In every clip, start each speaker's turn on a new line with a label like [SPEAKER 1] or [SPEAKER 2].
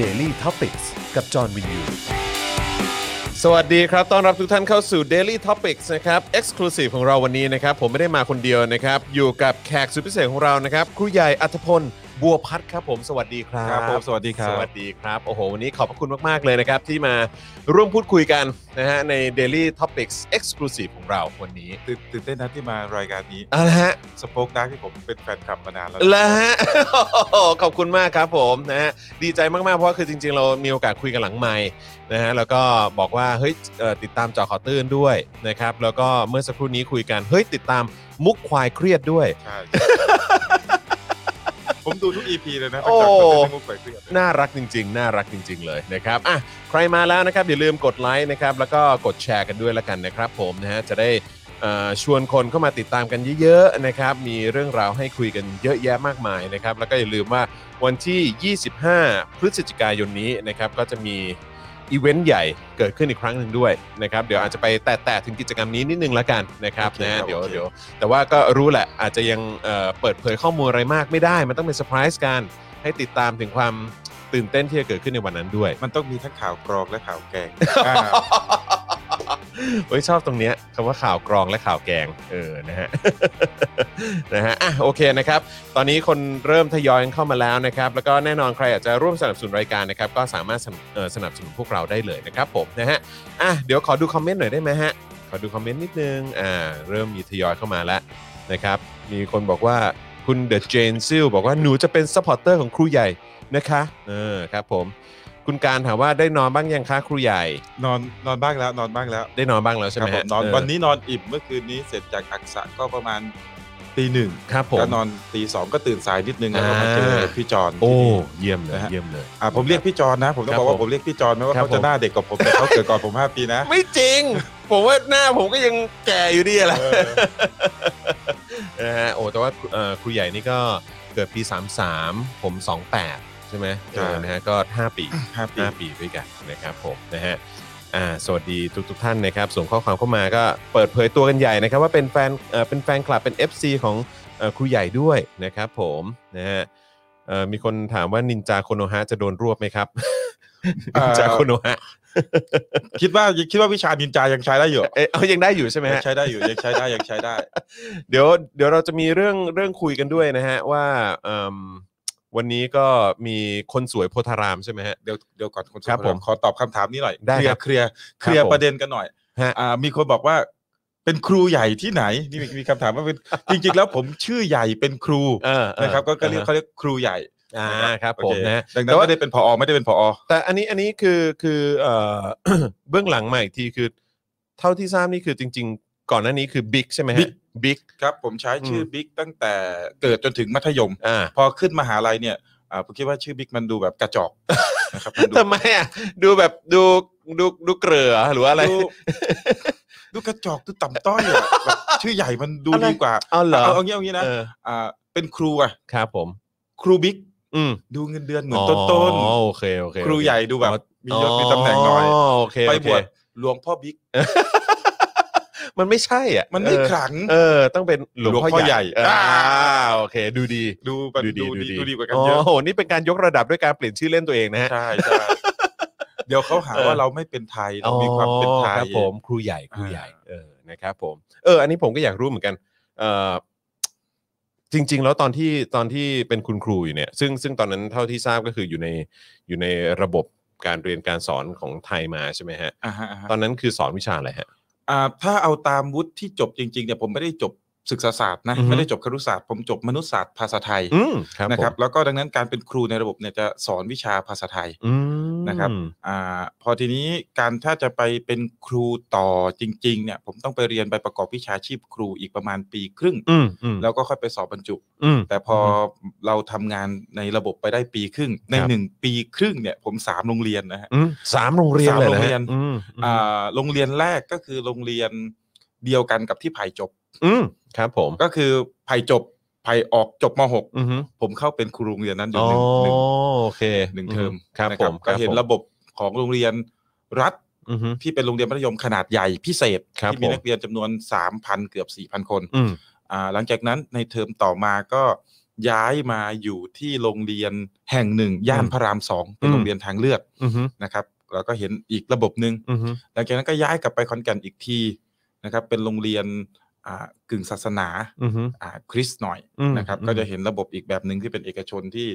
[SPEAKER 1] Daily t o p i c กกับจอห์นวินยู
[SPEAKER 2] สวัสดีครับ ต้อนรับทุกท่านเข้าสู่ Daily Topics นะครับ Exclusive ของเราวันนี้นะครับ ผมไม่ได้มาคนเดียวนะครับ อยู่กับแขกสุดพิเศษของเรานะครับ ครูใหญ่อัธพล บัวพัฒน์ครับผม สวัสดีครับ
[SPEAKER 3] ครับผมสวัสดีครับ
[SPEAKER 2] สวัสดีครับ โอ้โห วันนี้ขอบพระคุณมาก ๆ เลยนะครับ ที่มาร่วมพูดคุยกันนะฮะใน Daily Topics Exclusive ของเราวันนี้
[SPEAKER 3] ตื่นตื่นเต้นนะที่มารายการนี้
[SPEAKER 2] เอาละฮะ
[SPEAKER 3] สป็อกดาร์กที่ผมเป็นแฟนคลับมานานแล้ว
[SPEAKER 2] แล้วฮะ ขอบคุณมากครับผมนะฮะดีใจมาก ๆ เพราะว่าคือจริง ๆ เรามีโอกาสคุยกันหลังไมค์นะฮะแล้วก็บอกว่าเฮ้ยเอ่อติดตามเจอขอตื้นด้วยนะครับแล้วก็เมื่อสักครู่นี้คุยกันเฮ้ยติดตามมุกควายเครียดด้วย
[SPEAKER 3] ใช่ ผมดูทุก EP เลยนะ
[SPEAKER 2] โอ้
[SPEAKER 3] ตั้งแต่คนเล่นมุกไปเพื่อน
[SPEAKER 2] น่ารักจริง ๆ น่ารักจริง ๆ เลยนะครับอ่ะใครมาแล้วนะครับอย่าลืมกดไลค์นะครับแล้วก็กดแชร์กันด้วยละกันนะครับผมนะฮะจะได้เอ่อชวนคนเข้ามาติดตามกันเยอะๆนะครับมีเรื่องราวให้คุยกันเยอะแยะมากมายนะครับแล้วก็อย่าลืมว่าวันที่ 25 พฤศจิกายนนี้นะครับก็จะมีอีเวนต์ใหญ่เกิดขึ้นอีกครั้งหนึ่งด้วยนะครับเดี๋ยวอาจจะไปแตะๆถึงกิจกรรมนี้นิดนึงละกันนะครับนะฮะเดี๋ยวเดี๋ยว แต่ว่าก็รู้แหละอาจจะยังเอ่อเปิดเผยข้อมูลอะไรมากไม่ได้ มันต้องเป็นเซอร์ไพรส์กันให้ติดตามถึงความตื่นเต้นที่จะเกิดขึ้นในวันนั้นด้วย
[SPEAKER 3] มันต้องมีทั้งข่าวกรองและข่าวแก งอ่า
[SPEAKER 2] เฮ้ยชอบตรงเนี้ยคำว่าข่าวกรองและข่าวแกงเออนะฮ ะ นะฮะอ่ะโอเคนะครับ ตอนนี้คนเริ่มทยอยเข้ามาแล้วนะครับ แล้วก็แน่นอนใครอยากจะร่วมสนับสนุนรายการนะครับ ก็สามารถสนับเอ่อสนับสนุนพวกเราได้เลยนะครับผมนะฮะอ่ะเดี๋ยวขอดูคอมเมนต์หน่อยได้ไหมฮะ ขอดูคอมเมนต์นิดนึงอ่าเริ่มมีทยอยเข้ามาแล้วนะครับ มีคนบอกว่าคุณเดอะเจนซิลบอกว่าหนูจะเป็นซัพพอร์ตเตอร์ของครูใหญ่นะคะเออครับผม คุณการถามว่าได้นอนบ้างยังคะครูใหญ่
[SPEAKER 3] นอนนอนบ้างแล้วนอนบ้างแล้ว
[SPEAKER 2] ได้นอนบ้างแล้วใช่ไหม
[SPEAKER 3] ครั
[SPEAKER 2] ฮะ
[SPEAKER 3] บผนอน
[SPEAKER 2] เ
[SPEAKER 3] วันนี้นอนอิ่มเมื่อคืนนี้เสร็จจากอักษะก็ประมาณตีหนึ่ง
[SPEAKER 2] ครับผม
[SPEAKER 3] ก็นอนตีสองก็ตื่นสายนิดนึงแล้วก็มาเจอ
[SPEAKER 2] อ่า
[SPEAKER 3] พี่จอน
[SPEAKER 2] โอ้
[SPEAKER 3] ที่นี่
[SPEAKER 2] เยี่ยมเลย
[SPEAKER 3] นะฮะ
[SPEAKER 2] เยี่ยมเลย
[SPEAKER 3] อ่าผมเรียกพี่จอนนะ ผมต้อง
[SPEAKER 2] ครับบอก ผ
[SPEAKER 3] ว่าม ผมเรียกพี่จอนไม่ว่า
[SPEAKER 2] ครับ
[SPEAKER 3] เขาจะ
[SPEAKER 2] ผม
[SPEAKER 3] หน้าเด็กกว่าผมแต่เขาเกิดก่อนผมห้าปีนะ
[SPEAKER 2] ไม่จริง ผมว่าหน้าผมก็ยังแก่อยู่ดีแหละ
[SPEAKER 3] เอ อ
[SPEAKER 2] นะฮะโอ้แต่ว่าเอ่อครูใหญ่นี่ก็เกิดปี 33 ผม 28 ใช่ไหม
[SPEAKER 3] ใช่
[SPEAKER 2] เออนะฮะก็ 5 ปี
[SPEAKER 3] ห้าปี
[SPEAKER 2] 5 ปีด้วยกันนะครับผมนะฮะอ่าสวัสดีทุกทท่านนะครับ ส่งข้อความเข้ามาก็เปิดเผยตัวกันใหญ่นะครับ ว่าเป็นแฟนเอ่อเป็นแฟนคลับเป็น FC ของเอ่อครูใหญ่ด้วยนะครับผมนะฮะเอ่อมีคนถามว่านินจาโคโนฮะจะโดนรวบไหมครับ
[SPEAKER 3] เอ่อ
[SPEAKER 2] นินจาโคโนฮะ
[SPEAKER 3] คิดว่าคิดว่าวิชานินจายังใช้ได้อยู่
[SPEAKER 2] เอ๊ะเอายังได้อยู่ใช่ไหมฮะ
[SPEAKER 3] ยังใช้ได้อยู่ยังใช้ได้ยังใช้ได้
[SPEAKER 2] เดี๋ยวเดี๋ยวเราจะมีเรื่องเรื่องคุยกันด้วยนะฮะว่าเอิ่มวันนี้ก็มีคนสวยโพธารามใช่ไหมฮะ
[SPEAKER 3] เดี๋ยวเดี๋ยวก่อนคุณสุ
[SPEAKER 2] ครับ
[SPEAKER 3] ภ
[SPEAKER 2] ผม
[SPEAKER 3] ขอตอบคำถามนี้หน่อย
[SPEAKER 2] ได้
[SPEAKER 3] เค
[SPEAKER 2] ค
[SPEAKER 3] ลีย
[SPEAKER 2] รับ
[SPEAKER 3] ร์เคลียร์
[SPEAKER 2] ค
[SPEAKER 3] เค
[SPEAKER 2] รั
[SPEAKER 3] ลี
[SPEAKER 2] บ
[SPEAKER 3] ยร์
[SPEAKER 2] ผม
[SPEAKER 3] ประเด็นกันหน่อย
[SPEAKER 2] ฮะ
[SPEAKER 3] อ่ามีคนบอกว่าเป็นครูใหญ่ที่ไหนนี่มีมีคำถามว่าเป็น จริงๆแล้วผมชื่อใหญ่เป็นครู
[SPEAKER 2] เออเออ
[SPEAKER 3] นะครับก็ก็เรียกเขาเรียกครูใหญ่
[SPEAKER 2] อ่า
[SPEAKER 3] นะครับ โอ
[SPEAKER 2] ผม
[SPEAKER 3] เ
[SPEAKER 2] นะฮะ
[SPEAKER 3] ดังนั้
[SPEAKER 2] แต่
[SPEAKER 3] น
[SPEAKER 2] ว่า
[SPEAKER 3] ไม่ได้เป็นพอไม่ได้เป็นพอ
[SPEAKER 2] แต่อันนี้อันนี้คือคือเอ่อ เบื้องหลังมาอีกทีคือ เท่าที่ทราบนี่คือจริง ๆ ก่อนหน้านี้คือบิ๊กใช่ไหมฮะบิ๊ก
[SPEAKER 3] ครับผมใช้ชื่ออ
[SPEAKER 2] ม
[SPEAKER 3] บิ๊กตั้งแต่เกิดจนถึงมัธยม
[SPEAKER 2] อ่า
[SPEAKER 3] พอขึ้นมหาลัยเนี่ยอ่าผมคิดว่าชื่อบิ๊กมันดูแบบกระจอกนะครับนดู
[SPEAKER 2] ทำไมอ่ะดูแบบดูดูดูเกลือหรือว่าอะไร
[SPEAKER 3] ดูดูกระจอกดูต่ำต้อยอะแบบชื่อใหญ่มันดู
[SPEAKER 2] อะไร
[SPEAKER 3] ดีกว่า
[SPEAKER 2] เอาเหรอ
[SPEAKER 3] เอาเอางี้เอางี้นะ
[SPEAKER 2] เออ
[SPEAKER 3] อ่าเป็นครูอะ
[SPEAKER 2] ครับผม
[SPEAKER 3] ครูบิ๊ก
[SPEAKER 2] อืม
[SPEAKER 3] ดูเงินเดือนเหมือนต้นต้น
[SPEAKER 2] อ๋อโอเคโอเค
[SPEAKER 3] ครูใหญ่ดูแบบมียศมีตำแหน่งหน่อย
[SPEAKER 2] โอเค
[SPEAKER 3] ไป
[SPEAKER 2] โอเค
[SPEAKER 3] บวชหลวงพ่อบิ๊ก
[SPEAKER 2] มันไม่ใช่อ่ะ
[SPEAKER 3] มันไม่
[SPEAKER 2] เออ
[SPEAKER 3] ขลัง
[SPEAKER 2] เออ ต้องเป็นหลวง
[SPEAKER 3] หลวงพ่
[SPEAKER 2] พ่อ
[SPEAKER 3] อ
[SPEAKER 2] ให
[SPEAKER 3] ใหญ่
[SPEAKER 2] ญ่
[SPEAKER 3] อ่า
[SPEAKER 2] อ่าโอเค ดูดี
[SPEAKER 3] ดูแบบดูดีดูดีกว่ากัน
[SPEAKER 2] โอ้
[SPEAKER 3] เยอะ
[SPEAKER 2] โหนี่เป็นการยกระดับด้วยการเปลี่ยนชื่อเล่นตัวเองนะฮะ
[SPEAKER 3] ใช่ใช่เดี๋ยวเขาหาว่าเราไม่เป็นไทยเรามีความเป็นไท
[SPEAKER 2] อ๋อย รับผม ครูใหญ่ครูใหญ่
[SPEAKER 3] อ่า
[SPEAKER 2] เออนะครับผม เออ อันนี้ผมก็อยากรู้เหมือนกันเออจริง ๆ แล้วตอนที่ตอนที่เป็นคุณครูอยู่เนี่ย ซึ่งซึ่งตอนนั้นเท่าที่ทราบก็คืออยู่ในอยู่ในระบบการเรียนการสอนของไทยมาใช่ไหมฮะ
[SPEAKER 3] อ่าฮะอ่าฮะ
[SPEAKER 2] ตอนนั้นคือสอนวิชาอะไรฮะ
[SPEAKER 3] อ่าถ้าเอาตามวุฒิที่จบจริงๆเนี่ยผมไม่ได้จบศึกษาศาสตร์นะ
[SPEAKER 2] อือฮึ
[SPEAKER 3] ไม่ได้จบครุศาสตร์ผมจบมนุษยศาสตร์ภาษาไทย
[SPEAKER 2] อืมครับ
[SPEAKER 3] นะ
[SPEAKER 2] ผ
[SPEAKER 3] ครับ
[SPEAKER 2] ม
[SPEAKER 3] แล้วก็ดังนั้นการเป็นครูในระบบเนี่ยจะสอนวิชาภาษาไทย
[SPEAKER 2] อืม
[SPEAKER 3] นะครับ อ่าพอทีนี้การถ้าจะไปเป็นครูต่อจริงๆเนี่ยผมต้องไปเรียนใบประกอบวิชาชีพครูอีกประมาณปีครึ่ง
[SPEAKER 2] อืมอืม
[SPEAKER 3] แล้วก็ค่อยไปสอบบรรจุ
[SPEAKER 2] อืม
[SPEAKER 3] แต่พอเราทำงานในระบบไปได้ปีครึ่ง ใน
[SPEAKER 2] ครับ
[SPEAKER 3] หนึ่งปีครึ่งเนี่ยผมสามโรงเรียนนะฮะ
[SPEAKER 2] อืมสามโรงเรียน
[SPEAKER 3] สาม
[SPEAKER 2] เลยะ
[SPEAKER 3] โรงเรียน
[SPEAKER 2] อืมม
[SPEAKER 3] อ่าโรงเรียนแรกก็คือโรงเรียนเดียวกันกับที่ไผ่จบ
[SPEAKER 2] อืมครับผม
[SPEAKER 3] ก็คือไผ่จบไผ่ออกจบมหก
[SPEAKER 2] อือฮึ
[SPEAKER 3] ผมเข้าเป็นครูโรงเรียนนั้นอ
[SPEAKER 2] อ๋
[SPEAKER 3] ยู่
[SPEAKER 2] อ
[SPEAKER 3] หนึ่งหนึ่ง
[SPEAKER 2] โอเค
[SPEAKER 3] หนึ่งเทอม
[SPEAKER 2] ครับ
[SPEAKER 3] นะ
[SPEAKER 2] ผม
[SPEAKER 3] ก็เห็นระบบของโรงเรียนรัฐ
[SPEAKER 2] อือฮึ
[SPEAKER 3] ที่เป็นโรงเรียนมัธยมขนาดใหญ่พิเศษ
[SPEAKER 2] ครับ
[SPEAKER 3] ที่มี
[SPEAKER 2] ผม
[SPEAKER 3] นักเรียนจำนวน 3,000 เกือบ 4,000 คน
[SPEAKER 2] อืม
[SPEAKER 3] อ่าหลังจากนั้นในเทอมต่อมาก็ ย้ายมาอยู่ที่โรงเรียนแห่งหนึ่ง ย่าน
[SPEAKER 2] อืม
[SPEAKER 3] พระรามสองเป็นโรงเรียนทางเลือก
[SPEAKER 2] อือฮึ
[SPEAKER 3] นะครับเราก็เห็นอีกระบบหนึ่ง
[SPEAKER 2] อือฮึ
[SPEAKER 3] หลังจากนั้นก็ย้ายกลับไปขอนแก่นอีกทีนะครับ เป็นโรงเรียนอ่ากึ่งศาสนา
[SPEAKER 2] อือฮึ
[SPEAKER 3] อ่าคริสต์หน่อย
[SPEAKER 2] อืม
[SPEAKER 3] นะครับ
[SPEAKER 2] อืม
[SPEAKER 3] ก็จะเห็นระบบอีกแบบหนึ่งที่เป็นเอกชนที่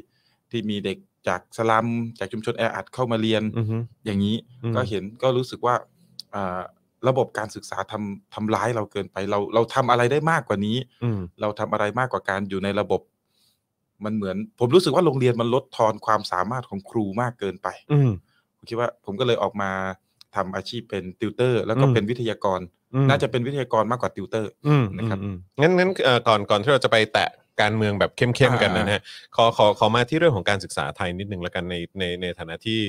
[SPEAKER 3] ที่มีเด็กจากสลัมจากชุมชนแออัดเข้ามาเรียน
[SPEAKER 2] อือฮึ
[SPEAKER 3] อย่างนี้
[SPEAKER 2] อืม
[SPEAKER 3] ก็เห็นก็รู้สึกว่าอ่าระบบการศึกษาทำทำร้ายเราเกินไป เราเราทำอะไรได้มากกว่านี้
[SPEAKER 2] อืม
[SPEAKER 3] เราทำอะไรมากกว่าการอยู่ในระบบ มันเหมือน ผมรู้สึกว่าโรงเรียนมันลดทอนความสามารถของครูมากเกินไป
[SPEAKER 2] อืม
[SPEAKER 3] ผมคิดว่าผมก็เลยออกมาทำอาชีพเป็นติวเตอร์ แล้วก็
[SPEAKER 2] อืม
[SPEAKER 3] เป็นวิทยากร
[SPEAKER 2] อืม
[SPEAKER 3] น่าจะเป็นวิทยากรมากกว่าติวเตอร์
[SPEAKER 2] อืม
[SPEAKER 3] นะครับ
[SPEAKER 2] อืมอืมงั้นงั้นเอ่อก่อนก่อนที่เราจะไปแตะการเมืองแบบเข้มๆกัน
[SPEAKER 3] อ่า
[SPEAKER 2] นะฮะขอขอขอมาที่เรื่องของการศึกษาไทยนิดนึงแล้วกันในในในฐานะที่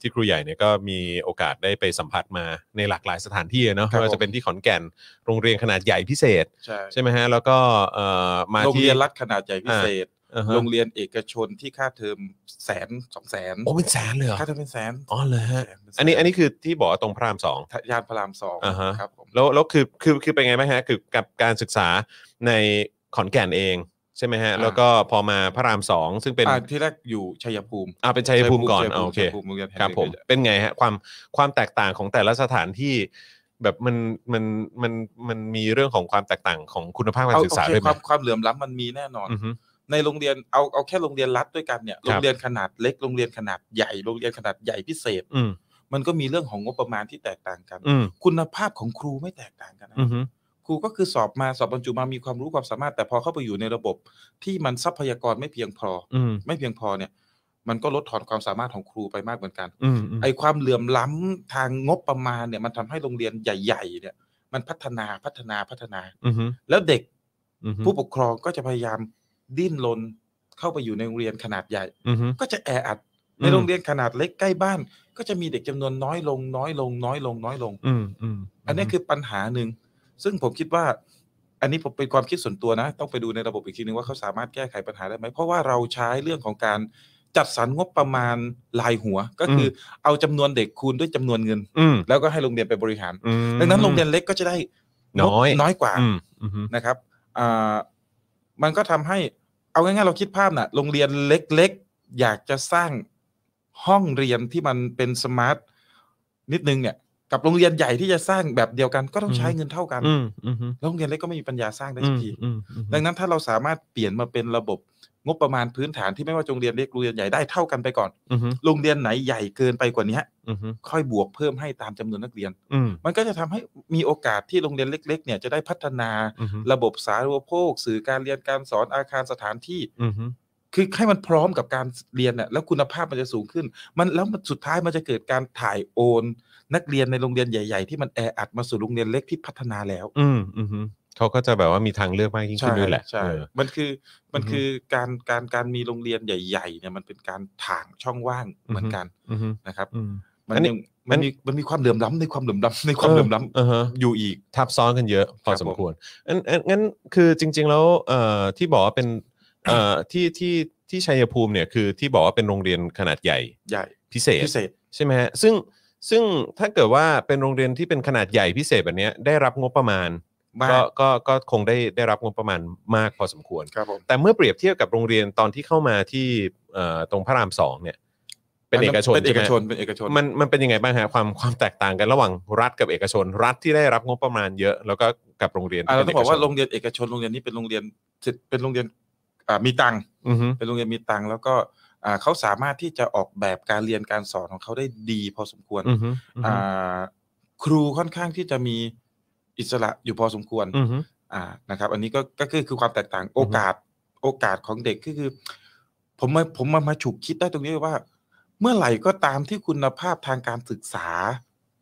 [SPEAKER 2] ที่ครูใหญ่เนี่ยก็มีโอกาสได้ไปสัมผัสมาในหลากหลายสถานที่อะเนาะไม่ว่าจะเป็นที่ขอนแก่นโรงเรียนขนาดใหญ่พิเศษ
[SPEAKER 3] ใช่
[SPEAKER 2] ใช่ไหมฮะ แล้วก็เอ่อมาที่
[SPEAKER 3] โรงเรียนรัฐขนาดใหญ่พิเศษ
[SPEAKER 2] อ่าฮะ
[SPEAKER 3] โรงเรียนเอกชนที่ค่าเทอมแสนสองแสน
[SPEAKER 2] โอ้เป็นแสนเลยเหรอ
[SPEAKER 3] ค่าเทอมเป็นแสน
[SPEAKER 2] อ๋อเลยฮะ
[SPEAKER 3] แสเป็แส
[SPEAKER 2] อันนี้อันนี้คือที่บอกว่าตรงพระรามสอง
[SPEAKER 3] ยานพระรามสอง
[SPEAKER 2] อ่าฮะ
[SPEAKER 3] ครับผม
[SPEAKER 2] แล้วแล้วคือคือคือเป็นไงบ้างฮะคือกับการศึกษาในขอนแก่นเองใช่ไหมฮะ
[SPEAKER 3] อ่า
[SPEAKER 2] แล้วก็พอมาพระรามสองซึ่งเป็น
[SPEAKER 3] อ่าที่แรกอยู่ชัยภูมิ
[SPEAKER 2] อ่าเป็นชัยภูมิก่อน
[SPEAKER 3] ชัย
[SPEAKER 2] อ่าโอเค
[SPEAKER 3] ชัยภูมิโรงเรียนแห่ง
[SPEAKER 2] ครับ
[SPEAKER 3] หนึ่ง
[SPEAKER 2] ผม
[SPEAKER 3] เลย
[SPEAKER 2] เป็นไงฮะความความแตกต่างของแต่ละสถานที่ แบบมันมันมันมันมีเรื่องของความแตกต่างของคุณภาพการ
[SPEAKER 3] เอา
[SPEAKER 2] ศึก
[SPEAKER 3] โอ
[SPEAKER 2] ษา
[SPEAKER 3] เค
[SPEAKER 2] ด้วยไหม
[SPEAKER 3] ความความเหลื่อมล้ำมันมีแน่นอน
[SPEAKER 2] อือฮึ
[SPEAKER 3] ในโรงเรียนเอาเอาแค่โรงเรียนรัฐด้วยกันเนี่ย
[SPEAKER 2] ครับ
[SPEAKER 3] โรงเรียนขนาดเล็กโรงเรียนขนาดใหญ่โรงเรียนขนาดใหญ่พิเศษ
[SPEAKER 2] อืม
[SPEAKER 3] มันก็มีเรื่องของงบประมาณที่แตกต่างกัน
[SPEAKER 2] อืม
[SPEAKER 3] คุณภาพของครูไม่แตกต่างกันนะ
[SPEAKER 2] อือฮึ
[SPEAKER 3] ครูก็คือสอบมาสอบบรรจุมามีความรู้ความสามารถแต่พอเข้าไปอยู่ในระบบ ที่มันทรัพยากรไม่เพียงพอ
[SPEAKER 2] อืม
[SPEAKER 3] ไม่เพียงพอเนี่ยมันก็ลดทอนความสามารถของครูไปมากเหมือนกัน
[SPEAKER 2] อืมอืม
[SPEAKER 3] ไอความเหลื่อมล้ำทางงบประมาณเนี่ยมันทำให้โรงเรียนใหญ่ๆเนี่ยมันพัฒนาพัฒนาพัฒนา
[SPEAKER 2] อือฮึ
[SPEAKER 3] แล้วเด็ก
[SPEAKER 2] อือฮึ
[SPEAKER 3] ผู้ปกครองก็จะพยายามดิ้นรนเข้าไปอยู่ในโรงเรียนขนาดใหญ่
[SPEAKER 2] อือฮึ
[SPEAKER 3] ก็จะแออัด
[SPEAKER 2] อืม
[SPEAKER 3] ในโรงเรียนขนาดเล็กใกล้บ้าน ก็จะมีเด็กจำนวนน้อยลงน้อยลงน้อยลงน้อยลง
[SPEAKER 2] อืมอืม
[SPEAKER 3] อันนี้คือปัญหาหนึ่ง ซึ่งผมคิดว่า อันนี้ผมเป็นความคิดส่วนตัวนะ ต้องไปดูในระบบอีกทีนึงว่าเขาสามารถแก้ไขปัญหาได้ไหม เพราะว่าเราใช้เรื่องของการจัดสรรงบประมาณลายหัว ก็คืออเอาจำนวนเด็กคูณด้วยจำนวนเงิน
[SPEAKER 2] อืม
[SPEAKER 3] แล้วก็ให้โรงเรียนไปบริหาร
[SPEAKER 2] อืม
[SPEAKER 3] ดังนั้นโรงเรียนเล็กก็จะได้งบ
[SPEAKER 2] น้อย
[SPEAKER 3] น้อยกว่า
[SPEAKER 2] อืมอือฮึ
[SPEAKER 3] นะครับอ่ามันก็ทำให้ เอาง่ายๆเราคิดภาพน่ะ โรงเรียนเล็กๆ อยากจะสร้างห้องเรียนที่มันเป็นสมาร์ทนิดนึงเนี่ย กับโรงเรียนใหญ่ที่จะสร้างแบบเดียวกันก็ต้องใช้
[SPEAKER 2] อืม
[SPEAKER 3] เงินเท่ากัน
[SPEAKER 2] อืมอือฮึ
[SPEAKER 3] แล้วโรงเรียนเล็กก็ไม่มีปัญญาสร้างได้
[SPEAKER 2] อื
[SPEAKER 3] สัก
[SPEAKER 2] ม
[SPEAKER 3] ที
[SPEAKER 2] อืมอืม
[SPEAKER 3] ดังนั้นถ้าเราสามารถเปลี่ยนมาเป็นระบบงบประมาณพื้นฐานที่ไม่ว่าโรงเรียนเล็กโรงเรียนใหญ่ได้เท่ากันไปก่อน
[SPEAKER 2] อืม
[SPEAKER 3] โรงเรียนไหนใหญ่เกินไปกว่านี้
[SPEAKER 2] อืม
[SPEAKER 3] ค่อยบวกเพิ่มให้ตามจำนวนนักเรียน
[SPEAKER 2] อืม
[SPEAKER 3] มันก็จะทำให้มีโอกาสที่โรงเรียนเล็ก ๆ เนี่ยจะได้พัฒนา
[SPEAKER 2] อืม
[SPEAKER 3] ระบบสาธารณูปโภค สื่อการเรียนการสอนอาคารสถานที่
[SPEAKER 2] อืม
[SPEAKER 3] คือให้มันพร้อมกับการเรียนน่ะแล้วคุณภาพมันจะสูงขึ้น มันแล้วมันสุดท้ายมันจะเกิดการถ่ายโอน นักเรียนในโรงเรียนใหญ่ ๆ ที่มันแออัดมาสู่โรงเรียนเล็กที่พัฒนาแล้ว
[SPEAKER 2] อืมอืมเขาก็จะแบบว่ามีทางเลือกมากยิ่งขึ้นด้วยแหละ
[SPEAKER 3] ใช่
[SPEAKER 2] เออ
[SPEAKER 3] มันคือมัน
[SPEAKER 2] อือฮึ
[SPEAKER 3] คือการการการมีโรงเรียนใหญ่ๆเนี่ยมันเป็นการถ่างช่องว่างเหมือนกัน
[SPEAKER 2] อืม
[SPEAKER 3] นะครับ
[SPEAKER 2] อืม
[SPEAKER 3] มัน
[SPEAKER 2] อันนี้
[SPEAKER 3] ยังมันมีมันมีความเหลื่อมล้ำในความเหลื่อมล้ำในความ
[SPEAKER 2] เออ
[SPEAKER 3] เหลื่อมล้ำ
[SPEAKER 2] อ่าฮะ
[SPEAKER 3] อยู่อีก
[SPEAKER 2] ทับซ้อนกันเยอะพอ
[SPEAKER 3] ครับ
[SPEAKER 2] ส
[SPEAKER 3] ผม ม
[SPEAKER 2] ควรงั้นงั้นงั้นคือจริง ๆ แล้วเอ่อที่บอกว่าเป็นเอ่อที่ที่ที่ชัยภูมิเนี่ยคือที่บอกว่าเป็นโรงเรียนขนาดใหญ่
[SPEAKER 3] ใหญ่
[SPEAKER 2] พิเศษ
[SPEAKER 3] พิเศษ
[SPEAKER 2] ใช่ไหมฮะซึ่งซึ่งถ้าเกิดว่าเป็นโรงเรียนที่เป็นขนาดใหญ่พิเศษแบบเนี้ยได้รับงบประมาณ
[SPEAKER 3] มาก
[SPEAKER 2] ก็ก็ก็คงได้ได้รับงบประมาณมากพอสมควร
[SPEAKER 3] ครับผม
[SPEAKER 2] แต่เมื่อเปรียบเทียบกับโรงเรียนตอนที่เข้ามาที่เอ่อตรงพระรามสองเนี่ย เป็นเอกชน
[SPEAKER 3] เป็นเอกชน
[SPEAKER 2] ใไหม
[SPEAKER 3] เป็นเอกชน
[SPEAKER 2] มันมันเป็นยังไงบ้างฮะความความแตกต่างกันระหว่างรัฐกับเอกชน รัฐที่ได้รับงบประมาณเยอะ แล้วก็กับโรงเรียน
[SPEAKER 3] อ่ะ
[SPEAKER 2] ที่
[SPEAKER 3] เรา
[SPEAKER 2] เป็น
[SPEAKER 3] ต้องบอก
[SPEAKER 2] เชน
[SPEAKER 3] ว่าโรงเรียนเอกชนโรงเรียนนี้เป็นโรงเรียนสิทธิ์เป็นโรงเรียนอ่ามีตังค์
[SPEAKER 2] อือฮึ
[SPEAKER 3] เป็นโรงเรียนมีตังค์แล้วก็อ่าเขาสามารถที่จะออกแบบการเรียนการสอนของเขาได้ดีพอสมควร
[SPEAKER 2] อือฮึอือฮึ
[SPEAKER 3] อ่าครูค่อนข้างที่จะมีอิสระอยู่พอสมควร
[SPEAKER 2] อือฮึ
[SPEAKER 3] อ่านะครับ อันนี้ก็ก็คือคือความแตกต่างโอกาสโอกาสของเด็กก็คือ ผมมาผมมามาฉุกคิดได้ตรงนี้ว่า เมื่อไหร่ก็ตามที่คุณภาพทางการศึกษา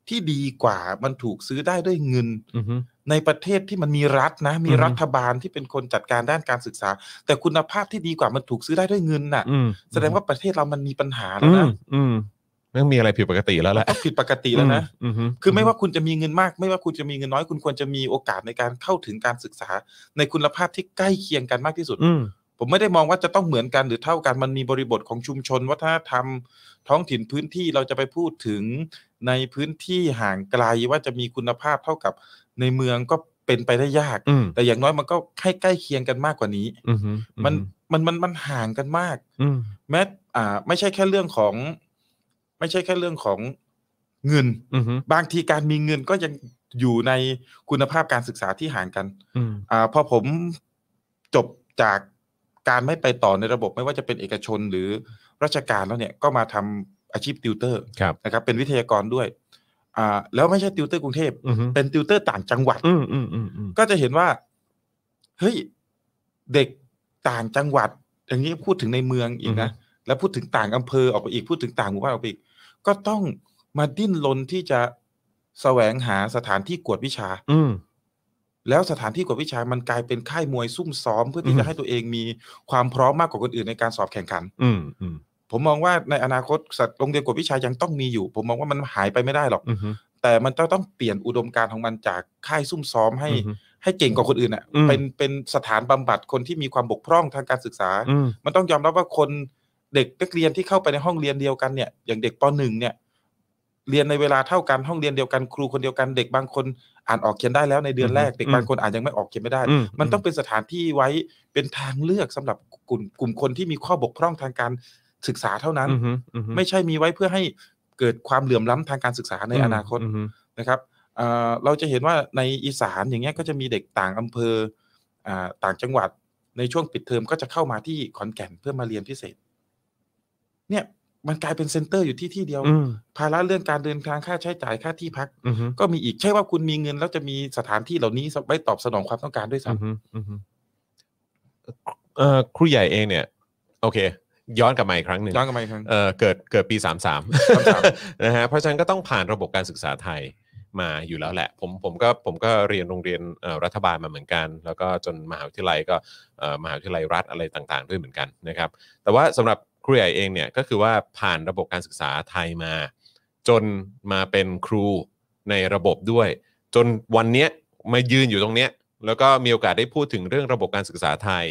[SPEAKER 3] ที่ดีกว่ามันถูกซื้อได้ด้วยเงิน
[SPEAKER 2] อือฮึ
[SPEAKER 3] ในประเทศที่มันมีรัฐนะ มี
[SPEAKER 2] อืม
[SPEAKER 3] รัฐบาลที่เป็นคนจัดการด้านการศึกษา แต่คุณภาพที่ดีกว่ามันถูกซื้อได้ด้วยเงินน่ะ
[SPEAKER 2] อืม
[SPEAKER 3] แสดงว่าประเทศเรามันมีปัญหาแล้
[SPEAKER 2] อืม
[SPEAKER 3] วนะ
[SPEAKER 2] อืมมันมีอะไรผิดปกติแล้วแหละ
[SPEAKER 3] ก็ผิดปกติแล้วนะ
[SPEAKER 2] อือฮึ
[SPEAKER 3] คือไม่ว่าคุณจะมีเงินมาก ไม่ว่าคุณจะมีเงินน้อย คุณควรจะมีโอกาสในการเข้าถึงการศึกษา ในคุณภาพที่ใกล้เคียงกันมากที่สุด
[SPEAKER 2] อืม
[SPEAKER 3] ผมไม่ได้มองว่าจะต้องเหมือนกันหรือเท่ากัน มันมีบริบทของชุมชน วัฒนธรรม ท้องถิ่นพื้นที่เราจะไปพูดถึงในพื้นที่ห่างไกลว่าจะมีคุณภาพเท่ากับในเมืองก็เป็นไปได้ยาก
[SPEAKER 2] อืม
[SPEAKER 3] แต่อย่างน้อยมันก็ให้ใกล้เคียงกันมากกว่านี้
[SPEAKER 2] อือฮึ
[SPEAKER 3] มัน มันมันมันห่างกันมาก
[SPEAKER 2] อืม
[SPEAKER 3] แม้อ่า ไม่ใช่แค่เรื่องของ ไม่ใช่แค่เรื่องของเงิน
[SPEAKER 2] อืมฮึ
[SPEAKER 3] บางทีการมีเงินก็ยังอยู่ในคุณภาพการศึกษาที่ห่างกัน
[SPEAKER 2] อืม
[SPEAKER 3] อ่าพอผมจบจากการไม่ไปต่อในระบบไม่ว่าจะเป็นเอกชนหรือราชการแล้วเนี่ยก็มาทำอาชีพติวเตอร์
[SPEAKER 2] ครับ
[SPEAKER 3] นะครับ เป็นวิทยากรด้วยอ่าแล้วไม่ใช่ติวเตอร์กรุงเทพ
[SPEAKER 2] อืมฮึ
[SPEAKER 3] เป็นติวเตอร์ต่างจังหวัด
[SPEAKER 2] อืมอืมอืมอืม
[SPEAKER 3] ก็จะเห็นว่า เฮ้ย เด็กต่างจังหวัด อย่างนี้พูดถึงในเมืองอีกนะ แล้วพูดถึงต่างอำเภอออกไปอีกพูดถึงต่างหมู่บ้านออกไปอีก ก็ต้องมาดิ้นรนที่จะแสวงหาสถานที่กวดวิชา
[SPEAKER 2] อืม
[SPEAKER 3] แล้วสถานที่กวดวิชามันกลายเป็นค่ายมวยซุ่มซ้อม เพื่อ
[SPEAKER 2] อื
[SPEAKER 3] ที่
[SPEAKER 2] ม
[SPEAKER 3] จะให้ตัวเองมีความพร้อมมากกว่าคนอื่นในการสอบแข่งขัน
[SPEAKER 2] อืมอืม
[SPEAKER 3] ผมมองว่าในอนาคตสัตว์โรงเรียนกวดวิชายังต้องมีอยู่ ผมมองว่ามันหายไปไม่ได้หรอก
[SPEAKER 2] อืมฮึ
[SPEAKER 3] แต่มันจะต้องเปลี่ยนอุดมการณ์ของมันจากค่ายซุ่มซ้อมให้
[SPEAKER 2] อืมฮึ
[SPEAKER 3] ให้เก่งกว่าคนอื่นอ่ะ
[SPEAKER 2] อืม
[SPEAKER 3] เป็นเป็นสถานบำบัดคนที่มีความบกพร่องทางการศึกษา
[SPEAKER 2] อืม
[SPEAKER 3] มันต้องยอมรับว่าคนเด็กนักเรียนที่เข้าไปในห้องเรียนเดียวกันเนี่ย อย่างเด็กปหนึ่งเนี่ย เรียนในเวลาเท่ากันห้องเรียนเดียวกันครูคนเดียวกันเด็กบางคนอ่านออกเขียนได้แล้วในเดือนแรก
[SPEAKER 2] อืม
[SPEAKER 3] เด็กบางคนอ่านยังไม่ออกเขียนไม่ได้
[SPEAKER 2] อืม
[SPEAKER 3] มันต้องเป็นสถานที่ไว้เป็นทางเลือกสำหรับกลุ่มกลุ่มคนที่มีข้อบกพร่องทางการศึกษาเท่านั้น
[SPEAKER 2] อืมฮึอืฮึ
[SPEAKER 3] ไม่ใช่มีไว้เพื่อให้เกิดความเหลื่อมล้ำทางการศึกษาในอนาคต
[SPEAKER 2] มฮึ
[SPEAKER 3] นะครับเอ่อเราจะเห็นว่าในอีสานอย่างเงี้ยก็จะมีเด็กต่างอำเภออ่าต่างจังหวัดในช่วงปิดเทอมก็จะเข้ามาที่ขอนแก่นเพื่อมาเรียนพิเศษ เนี่ยมันกลายเป็นเซ็นเตอร์อยู่ที่ที่เดียว
[SPEAKER 2] อืม
[SPEAKER 3] ภาระเรื่องการเดินทางค่าใช้จ่ายค่าที่พัก
[SPEAKER 2] อืมฮึ
[SPEAKER 3] ก็มีอีกใช่ว่าคุณมีเงินแล้วจะมีสถานที่เหล่านี้ไว้ตอบสนองความต้องการด้วย
[SPEAKER 2] อืม
[SPEAKER 3] ซ้ำ
[SPEAKER 2] ฮึอืมฮึเอ่อครูใหญ่เองเนี่ย โอเค ย้อนกลับมาอีกครั้งหนึ่ง
[SPEAKER 3] ย้อนกลับมาอีกครั้ง
[SPEAKER 2] เอ่อเกิดเกิดปี 33นะฮะ เพราะฉะนั้นก็ต้องผ่านระบบการศึกษาไทยมาอยู่แล้วแหละ ผมผมก็ผมก็เรียนโรงเรียนเอ่อรัฐบาลมาเหมือนกัน แล้วก็จนมหาวิทยาลัยก็เอ่อมหาวิทยาลัยรัฐอะไรต่างๆ ด้วยเหมือนกันนะครับแต่ว่าสำหรับครูใหญ่เองเนี่ยก็คือว่าผ่านระบบการศึกษาไทยมา จนมาเป็นครูในระบบด้วย จนวันเนี้ยมายืนอยู่ตรงเนี้ยแล้วก็มีโอกาสได้พูดถึงเรื่องระบบการศึกษาไทย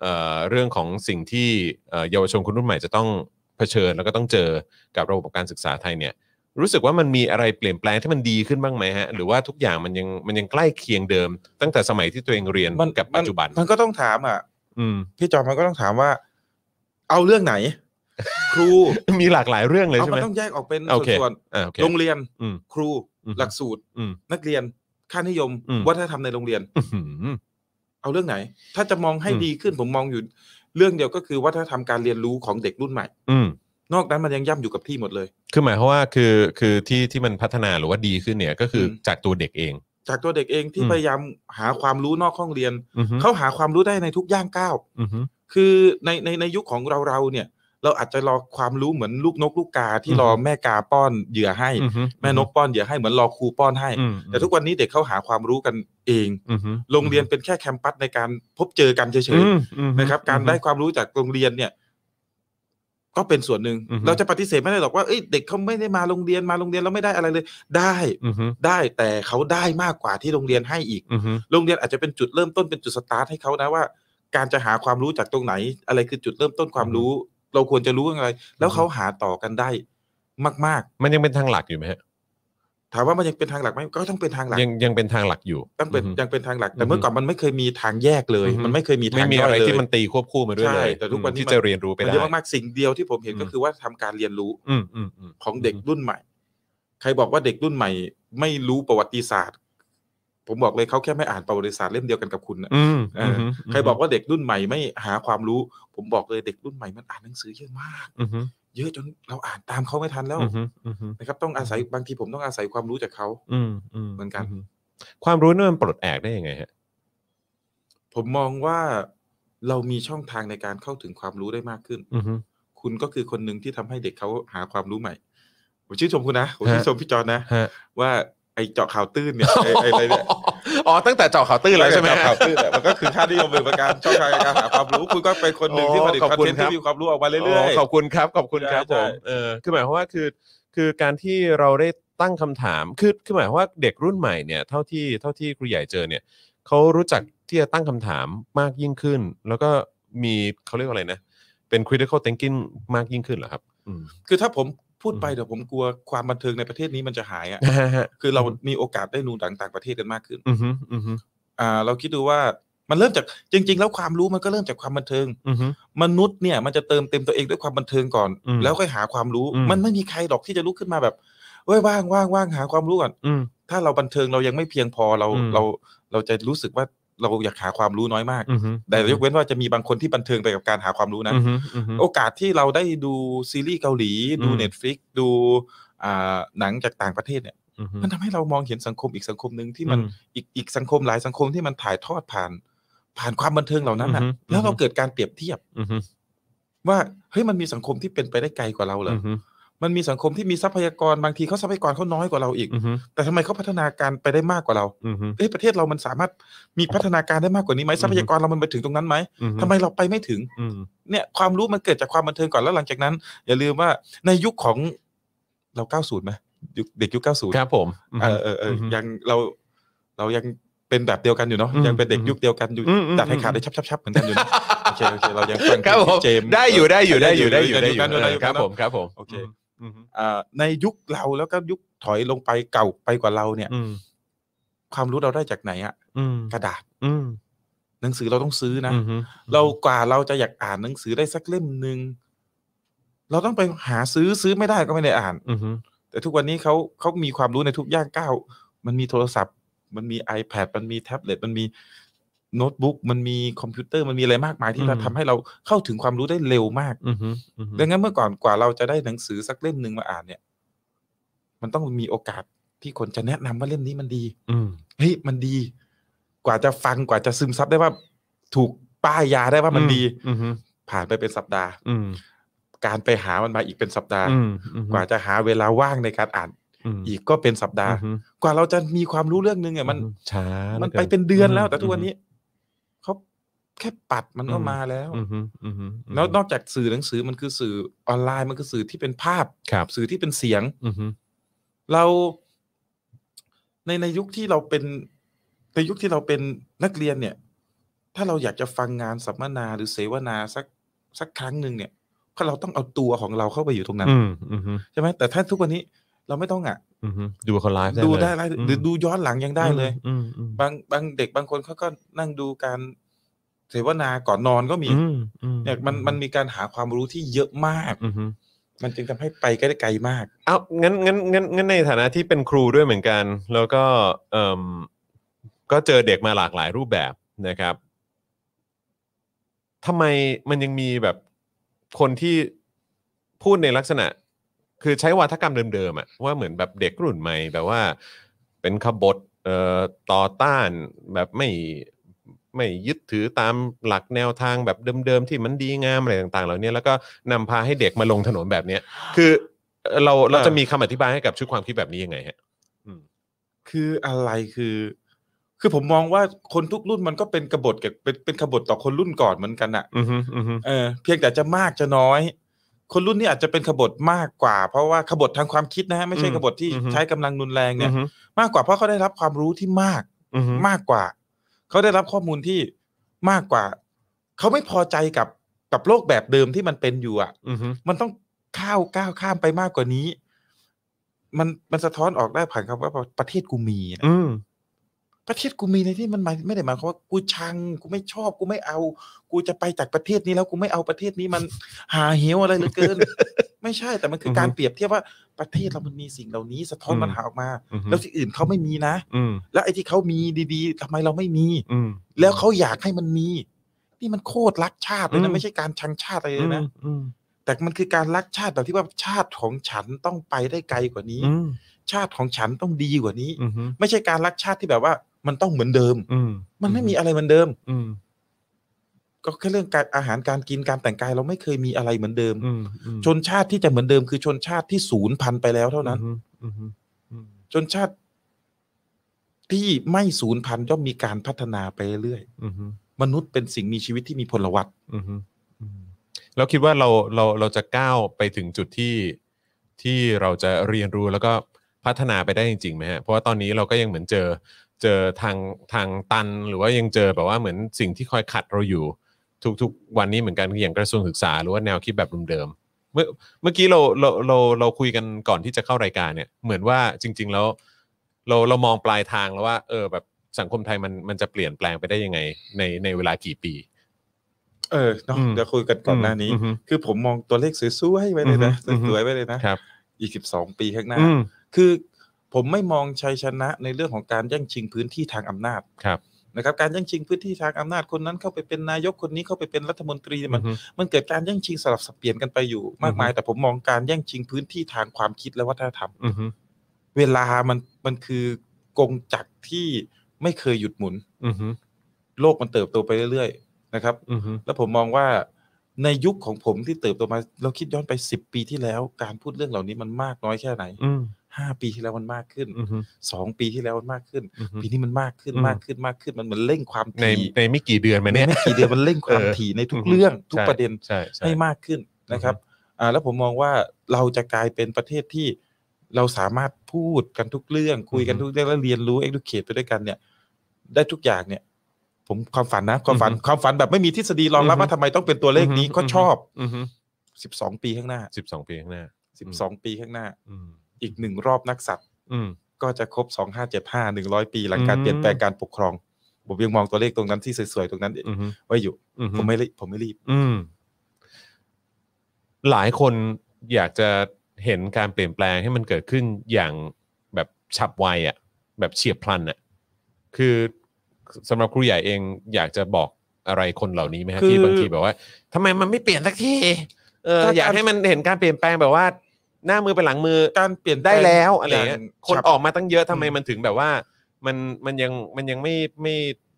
[SPEAKER 2] เอ่อเรื่องของสิ่งที่เอ่อเยาวชนคนรุ่นใหม่จะต้องเผชิญ แล้วก็ต้องเจอกับระบบการศึกษาไทยเนี่ย รู้สึกว่ามันมีอะไรเปลี่ยนแปลงที่มันดีขึ้นบ้างไหมฮะ หรือว่าทุกอย่างมันยังมันยังใกล้เคียงเดิม ตั้งแต่สมัยที่ตัวเองเรียน
[SPEAKER 3] มัน
[SPEAKER 2] กับปัจจุบัน
[SPEAKER 3] มันก็ต้องถามอ่ะ
[SPEAKER 2] อืม
[SPEAKER 3] พี่จอมมันก็ต้องถามว่า เอาเรื่องไหน ครู
[SPEAKER 2] มีหลากหลายเรื่องเลย
[SPEAKER 3] เอา
[SPEAKER 2] ใช่ไห
[SPEAKER 3] มั
[SPEAKER 2] ม
[SPEAKER 3] นต้องแยกออกเป็น
[SPEAKER 2] โอเค
[SPEAKER 3] ส่วน
[SPEAKER 2] อ่าโอเค
[SPEAKER 3] ๆโรงเรียน
[SPEAKER 2] อืม
[SPEAKER 3] ครู
[SPEAKER 2] อืม
[SPEAKER 3] หลักสูตร
[SPEAKER 2] อืม
[SPEAKER 3] นักเรียนค่านิยม
[SPEAKER 2] อืม
[SPEAKER 3] วัฒนธรรมในโรงเรียน
[SPEAKER 2] อื้อหือ
[SPEAKER 3] เอาเรื่องไหน ถ้าจะมองให้
[SPEAKER 2] อืม
[SPEAKER 3] ดีขึ้นผมมองอยู่ เรื่องเดียวก็คือวัฒนธรรมการเรียนรู้ของเด็กรุ่นใหม่
[SPEAKER 2] อืม
[SPEAKER 3] นอกนั้นมันยังย่ำอยู่กับที่หมดเลย
[SPEAKER 2] คือหมายความว่าคือคือที่ที่มันพัฒนาหรือว่าดีขึ้นเนี่ยก็คืออ
[SPEAKER 3] ม
[SPEAKER 2] จากตัวเด็กเอง
[SPEAKER 3] จากตัวเด็กเองที่
[SPEAKER 2] อืม
[SPEAKER 3] พยายามหาความรู้นอกห้องเรียน
[SPEAKER 2] อือหือ
[SPEAKER 3] เขาหาความรู้ได้ในทุกย่างก้าว
[SPEAKER 2] อือหือ
[SPEAKER 3] คือในในในยุคของเราเราเนี่ย เราอาจจะรอความรู้เหมือนลูกนกลูกกาที่รออ
[SPEAKER 2] ม
[SPEAKER 3] แม่กาป้อนเหยื่อให้
[SPEAKER 2] อือหือ
[SPEAKER 3] แม่นกป้อนเหยื่อให้เหมือนรอครูป้อนให้
[SPEAKER 2] อืม
[SPEAKER 3] แต่ทุกวันนี้เด็กเขาหาความรู้กันเอง
[SPEAKER 2] อือหือ
[SPEAKER 3] โรงเรียนเป็นแค่แคมปัสในการพบเจอกันเฉ
[SPEAKER 2] อื
[SPEAKER 3] ย
[SPEAKER 2] มอือหือ
[SPEAKER 3] ๆนะครับ การได้ความรู้จากโรงเรียนเนี่ย ก็เป็นส่วนหนึ่ง
[SPEAKER 2] อือฮึ
[SPEAKER 3] เราจะปฏิเสธไม่ได้หรอกว่าเอ้ยเด็กเขาไม่ได้มาโรงเรียนมาโรงเรียนแล้วไม่ได้อะไรเลย ได้
[SPEAKER 2] อือหือ
[SPEAKER 3] ได้แต่เขาได้มากกว่าที่โรงเรียนให้อีก
[SPEAKER 2] อือหือ
[SPEAKER 3] โรงเรียนอาจจะเป็นจุดเริ่มต้นเป็นจุดสตาร์ทให้เขานะว่า การจะหาความรู้จากตรงไหน อะไรคือจุดเริ่มต้นความรู้ เราควรจะรู้อะไร แล้วเขาหาต่อกันได้ มาก
[SPEAKER 2] มันยังเป็นทางหลักอยู่ไหมฮะ
[SPEAKER 3] ๆ ถามว่ามันยังเป็นทางหลักไหมก็ต้องเป็นทางหลัก
[SPEAKER 2] ยังยังเป็นทางหลักอยู่
[SPEAKER 3] ต้องเป็น
[SPEAKER 2] อือฮึ
[SPEAKER 3] ยังเป็นทางหลัก
[SPEAKER 2] อื
[SPEAKER 3] แต่
[SPEAKER 2] อฮึ
[SPEAKER 3] เมื่อก่อนมันไม่เคยมีทางแยกเลย
[SPEAKER 2] อือฮึ
[SPEAKER 3] มันไม่เคยมี
[SPEAKER 2] ไม่
[SPEAKER 3] ทาง
[SPEAKER 2] มี
[SPEAKER 3] ย่ย
[SPEAKER 2] อะไร
[SPEAKER 3] เลย
[SPEAKER 2] ที่มันตีควบคู่มาด้วย
[SPEAKER 3] ใช่
[SPEAKER 2] เลย
[SPEAKER 3] แต่ทุกวันนี้
[SPEAKER 2] ที่
[SPEAKER 3] มัน
[SPEAKER 2] จะเรียนรู้ไป
[SPEAKER 3] มัน
[SPEAKER 2] ได้
[SPEAKER 3] เยอะมากๆสิ่งเดียวที่ผมเห็น
[SPEAKER 2] อืม
[SPEAKER 3] ก็คือว่าทำการเรียนรู้
[SPEAKER 2] อืมอืมอืม
[SPEAKER 3] ของเด็กรุ่นใหม่ ใครบอกว่าเด็กรุ่นใหม่ ไม่รู้ประวัติศาสตร์ ผมบอกเลยเขาแค่ไม่อ่านประวัติศาสตร์เล่มเดียวกันกับคุณนะ
[SPEAKER 2] อืม
[SPEAKER 3] เออ
[SPEAKER 2] ม
[SPEAKER 3] ใครบอกว่าเด็กรุ่นใหม่ไม่หาความรู้ ผมบอกเลยเด็กรุ่นใหม่มันอ่านหนังสือเยอะมาก
[SPEAKER 2] อืมอืม
[SPEAKER 3] เยอะจนเราอ่านตามเขาไม่ทันแล้ว
[SPEAKER 2] อืมอืมอืม
[SPEAKER 3] นะครับ ต้องอาศัยบางทีผมต้องอาศัยความรู้จากเขา
[SPEAKER 2] อืมอืม
[SPEAKER 3] เหมือนกัน
[SPEAKER 2] ความรู้นี่มันปลดแอกได้ยังไงฮะ
[SPEAKER 3] ผมมองว่าเรามีช่องทางในการเข้าถึงความรู้ได้มากขึ้น
[SPEAKER 2] อืม
[SPEAKER 3] คุณก็คือคนหนึ่งที่ทำให้เด็กเขาหาความรู้ใหม่ผมชื่นชมคุณนะผม
[SPEAKER 2] ฮะ
[SPEAKER 3] ชื่นชมพี่จอนนะ
[SPEAKER 2] ฮะ
[SPEAKER 3] ว่าไอ้เจาะข่าวตื้นเนี่ยไอ้ไอ้อะไรเนี่ย
[SPEAKER 2] อ๋อตั้งแต่เจาะข่าวตื้นแล้วใช่ไหม
[SPEAKER 3] เจาะ
[SPEAKER 2] ฮะ
[SPEAKER 3] ข่าวตื้นเนี่ยมันก็คือค่านิยมเป็นประการช่องทางในการหาความรู้ คุณก็เป็นคนหนึ่งที่ผลิต
[SPEAKER 2] อ๋อข
[SPEAKER 3] ค
[SPEAKER 2] อ
[SPEAKER 3] อบ น
[SPEAKER 2] คุณ
[SPEAKER 3] เท
[SPEAKER 2] ค
[SPEAKER 3] นต์
[SPEAKER 2] รับ
[SPEAKER 3] ที่มีความรู้ออกมาเรื่อย
[SPEAKER 2] ขอบคุณครับขอบคุณครับผ
[SPEAKER 3] ใช่ใช่
[SPEAKER 2] มเออคือหมายความว่าคือคือการที่เราได้ตั้งคำถามคือคือหมายความว่าเด็กรุ่นใหม่เนี่ยเท่าที่เท่าที่ครูใหญ่เจอเนี่ยเขารู้จักที่จะตั้งคำถามมากยิ่งขึ้น แล้วก็มีเขาเรียกว่าอะไรนะ เป็น critical thinking มากยิ่งขึ้นเหรอครับ อืม
[SPEAKER 3] ๆ คือถ้าผมพูดไป
[SPEAKER 2] อืม
[SPEAKER 3] เดี๋ยวผมกลัวความบันเทิงในประเทศนี้มันจะหายอ่ะ
[SPEAKER 2] ฮะฮะ
[SPEAKER 3] คือเรามีโอกาสได้นูนต่างต่างประเทศกันมากขึ้น
[SPEAKER 2] อือฮึอือฮึ
[SPEAKER 3] อ่าเราคิดดูว่า มันเริ่มจากจริง ๆ แล้วความรู้มันก็เริ่มจากความบันเทิง
[SPEAKER 2] อือฮึ
[SPEAKER 3] มนุษย์เนี่ยมันจะเติมเต็มตัวเองด้วยความบันเทิงก่อน
[SPEAKER 2] อืม
[SPEAKER 3] แล้วค่อยหาความรู้
[SPEAKER 2] อืม
[SPEAKER 3] มันไม่มีใครหรอกที่จะลุกขึ้นมาแบบเว้ยว่างว่างว่างหาความรู้ก่อน
[SPEAKER 2] อืม
[SPEAKER 3] ถ้าเราบันเทิงเรายังไม่เพียงพอเรา
[SPEAKER 2] อืม
[SPEAKER 3] เราเราจะรู้สึกว่าเราอยากหาความรู้น้อยมาก
[SPEAKER 2] อือฮึ
[SPEAKER 3] แต่ยกเว้นว่าจะมีบางคนที่บันเทิงไปกับการหาความรู้นะ
[SPEAKER 2] อือฮึอือฮึ
[SPEAKER 3] โอกาสที่เราได้ดูซีรีส์เกาหลี ดู
[SPEAKER 2] อืม
[SPEAKER 3] Netflix ดูอ่าหนังจากต่างประเทศเนี่ย
[SPEAKER 2] อือฮึ
[SPEAKER 3] มันทำให้เรามองเห็นสังคมอีกสังคมหนึ่งที่มัน
[SPEAKER 2] อืม
[SPEAKER 3] อีกอีกสังคมหลายสังคมที่มันถ่ายทอดผ่าน ผ่านความบันเทิงเหล่านั้นนะ
[SPEAKER 2] อือฮึ
[SPEAKER 3] แล้วเราเกิดการเปรียบเทียบ
[SPEAKER 2] อือฮึ
[SPEAKER 3] ว่าเฮ้ยมันมีสังคมที่เป็นไปได้ไกลกว่าเราเหรอ
[SPEAKER 2] อื
[SPEAKER 3] อ
[SPEAKER 2] อฮึ
[SPEAKER 3] มันมีสังคมที่มีทรัพยากรบางทีเขาทรัพยากรเขาน้อยกว่าเราอีก
[SPEAKER 2] อือฮึ
[SPEAKER 3] แต่ทำไมเขาพัฒนาการไปได้มากกว่าเรา
[SPEAKER 2] อือฮึ
[SPEAKER 3] เอ้ยประเทศเรามันสามารถมีพัฒนาการได้มากกว่านี้ไหม
[SPEAKER 2] อือฮึ
[SPEAKER 3] ทรัพยากรเรามันไปถึงตรงนั้นไหม
[SPEAKER 2] อือฮึ
[SPEAKER 3] ทำไมเราไปไม่ถึง
[SPEAKER 2] อืม
[SPEAKER 3] เนี่ยความรู้มันเกิดจากความบันเทิงก่อนแล้วหลังจากนั้น อย่าลืมว่าในยุคของเรา 90ไหมยุคเด็กยุค 90
[SPEAKER 2] ครับผม
[SPEAKER 3] เออเออเออ
[SPEAKER 2] ฮึ
[SPEAKER 3] ยังเราเรายังเป็นแบบเดียวกันอยู่เนาะ
[SPEAKER 2] อืม
[SPEAKER 3] ยังเป็นเด็ก
[SPEAKER 2] อืม
[SPEAKER 3] ยุคเดียวกันอยู่
[SPEAKER 2] อืมอืม
[SPEAKER 3] ตัดให้ขาด
[SPEAKER 2] อืม
[SPEAKER 3] ได้ชับชับชับเหมือนกันอยู่เนอะ โอเคโอเคเรายังฟังเพลง
[SPEAKER 2] ครับผม
[SPEAKER 3] เจมส์
[SPEAKER 2] ได้อยู่ได้อยู่ได้อยู่ได้อยู่ได้
[SPEAKER 3] ได้อ
[SPEAKER 2] อยู่ ยู่
[SPEAKER 3] ได้อยู่ได้อยู่
[SPEAKER 2] ครับ
[SPEAKER 3] ได้อยู่
[SPEAKER 2] ผมครับผม
[SPEAKER 3] โอเค
[SPEAKER 2] อืม
[SPEAKER 3] อ่าในยุคเราแล้วก็ยุคถอยลงไปเก่าไปกว่าเราเนี่ย
[SPEAKER 2] อืม
[SPEAKER 3] ความรู้เราได้จากไหนอะ
[SPEAKER 2] อืม
[SPEAKER 3] กระดาษ
[SPEAKER 2] อืม
[SPEAKER 3] หนังสือเราต้องซื้อนะ
[SPEAKER 2] อือฮึ
[SPEAKER 3] เรากว่าเราจะอยากอ่านหนังสือได้สักเล่มหนึ่งเราต้องไปหาซื้อซื้อไม่ได้ก็ไม่ได้อ่าน
[SPEAKER 2] อือฮึ
[SPEAKER 3] แต่ทุกวันนี้เขาเขามีความรู้ในทุกย่างก้าว มันมีโทรศัพท์ มันมี iPad มันมีแท็บเล็ต มันมีโน้ตบุ๊ก มันมีคอมพิวเตอร์ มันมีอะไรมากมายที่เราทำให้เราเข้าถึงความรู้ได้เร็วมาก
[SPEAKER 2] อือฮึอือฮึ
[SPEAKER 3] ดังนั้นเมื่อก่อนกว่าเราจะได้หนังสือสักเล่มหนึ่งมาอ่านเนี่ย มันต้องมีโอกาสที่คนจะแนะนำว่าเล่มนี้มันดี
[SPEAKER 2] อืม
[SPEAKER 3] เฮ้ยมันดี กว่าจะฟังกว่าจะซึมซับได้ว่า ถูกป้ายยาได้ว่ามันดี
[SPEAKER 2] อืมอืม
[SPEAKER 3] ผ่านไปเป็นสัปดาห์
[SPEAKER 2] อืม
[SPEAKER 3] การไปหามันมาอีกเป็นสัปดาห์
[SPEAKER 2] อืมอืม
[SPEAKER 3] กว่าจะหาเวลาว่างในการอ่าน
[SPEAKER 2] ม
[SPEAKER 3] อีกก็เป็นสัปดาห์
[SPEAKER 2] อืม
[SPEAKER 3] กว่าเราจะมีความรู้เรื่องนึงอ่ะมัน
[SPEAKER 2] ช้าเหลื
[SPEAKER 3] มัน
[SPEAKER 2] อกิ
[SPEAKER 3] ไปเป็นเดือนแล้ว แต่ทุกวันนี้เขาแค่ปัดมันก็มาแล้ว
[SPEAKER 2] อืมอืมอืมอืม
[SPEAKER 3] แล้วนอกจากสื่อหนังสือมันคือสื่อออนไลน์มันคือสื่อที่เป็นภาพ
[SPEAKER 2] ครับ
[SPEAKER 3] สื่อที่เป็นเสียง
[SPEAKER 2] อืมอืม
[SPEAKER 3] เรา ในในยุคที่เราเป็นในยุคที่เราเป็นนักเรียนเนี่ย ถ้าเราอยากจะฟังงานสัมมนาหรือเสวนาสักสักครั้งหนึ่งเนี่ยเพราะเราต้องเอาตัวของเราเข้าไปอยู่ตรงนั้น
[SPEAKER 2] อืมอืมอืม
[SPEAKER 3] ใช่ไหมแต่ถ้าทุกวันนี้เราไม่ต้องอ่ะ
[SPEAKER 2] อืมอืมดูเขาไลฟ์
[SPEAKER 3] ดูได้ไล
[SPEAKER 2] เลย
[SPEAKER 3] ฟ์หรือดูย้อนหลังยังได้เลย
[SPEAKER 2] อืมอืม
[SPEAKER 3] บางบางเด็กบางคนเขาก็นั่งดูการเสวนาก่อนนอนก็มี
[SPEAKER 2] อืมอื
[SPEAKER 3] เนี่ยมันมันมีการหาความรู้ที่เยอะมาก
[SPEAKER 2] อืมอืม
[SPEAKER 3] มันจึงทำให้ไปได้ไกลมาก
[SPEAKER 2] เอางั้นงั้นงั้นงั้นในฐานะที่เป็นครูด้วยเหมือนกัน แล้วก็เอ่มก็เจอเด็กมาหลากหลายรูปแบบนะครับทำไมมันยังมีแบบคนที่พูดในลักษณะ คือใช้วาทกรรมเดิมๆอะว่าเหมือนแบบเด็กรุ่นใหม่แบบว่า เป็นขบฏเอ่อต่อต้านแบบไม่ไม่ยึดถือตามหลักแนวทางแบบเดิมๆ ที่มันดีงามอะไรต่างๆ เหล่านี้แล้วก็นำพาให้เด็กมาลงถนนแบบเนี้ย คือเอ่อเราเรา
[SPEAKER 3] อ่า
[SPEAKER 2] จะมีคำอธิบายให้กับชุดความคิดแบบนี้ยังไงฮะ
[SPEAKER 3] คืออะไรคือ คือผมมองว่าคนทุกรุ่นมันก็เป็นกบฏกับเป็นเป็นขบฏต่อคนรุ่นก่อนเหมือนกันอะ
[SPEAKER 2] อือฮึอือฮึ
[SPEAKER 3] เออเพียงแต่จะมากจะน้อย คนรุ่นนี้อาจจะเป็นขบฏมากกว่า เพราะว่าขบฏทางความคิดนะฮะไม่ใช่ขบฏที่ใช้กำลังรุนแรงเนี่ย
[SPEAKER 2] อือฮึ
[SPEAKER 3] มากกว่าเพราะเขาได้รับความรู้ที่มาก
[SPEAKER 2] อือฮึ
[SPEAKER 3] มากกว่า เขาได้รับข้อมูลที่มากกว่า เขาไม่พอใจกับกับโลกแบบเดิมที่มันเป็นอยู่อ่ะ
[SPEAKER 2] อือฮึ
[SPEAKER 3] มันต้องข้าวก้าวข้ามไปมากกว่านี้ มันมันสะท้อนออกได้ผ่านคำว่าประเทศกูมีอะ
[SPEAKER 2] อืม
[SPEAKER 3] ประเทศกูมีในที่มันหมายไม่ได้หมายความว่ากูชังกูไม่ชอบกูไม่เอา กูจะไปจากประเทศนี้แล้วกูไม่เอาประเทศนี้มัน หาเหวอะไรเหลือเกิน ไม่ใช่แต่มันคือการเปรียบเทียบว่าประเทศเรามันมีสิ่งเหล่านี้ สะท้อนปัญหาออกมา
[SPEAKER 2] อือฮึ
[SPEAKER 3] แล้วที่อื่นเขาไม่มีนะ
[SPEAKER 2] อืม
[SPEAKER 3] แล้วไอ้ที่เขามีดีๆทำไมเราไม่มี
[SPEAKER 2] อืม
[SPEAKER 3] แล้วเขาอยากให้มันมี นี่มันโคตรรักชาติเลย
[SPEAKER 2] อื
[SPEAKER 3] นะ
[SPEAKER 2] ม
[SPEAKER 3] ไม่ใช่การชังชาติอะไร
[SPEAKER 2] อื
[SPEAKER 3] เลย
[SPEAKER 2] ม
[SPEAKER 3] นะ
[SPEAKER 2] อืม
[SPEAKER 3] แต่มันคือการรักชาติแบบที่ว่าชาติของฉันต้องไปได้ไกลกว่านี้
[SPEAKER 2] อืม
[SPEAKER 3] ชาติของฉันต้องดีกว่านี้
[SPEAKER 2] อือฮึ
[SPEAKER 3] ไม่ใช่การรักชาติที่แบบว่า มันต้องเหมือนเดิม
[SPEAKER 2] อืม
[SPEAKER 3] มันไม่มีอะไรเหมือนเดิม
[SPEAKER 2] อืม
[SPEAKER 3] ก็แค่เรื่องการอาหารการกินการแต่งกาย เราไม่เคยมีอะไรเหมือนเดิม
[SPEAKER 2] อืมอืม
[SPEAKER 3] ชนชาติที่จะเหมือนเดิมคือชนชาติที่ศูนย์พันธุ์ไปแล้วเท่านั้น
[SPEAKER 2] อือฮึอือฮึอืม
[SPEAKER 3] ชนชาติที่ไม่ศูนย์พันธุ์ย่อมมีการพัฒนาไปเรื่อย
[SPEAKER 2] อือฮึ
[SPEAKER 3] ๆมนุษย์เป็นสิ่งมีชีวิตที่มีพลวัต
[SPEAKER 2] อือฮึอืมแล้วคิดว่าเราเราเราจะก้าวไปถึงจุดที่ที่เราจะเรียนรู้แล้วก็พัฒนาไปได้จริงๆไหมฮะเพราะว่าตอนนี้เราก็ยังเหมือนเจอเจอทางทางตัน หรือว่ายังเจอแบบว่าเหมือนสิ่งที่คอยขัดเราอยู่ ทุกๆ วันนี้เหมือนกันอย่างกระทรวงศึกษาหรือว่าแนวคิดแบบเดิมๆเมื่อเมื่อกี้เราเราเราเราคุยกันก่อนที่จะเข้ารายการเนี่ย เหมือนว่าจริง ๆ แล้ว เราเรามองปลายทางแล้วว่า เออแบบ สังคมไทยมันมันจะเปลี่ยนแปลงไปได้ยังไง ในในเวลากี่ปี
[SPEAKER 3] เออเนาะ
[SPEAKER 2] อืม
[SPEAKER 3] เดี๋ยวคุยกันก่อนหน้านี้
[SPEAKER 2] อืม
[SPEAKER 3] คือผมมองตัวเลขสวยๆไว้เลยนะ
[SPEAKER 2] อือฮึ
[SPEAKER 3] สวยๆไว้เลยนะครับ อีกสิบสองปีข้างหน้า
[SPEAKER 2] อืม
[SPEAKER 3] คือผมไม่มองชัยชนะในเรื่องของการแย่งชิงพื้นที่ทางอำนาจ
[SPEAKER 2] ครับ
[SPEAKER 3] นะครับ การแย่งชิงพื้นที่ทางอำนาจคนนั้นเข้าไปเป็นนายกคนนี้เข้าไปเป็นรัฐมนตรีเนี่ยมัน
[SPEAKER 2] อืม
[SPEAKER 3] มันเกิดการแย่งชิงสลับสับเปลี่ยนกันไปอยู่มากมาย แต่ผมมองการแย่งชิงพื้นที่ทางความคิดและวัฒนธรรม
[SPEAKER 2] อืม
[SPEAKER 3] เวลามันมันคือกงจักรที่ไม่เคยหยุดหมุน
[SPEAKER 2] อืมอืม
[SPEAKER 3] โลกมันเติบโตไปเรื่อยๆนะครับ
[SPEAKER 2] อืมอืม
[SPEAKER 3] แล้วผมมองว่าในยุคของผมที่เติบโตมา เราคิดย้อนไปสิบปีที่แล้ว การพูดเรื่องเหล่านี้มันมากน้อยแค่ไหน
[SPEAKER 2] อืม
[SPEAKER 3] ห้าปีที่แล้วมันมากขึ้น
[SPEAKER 2] อืมอืม
[SPEAKER 3] สองปีที่แล้วมันมากขึ้น
[SPEAKER 2] อืม
[SPEAKER 3] ปีนี้มันมากขึ้น
[SPEAKER 2] อืม
[SPEAKER 3] มากขึ้นมากขึ้นมันเหมือนเร่งความ
[SPEAKER 2] ใน
[SPEAKER 3] ถี่
[SPEAKER 2] ในไม่กี่เดือนมาเนี่ย
[SPEAKER 3] ไม่กี่เดือนมันเร่งความ
[SPEAKER 2] เออ
[SPEAKER 3] ถี่ในทุ
[SPEAKER 2] อื
[SPEAKER 3] ก
[SPEAKER 2] ม
[SPEAKER 3] เรื่องทุก
[SPEAKER 2] ใช่
[SPEAKER 3] ประเด็น
[SPEAKER 2] ใช่ใช่
[SPEAKER 3] ให้มากขึ้นนะครับอ่าแล้วผมมองว่าเราจะกลายเป็นประเทศที่เราสามารถพูดกันทุกเรื่อง คุยกัน
[SPEAKER 2] อือฮึ
[SPEAKER 3] ทุกเรื่องแล้วเรียนรู้ educate ไปด้วยกันเนี่ย ได้ทุกอย่างเนี่ย ผมความฝันนะ ความฝัน
[SPEAKER 2] อือฮึ
[SPEAKER 3] ความฝันแบบไม่มีทฤษฎีรองรับ
[SPEAKER 2] อือฮึ
[SPEAKER 3] ว่าทำไมต้องเป็นตัวเลขนี้
[SPEAKER 2] อือฮึ
[SPEAKER 3] ก็ชอบ
[SPEAKER 2] อืมอืม
[SPEAKER 3] สิบสองปีข้างหน้า
[SPEAKER 2] สิบสองปีข้างหน้า
[SPEAKER 3] สิบสองปีข้างหน้า
[SPEAKER 2] อืม
[SPEAKER 3] อีกหนึ่งรอบนักสัตว์
[SPEAKER 2] อืม
[SPEAKER 3] ก็จะครบสองห้าเจ็ดห้าหนึ่งร้อยปีหลังการ
[SPEAKER 2] อืม
[SPEAKER 3] เปลี่ยนแปลงการปกครองผมยังมองตัวเลขตรงนั้นที่สวยๆตรงนั้น
[SPEAKER 2] อืมอืม
[SPEAKER 3] ไว้อยู่
[SPEAKER 2] อืม
[SPEAKER 3] ผมไม่รีบผมไม่รีบ
[SPEAKER 2] อืม หลายคนอยากจะเห็นการเปลี่ยนแปลงให้มันเกิดขึ้นอย่างแบบฉับไวอะ่ะ แบบเฉียบพลันอะ่ะ คือสำหรับครูใหญ่เองอยากจะบอกอะไรคนเหล่านี้ไหมครับ
[SPEAKER 3] คือ
[SPEAKER 2] ที่บางทีแบบว่าทำไมมันไม่เปลี่ยนสักทีเออ
[SPEAKER 3] ถ้าการ
[SPEAKER 2] อยากให้มันเห็นการเปลี่ยนแปลงแบบว่า หน้ามือเป็นหลังมือ
[SPEAKER 3] การเปลี่ยนป
[SPEAKER 2] ได้
[SPEAKER 3] ง
[SPEAKER 2] แล้วอะไรเงี้ย
[SPEAKER 3] ย่าง
[SPEAKER 2] คน
[SPEAKER 3] ฉับ
[SPEAKER 2] ออกมาตั้งเยอะทำไม
[SPEAKER 3] อืม
[SPEAKER 2] มันถึงแบบว่า มันมันยังมันยังไม่ไม่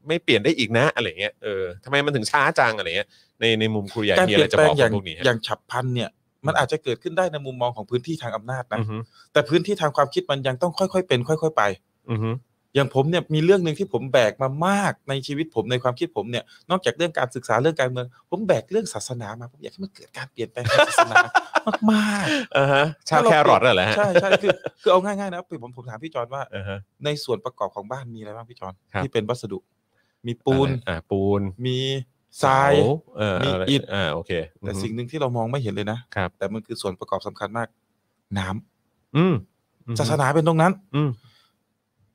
[SPEAKER 2] ไม่เปลี่ยนได้อีกนะอะไรเงี้ยเออทำไมมันถึงช้าจังอะไรเงี้ยในในมุมครูใหญ่
[SPEAKER 3] การ
[SPEAKER 2] มีอะ
[SPEAKER 3] เป
[SPEAKER 2] ไร
[SPEAKER 3] ลี่ยน
[SPEAKER 2] จะ
[SPEAKER 3] แปล
[SPEAKER 2] บ
[SPEAKER 3] ง
[SPEAKER 2] อก
[SPEAKER 3] อ
[SPEAKER 2] กั
[SPEAKER 3] ย่า
[SPEAKER 2] บ
[SPEAKER 3] ง
[SPEAKER 2] พวกนี้ฮะ
[SPEAKER 3] อย่างฉับพลันเนี่ยมัน
[SPEAKER 2] อืม
[SPEAKER 3] อาจจะเกิดขึ้นได้ในมุมมองของพื้นที่ทางอำนาจนะ
[SPEAKER 2] อือฮึ
[SPEAKER 3] แต่พื้นที่ทางความคิดมันยังต้องค่อยๆเป็น ค่อย ๆ ไป
[SPEAKER 2] อือฮึ
[SPEAKER 3] อย่างผมเนี่ยมีเรื่องหนึ่งที่ผมแบกมามากในชีวิตผมในความคิดผมเนี่ยนอกจากเรื่องการศึกษาเรื่องการเมืองผมแบกเรื่องศาสนามาผมอยากให้มันเกิดการเปลี่ยนแปลงทางศาสนามาก
[SPEAKER 2] อ่าฮะ ชาวแครอทน่ะเหรอฮะ
[SPEAKER 3] ๆใช่ใช่คือคือเอาง่ายๆนะผมผมถามพี่จอนว่า
[SPEAKER 2] อ่าฮะ
[SPEAKER 3] ในส่วนประกอบของบ้านมีอะไรบ้างพี่จอน
[SPEAKER 2] ครับ
[SPEAKER 3] ที่เป็นวัสดุ มีปูน
[SPEAKER 2] อ่าปูน
[SPEAKER 3] มีทราย
[SPEAKER 2] เสเออ
[SPEAKER 3] มี
[SPEAKER 2] อะไร
[SPEAKER 3] อิฐ
[SPEAKER 2] อ่าโอเคอือฮึ
[SPEAKER 3] แต่สิ่งหนึ่งที่เรามองไม่เห็นเลยนะ
[SPEAKER 2] ครับ
[SPEAKER 3] แต่มันคือส่วนประกอบสำคัญมาก น้ำ
[SPEAKER 2] อืมอือฮึ
[SPEAKER 3] ศาสนาเป็นตรงนั้น
[SPEAKER 2] อืม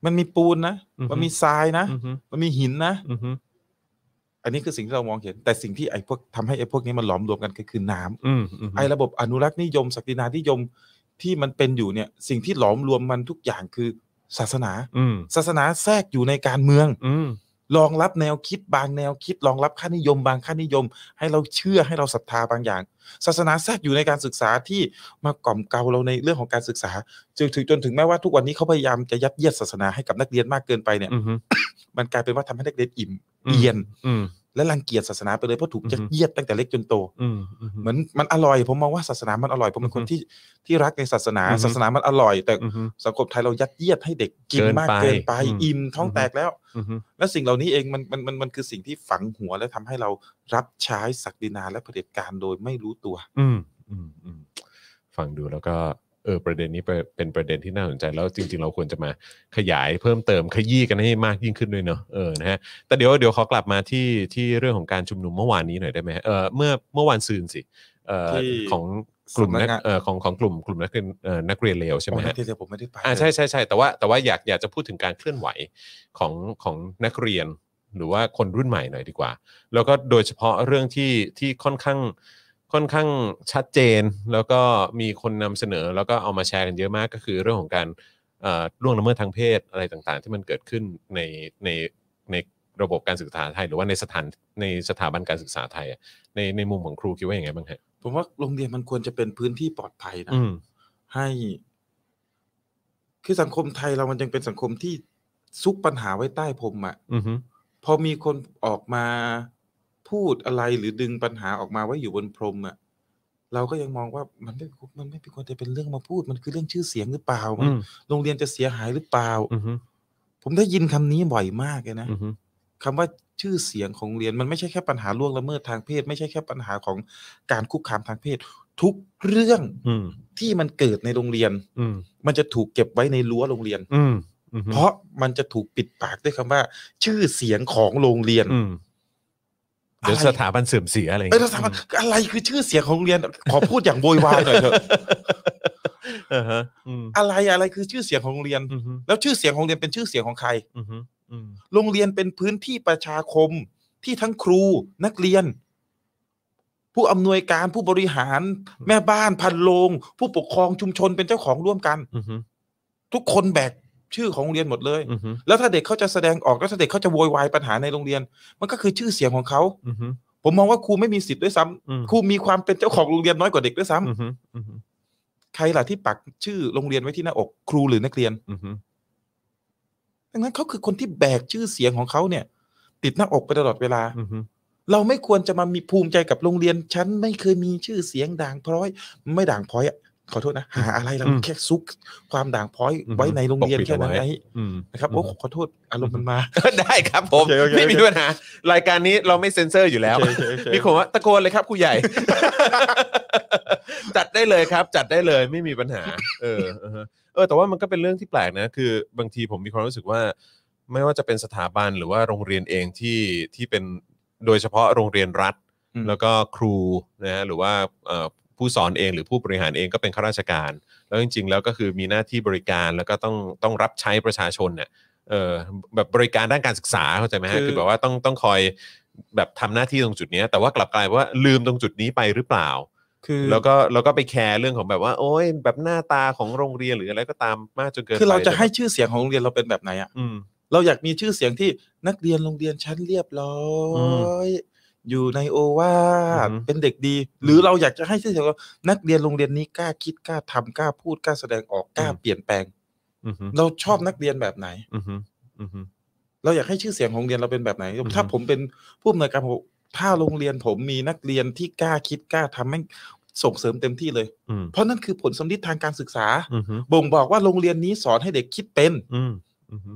[SPEAKER 3] มันมีปูนนะ
[SPEAKER 2] อือฮึ
[SPEAKER 3] มันมีทรายนะ
[SPEAKER 2] อือฮึ
[SPEAKER 3] มันมีหินนะ
[SPEAKER 2] อือฮึ
[SPEAKER 3] อันนี้คือสิ่งที่เรามองเห็น แต่สิ่งที่ไอ้พวกทำให้ไอ้พวกนี้มันหลอมรวมกันก็คือน้ำ
[SPEAKER 2] อืมอือฮึ
[SPEAKER 3] ไอ้ระบบอนุรักษ์นิยมศักดินานิยมที่มันเป็นอยู่เนี่ย สิ่งที่หลอมรวมมันทุกอย่างคือศาสนา
[SPEAKER 2] อืม
[SPEAKER 3] ศาสนาแทรกอยู่ในการเมือง
[SPEAKER 2] อืม
[SPEAKER 3] รองรับแนวคิดบางแนวคิดรองรับค่านิยม บางค่านิยม ให้เราเชื่อให้เราศรัทธาบางอย่าง ศาสนาแทรกอยู่ในการศึกษาที่มากล่อมเกลาเราในเรื่องของการศึกษาจนถึงจนถึงแม้ว่าทุกวันนี้เขาพยายามจะยัดเยียดศาสนาให้กับนักเรียนมากเกินไปเนี่ย
[SPEAKER 2] อือฮึ
[SPEAKER 3] มันกลายเป็นว่าทำให้นักเรียนอิ่ม
[SPEAKER 2] อืม
[SPEAKER 3] เอียน
[SPEAKER 2] อืม
[SPEAKER 3] และรังเกียจศาสนาไปเลยเพราะถูก
[SPEAKER 2] อือฮึ
[SPEAKER 3] ยัดเยียดตั้งแต่เล็กจนโต
[SPEAKER 2] อืมอือฮึ
[SPEAKER 3] เหมือนมันอร่อยผมมองว่าศาสนามันอร่อยผมเป็นคนที่ที่รักในศาสนา
[SPEAKER 2] อือฮึ
[SPEAKER 3] ศาสนามันอร่อย แต่
[SPEAKER 2] อือฮึ
[SPEAKER 3] สังคมไทยเรายัดเยียดให้เด็กกินมาก
[SPEAKER 2] เกิ
[SPEAKER 3] เกิ
[SPEAKER 2] น
[SPEAKER 3] น
[SPEAKER 2] ไป
[SPEAKER 3] ไป
[SPEAKER 2] อืม
[SPEAKER 3] อิ่มท้อง
[SPEAKER 2] อือฮึ
[SPEAKER 3] แตกแล้ว
[SPEAKER 2] อือฮึ
[SPEAKER 3] และสิ่งเหล่านี้เองมันมันมันมันคือสิ่งที่ฝังหัวและทำให้เรารับใช้ศักดินาและเผด็จการโดยไม่รู้ตัว
[SPEAKER 2] อืมอืมอืมฟังดูแล้วก็เออประเด็นนี้เป็นเป็นประเด็นที่น่าสนใจแล้วจริง ๆ เราควรจะมาขยายเพิ่มเติมขยี้กันให้มากยิ่งขึ้นด้วยเนอะเออนะฮะแต่เดี๋ยวเดี๋ยวขอกลับมาที่ที่เรื่องของการชุมนุมเมื่อวานนี้หน่อยได้ไหมฮะเออเมื่อเมื่อวานซืนสิเออ
[SPEAKER 3] ที่
[SPEAKER 2] ของกลุ่มนัก
[SPEAKER 3] สำนักงาน
[SPEAKER 2] เออของของกลุ่มกลุ่มนักเรียนเออนักเรียนเลวใช่ไหม
[SPEAKER 3] โอ้
[SPEAKER 2] ฮะ
[SPEAKER 3] นักเรียนเดี๋ยวผมไม่ได้ไป
[SPEAKER 2] อ่าใช่ใช่ใช่แต่ว่าแต่ว่าอยากอยากจะพูดถึงการเคลื่อนไหวของของนักเรียน หรือว่าคนรุ่นใหม่หน่อยดีกว่า แล้วก็โดยเฉพาะเรื่องที่ที่ค่อนข้างค่อนข้างชัดเจน แล้วก็มีคนนำเสนอแล้วก็เอามาแชร์กันเยอะมากก็คือเรื่องของการเอ่อล่วงละเมิดทางเพศอะไรต่างๆ ที่มันเกิดขึ้นในในในระบบการศึกษาไทย หรือว่าในสถานในสถาบันการศึกษาไทยอะในในมุมของครูคิดว่าอย่างไงบ้างฮะ
[SPEAKER 3] ผมว่าโรงเรียนมันควรจะเป็นพื้นที่ปลอดภัยนะ
[SPEAKER 2] อืม
[SPEAKER 3] ให้ คือสังคมไทยเรามันยังเป็นสังคมที่ซุกปัญหาไว้ใต้พรมอะ
[SPEAKER 2] อืม
[SPEAKER 3] พอมีคนออกมาพูดอะไรหรือดึงปัญหาออกมาไว้อยู่บนพรมอะเราก็ยังมองว่ามันไม่มันไม่ควรจะเป็นเรื่องมาพูด มันคือเรื่องชื่อเสียงหรือเปล่ามั
[SPEAKER 2] อื
[SPEAKER 3] น
[SPEAKER 2] ม
[SPEAKER 3] โรงเรียนจะเสียหายหรือเปล่า
[SPEAKER 2] อืม
[SPEAKER 3] ผมได้ยินคำนี้บ่อยมากเลยนะ
[SPEAKER 2] อืม
[SPEAKER 3] คำว่าชื่อเสียงของโรงเรียนมันไม่ใช่แค่ปัญหาล่วงละเมิดทางเพศ ไม่ใช่แค่ปัญหาของการคุกคามทางเพศ ทุกเรื่อง
[SPEAKER 2] อืม
[SPEAKER 3] ที่มันเกิดในโรงเรียน
[SPEAKER 2] อืม
[SPEAKER 3] มันจะถูกเก็บไว้ในรั้วโรงเรียน
[SPEAKER 2] อืมอืม
[SPEAKER 3] เพราะมันจะถูกปิดปากด้วยคำว่า ชื่อเสียงของโรงเรียน
[SPEAKER 2] อืมเดี๋ยว
[SPEAKER 3] อะไร
[SPEAKER 2] สถาบันเสื่อมเสียอะไรอย่าง
[SPEAKER 3] เอ้ย
[SPEAKER 2] เงี้ย
[SPEAKER 3] แล้วถามว่าอะไรคือชื่อเสียงของโรงเรียน ขอพูดอย่างโวยวายหน่อยเถอะ
[SPEAKER 2] เออฮะ อืม
[SPEAKER 3] อะไรอะไรคือชื่อเสียงของโรงเรียน
[SPEAKER 2] อืม
[SPEAKER 3] แล้วชื่อเสียงของโรงเรียนเป็นชื่อเสียงของใคร
[SPEAKER 2] อืมอืม
[SPEAKER 3] โรงเรียนเป็นพื้นที่ประชาคมที่ทั้งครูนักเรียน ผู้อำนวยการผู้บริหาร แม่บ้านพันโรงผู้ปกครองชุมชนเป็นเจ้าของร่วมกัน
[SPEAKER 2] อือฮึ
[SPEAKER 3] ทุกคนแบกชื่อของโรงเรียนหมดเลย
[SPEAKER 2] อือฮึ
[SPEAKER 3] แล้วถ้าเด็กเขาจะแสดงออกแล้วถ้าเด็กเขาจะโวยวายปัญหาในโรงเรียน มันก็คือชื่อเสียงของเขา
[SPEAKER 2] อือฮึ
[SPEAKER 3] ผมมองว่าครูไม่มีสิทธิ์ด้วยซ้ำ
[SPEAKER 2] อือ
[SPEAKER 3] ครูมีความเป็นเจ้าของโรงเรียนน้อยกว่าเด็กด้วยซ้ำ
[SPEAKER 2] อือฮึอือฮึ
[SPEAKER 3] ใครล่ะที่ปักชื่อโรงเรียนไว้ที่หน้าอกครูหรือนักเรียน
[SPEAKER 2] อือฮึ
[SPEAKER 3] ดังนั้นเขาคือคนที่แบกชื่อเสียงของเขาเนี่ย ติดหน้าอกไปตลอดเวลา
[SPEAKER 2] อือฮึ
[SPEAKER 3] เราไม่ควรจะมามีภูมิใจกับโรงเรียน ฉันไม่เคยมีชื่อเสียงด่างพร้อย ไม่ด่างพร้อยอะขอโทษนะ หาอะไรเรา
[SPEAKER 2] อืม
[SPEAKER 3] แค่ซุกความด่างพร้อย
[SPEAKER 2] อืม
[SPEAKER 3] ไว้ในโรงเรียน
[SPEAKER 2] ปกปิด
[SPEAKER 3] แค่นั้น
[SPEAKER 2] เอาไว้
[SPEAKER 3] ไง
[SPEAKER 2] อืม
[SPEAKER 3] นะครับโอ้ขอโทษอารมณ์มันมา
[SPEAKER 2] ได้ครับผม
[SPEAKER 3] โอเคโอเค
[SPEAKER 2] ไม่มีปัญหารายการนี้เราไม่เซ็นเซอร์อยู่แล้ว
[SPEAKER 3] โอเคโอเคโอเค
[SPEAKER 2] มีคนว่าตะโกนเลยครับครูใหญ่ จัดได้เลยครับ จัดได้เลยไม่มีปัญหา เอออ่าฮะเออ แต่ว่ามันก็เป็นเรื่องที่แปลกนะ คือบางทีผมมีความรู้สึกว่า ไม่ว่าจะเป็นสถาบันหรือว่าโรงเรียนเองที่ที่เป็นโดยเฉพาะโรงเรียนรัฐ
[SPEAKER 3] อืม
[SPEAKER 2] แล้วก็ครูนะฮะหรือว่าเอ่อผู้สอนเองหรือผู้บริหารเองก็เป็นข้าราชการ แล้วจริง ๆ แล้วก็คือมีหน้าที่บริการแล้วก็ต้องต้องรับใช้ประชาชนเนี่ยเออแบบบริการด้านการศึกษาเข้าใจไหมฮะ
[SPEAKER 3] คือ
[SPEAKER 2] คือแบบว่าต้องต้องคอยแบบทำหน้าที่ตรงจุดเนี้ยแต่ว่ากลับกลายเป็นว่าลืมตรงจุดนี้ไปหรือเปล่า
[SPEAKER 3] คือ
[SPEAKER 2] แล้วก็แล้วก็ไปแคร์เรื่องของแบบว่า โอ้ยแบบหน้าตาของโรงเรียนหรืออะไรก็ตามมากจนเกินไป
[SPEAKER 3] คือเราจะให้ชื่อเสียงของโรงเรียนเราเป็นแบบไหนอะ
[SPEAKER 2] อืม
[SPEAKER 3] เราอยากมีชื่อเสียงที่นักเรียนโรงเรียนชั้นเรียบร้อย อยู่ในโอวาท
[SPEAKER 2] อือหือ
[SPEAKER 3] เป็นเด็กดี หรือเราอยากจะให้ชื่อเสียงว่านักเรียนโรงเรียนนี้กล้าคิดกล้าทำกล้าพูดกล้าแสดงออกกล้าเปลี่ยนแปลง
[SPEAKER 2] อือฮึ
[SPEAKER 3] เราชอบนักเรียนแบบไหน
[SPEAKER 2] อือฮึอือฮึ
[SPEAKER 3] เราอยากให้ชื่อเสียงของโรงเรียนเราเป็นแบบไหน
[SPEAKER 2] อือฮึ
[SPEAKER 3] ถ้าผมเป็นผู้อำนวยการผมถ้าโรงเรียนผมมีนักเรียนที่กล้าคิดกล้าทำแม่งส่งเสริมเต็มที่เลย
[SPEAKER 2] อืม
[SPEAKER 3] เพราะนั่นคือผลสมฤทธิ์ทางการศึกษา
[SPEAKER 2] อือฮึ
[SPEAKER 3] บ่งบอกว่าโรงเรียนนี้สอนให้เด็กคิดเป็น
[SPEAKER 2] อืมอือฮึ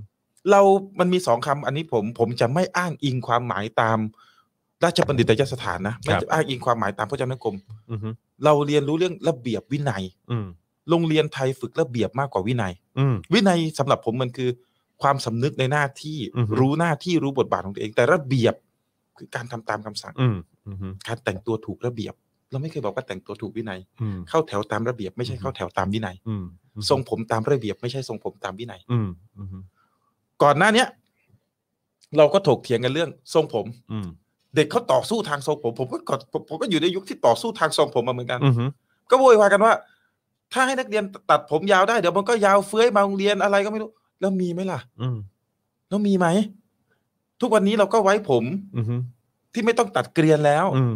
[SPEAKER 3] เรา มันมีสองคำ อันนี้ผม ผมจะไม่อ้างอิงความหมายตาม ราชบัณฑิตยสถานนะ ไม่จะอ้างอิงความหมายตามพระจำนกรม
[SPEAKER 2] อือฮึ
[SPEAKER 3] เราเรียนรู้เรื่องระเบียบวินัย
[SPEAKER 2] อืม
[SPEAKER 3] โรงเรียนไทยฝึกระเบียบมากกว่าวินัย
[SPEAKER 2] อืม
[SPEAKER 3] วินัยสำหรับผมมันคือ ความสำนึกในหน้าที่
[SPEAKER 2] อือฮึ
[SPEAKER 3] รู้หน้าที่รู้บทบาทของตัวเอง แต่ระเบียบคือการทำตามคำสั่ง
[SPEAKER 2] อืมอือฮึ
[SPEAKER 3] การแต่งตัวถูกระเบียบ เราไม่เคยบอกว่าแต่งตัวถูกวินัย
[SPEAKER 2] อืม
[SPEAKER 3] เข้าแถวตามระเบียบไม่ใช่เข้าแถวตามวินัย
[SPEAKER 2] อืม
[SPEAKER 3] ทรงผมตามระเบียบไม่ใช่ทรงผมตามวินัย
[SPEAKER 2] อืมอือฮึ
[SPEAKER 3] ก่อนหน้าเนี้ยเราก็ถกเถียงกันเรื่องทรงผม
[SPEAKER 2] อืม
[SPEAKER 3] เด็กเขาต่อสู้ทางทรงผมผมก็กดผมผมก็อยู่ในยุคที่ต่อสู้ทางทรงผมมาเหมือนกัน
[SPEAKER 2] อือฮึ
[SPEAKER 3] ก็โวยวายกันว่า ถ้าให้นักเรียนตัดผมยาวได้เดี๋ยวมันก็ยาวเฟื้อยมาโรงเรียนอะไรก็ไม่รู้ แล้วมีไหมล่ะ
[SPEAKER 2] อืม
[SPEAKER 3] แล้วมีไหม ทุกวันนี้เราก็ไว้ผม
[SPEAKER 2] อืม
[SPEAKER 3] ที่ไม่ต้องตัดเกลียนแล้ว
[SPEAKER 2] อืม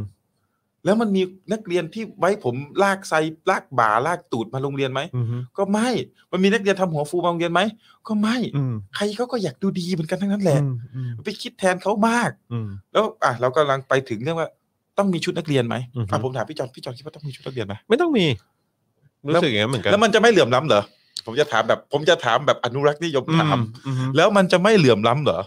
[SPEAKER 3] แล้วมันมีนักเรียนที่ไว้ผมลากไซลากบ่าลากตูดมาโรงเรียนไหม
[SPEAKER 2] อืม
[SPEAKER 3] ก็ไม่ มันมีนักเรียนทำหัวฟูมาโรงเรียนไหมก็ไม่
[SPEAKER 2] อืม
[SPEAKER 3] ใครเขาก็อยากดูดีเหมือนกันทั้งนั้นแห
[SPEAKER 2] แต่
[SPEAKER 3] ละไปคิดแทนเขามาก
[SPEAKER 2] อืม
[SPEAKER 3] แล้วอ่ะเรากำลังไปถึงเรื่องว่าต้องมีชุดนักเรียนไหม
[SPEAKER 2] อือฮึ
[SPEAKER 3] อ่ะผมถามพี่จอนพี่จอนคิดว่าต้องมีชุดนักเรียนไหม
[SPEAKER 2] ไม่ต้องมี รู้สึกอย่างนั้นเหมือนกัน
[SPEAKER 3] แล้วมันจะไม่เหลื่อมล้ำเหรอผมจะถามแบบ ผมจะถามแบบอนุรักษ์นิยม
[SPEAKER 2] อืม
[SPEAKER 3] ถาม
[SPEAKER 2] อืม
[SPEAKER 3] แล้วมันจะไม่เหลื่อมล้ำเหรอ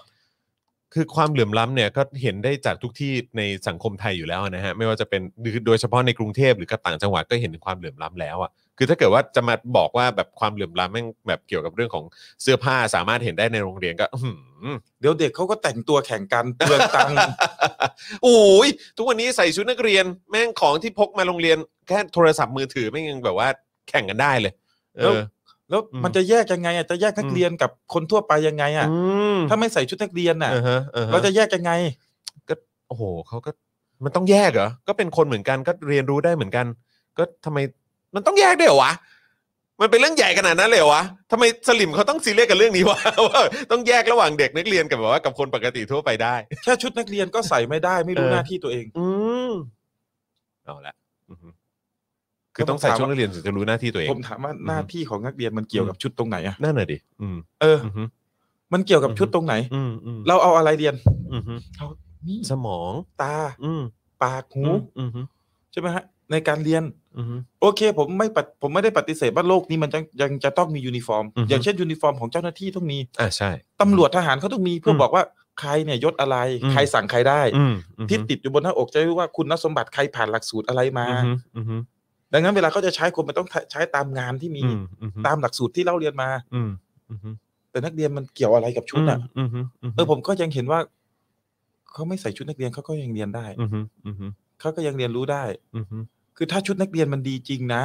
[SPEAKER 2] คือความเหลื่อมล้ำเนี่ยก็เห็นได้จากทุกที่ในสังคมไทยอยู่แล้วนะฮะ ไม่ว่าจะเป็นโดยเฉพาะในกรุงเทพหรือกับต่างจังหวัดก็เห็นถึงความเหลื่อมล้ำแล้วอ่ะคือถ้าเกิดว่าจะมาบอกว่าแบบความเหลื่อมล้ำแม่งแบบเกี่ยวกับเรื่องของเสื้อผ้าสามารถเห็นได้ในโรงเรียนก็อื้อหือ
[SPEAKER 3] เดี๋ยวเด็กเขาก็แต่งตัวแข่งกันเปลืองตังค์
[SPEAKER 2] โอ้ยทุกวันนี้ใส่ชุดนักเรียน แม่งของที่พกมาโรงเรียนแค่โทรศัพท์มือถือแม่งยังแบบว่าแข่งกันได้เลย เอ
[SPEAKER 3] แล้ว
[SPEAKER 2] อ
[SPEAKER 3] แล้ว
[SPEAKER 2] อืม
[SPEAKER 3] มันจะแยกยังไงอ่ะจะแยกนัก
[SPEAKER 2] อืม
[SPEAKER 3] เรียนกับคนทั่วไปยังไงอ่ะ
[SPEAKER 2] อืม
[SPEAKER 3] ถ้าไม่ใส่ชุดนักเรียนอ่ะ
[SPEAKER 2] อ่าฮะอ่าฮะ
[SPEAKER 3] เราจะแยกยังไง
[SPEAKER 2] โอ้โหเขาก็มันต้องแยกเหรอ ก็เป็นคนเหมือนกันก็เรียนรู้ได้เหมือนกัน ก็ทำไมมันต้องแยกด้วยเหรอวะ มันเป็นเรื่องใหญ่ขนาดนั้นเลยเหรอวะทำไมสลิมเขาต้องซีเรียสกับเรื่องนี้วะ ว่าต้องแยกระหว่างเด็กนักเรียนกับแบบว่ากับคนปกติทั่วไปได้
[SPEAKER 3] แค่ชุดนักเรียนก็ใส่ไม่ได้ไม่รู้
[SPEAKER 2] เออ
[SPEAKER 3] หน้าที่ตัวเอง
[SPEAKER 2] อืมเอาละอือฮึคือต้องใส่ชุดนักเรียนถึงจะรู้หน้าที่ตัวเอง
[SPEAKER 3] ผมถามว่าหน้าที่ของนักเรียนมันเกี่ยวกับชุดตรงไหนอ่ะ
[SPEAKER 2] นั่นน่ะดิอืม
[SPEAKER 3] เออ
[SPEAKER 2] อือฮึ
[SPEAKER 3] มันเกี่ยวกับ
[SPEAKER 2] อืม
[SPEAKER 3] ชุดตรงไหน
[SPEAKER 2] อืมอืม
[SPEAKER 3] เราเอาอะไรเรียน
[SPEAKER 2] อือฮึ
[SPEAKER 3] เรานี่
[SPEAKER 2] สมอง
[SPEAKER 3] ตา
[SPEAKER 2] อืม
[SPEAKER 3] ปากหู
[SPEAKER 2] อืมอืม
[SPEAKER 3] ใช่ไหมฮะในการเรียน
[SPEAKER 2] อืม
[SPEAKER 3] โอเค ผมไม่ปฏิผมไม่ได้ปฏิเสธว่าโลกนี้มันจะยังจะต้องมียูนิฟอร์ม
[SPEAKER 2] อือฮึ
[SPEAKER 3] อย่างเช่นยูนิฟอร์มของเจ้าหน้าที่ต้องมี
[SPEAKER 2] อ่าใช่
[SPEAKER 3] ตำรวจทหารเขาต้องมีเพื่ออ
[SPEAKER 2] ม
[SPEAKER 3] บอกว่าใครเนี่ยยศอะไร
[SPEAKER 2] อืม
[SPEAKER 3] ใครสั่งใครได้
[SPEAKER 2] อืมอืม
[SPEAKER 3] ที่ติดอยู่บนหน้าอกจะรู้ว่าคุณสมบัติใครผ่านหลักสูตรอะไรมา
[SPEAKER 2] อืมอืม
[SPEAKER 3] ดังนั้นเวลาเขาจะใช้คนมันต้องใช้ตามงานที่มี
[SPEAKER 2] อืมอืม
[SPEAKER 3] ตามหลักสูตรที่เล่าเรียนมา
[SPEAKER 2] อืมอืมอืม
[SPEAKER 3] แต่นักเรียนมันเกี่ยวอะไรกับชุดอ่ะ
[SPEAKER 2] อืมอืม
[SPEAKER 3] เออผมก็ยังเห็นว่าเขาไม่ใส่ชุดนักเรียนเขาก็ยังเรียนได้
[SPEAKER 2] อืมอืม
[SPEAKER 3] เขาก็ยังเรียนรู้ได้
[SPEAKER 2] อืม
[SPEAKER 3] คือถ้าชุดนักเรียนมันดีจริงนะ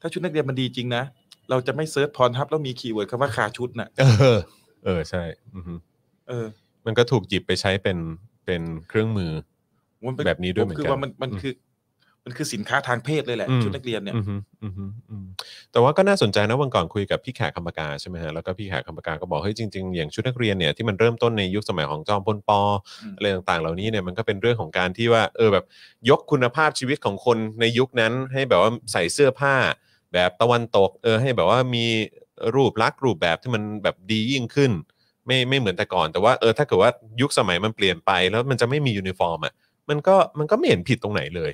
[SPEAKER 3] ถ้าชุดนักเรียนมันดีจริงนะ เราจะไม่เซิร์ชพรทับแล้วมีคีย์เวิร์ดคำว่าคาชุดน่ะ
[SPEAKER 2] เออ เออใช่ อืม
[SPEAKER 3] เออ
[SPEAKER 2] มันก็ถูกหยิบไปใช้เป็นเป็นเครื่องมือ
[SPEAKER 3] มันเป็
[SPEAKER 2] แบบนี้ด้วยเหมือนกัน
[SPEAKER 3] คือว่ามันมัน
[SPEAKER 2] อืม
[SPEAKER 3] คือ มันคือสินค้าทางเพศเลยแหละ
[SPEAKER 2] อืม
[SPEAKER 3] ชุดนักเรียนเนี่ย
[SPEAKER 2] อือฮึอือฮึอืมแต่ว่าก็น่าสนใจนะวันก่อนคุยกับพี่แขกคำปากาใช่ไหมฮะแล้วก็พี่แขกคำปากาก็บอกเฮ้ยจริงๆอย่างชุดนักเรียนเนี่ยที่มันเริ่มต้นในยุคสมัยของจอมพลปอ
[SPEAKER 3] อืม
[SPEAKER 2] อะไรต่างๆ เหล่านี้เนี่ยมันก็เป็นเรื่องของการที่ว่าเออแบบยกคุณภาพชีวิตของคนในยุคนั้น ให้แบบว่าใส่เสื้อผ้า แบบตะวันตกเออให้แบบว่ามีรูปลักษณ์รูปแบบที่มันแบบดียิ่งขึ้น ไม่ไม่เหมือนแต่ก่อนแต่ว่าเออถ้าเกิดว่ายุคสมัยมันเปลี่ยนไป แล้วมันจะไม่มียูนิฟอร์มอ่ะมันก็มันก็ไม่เห็นผิดตรงไหนเลย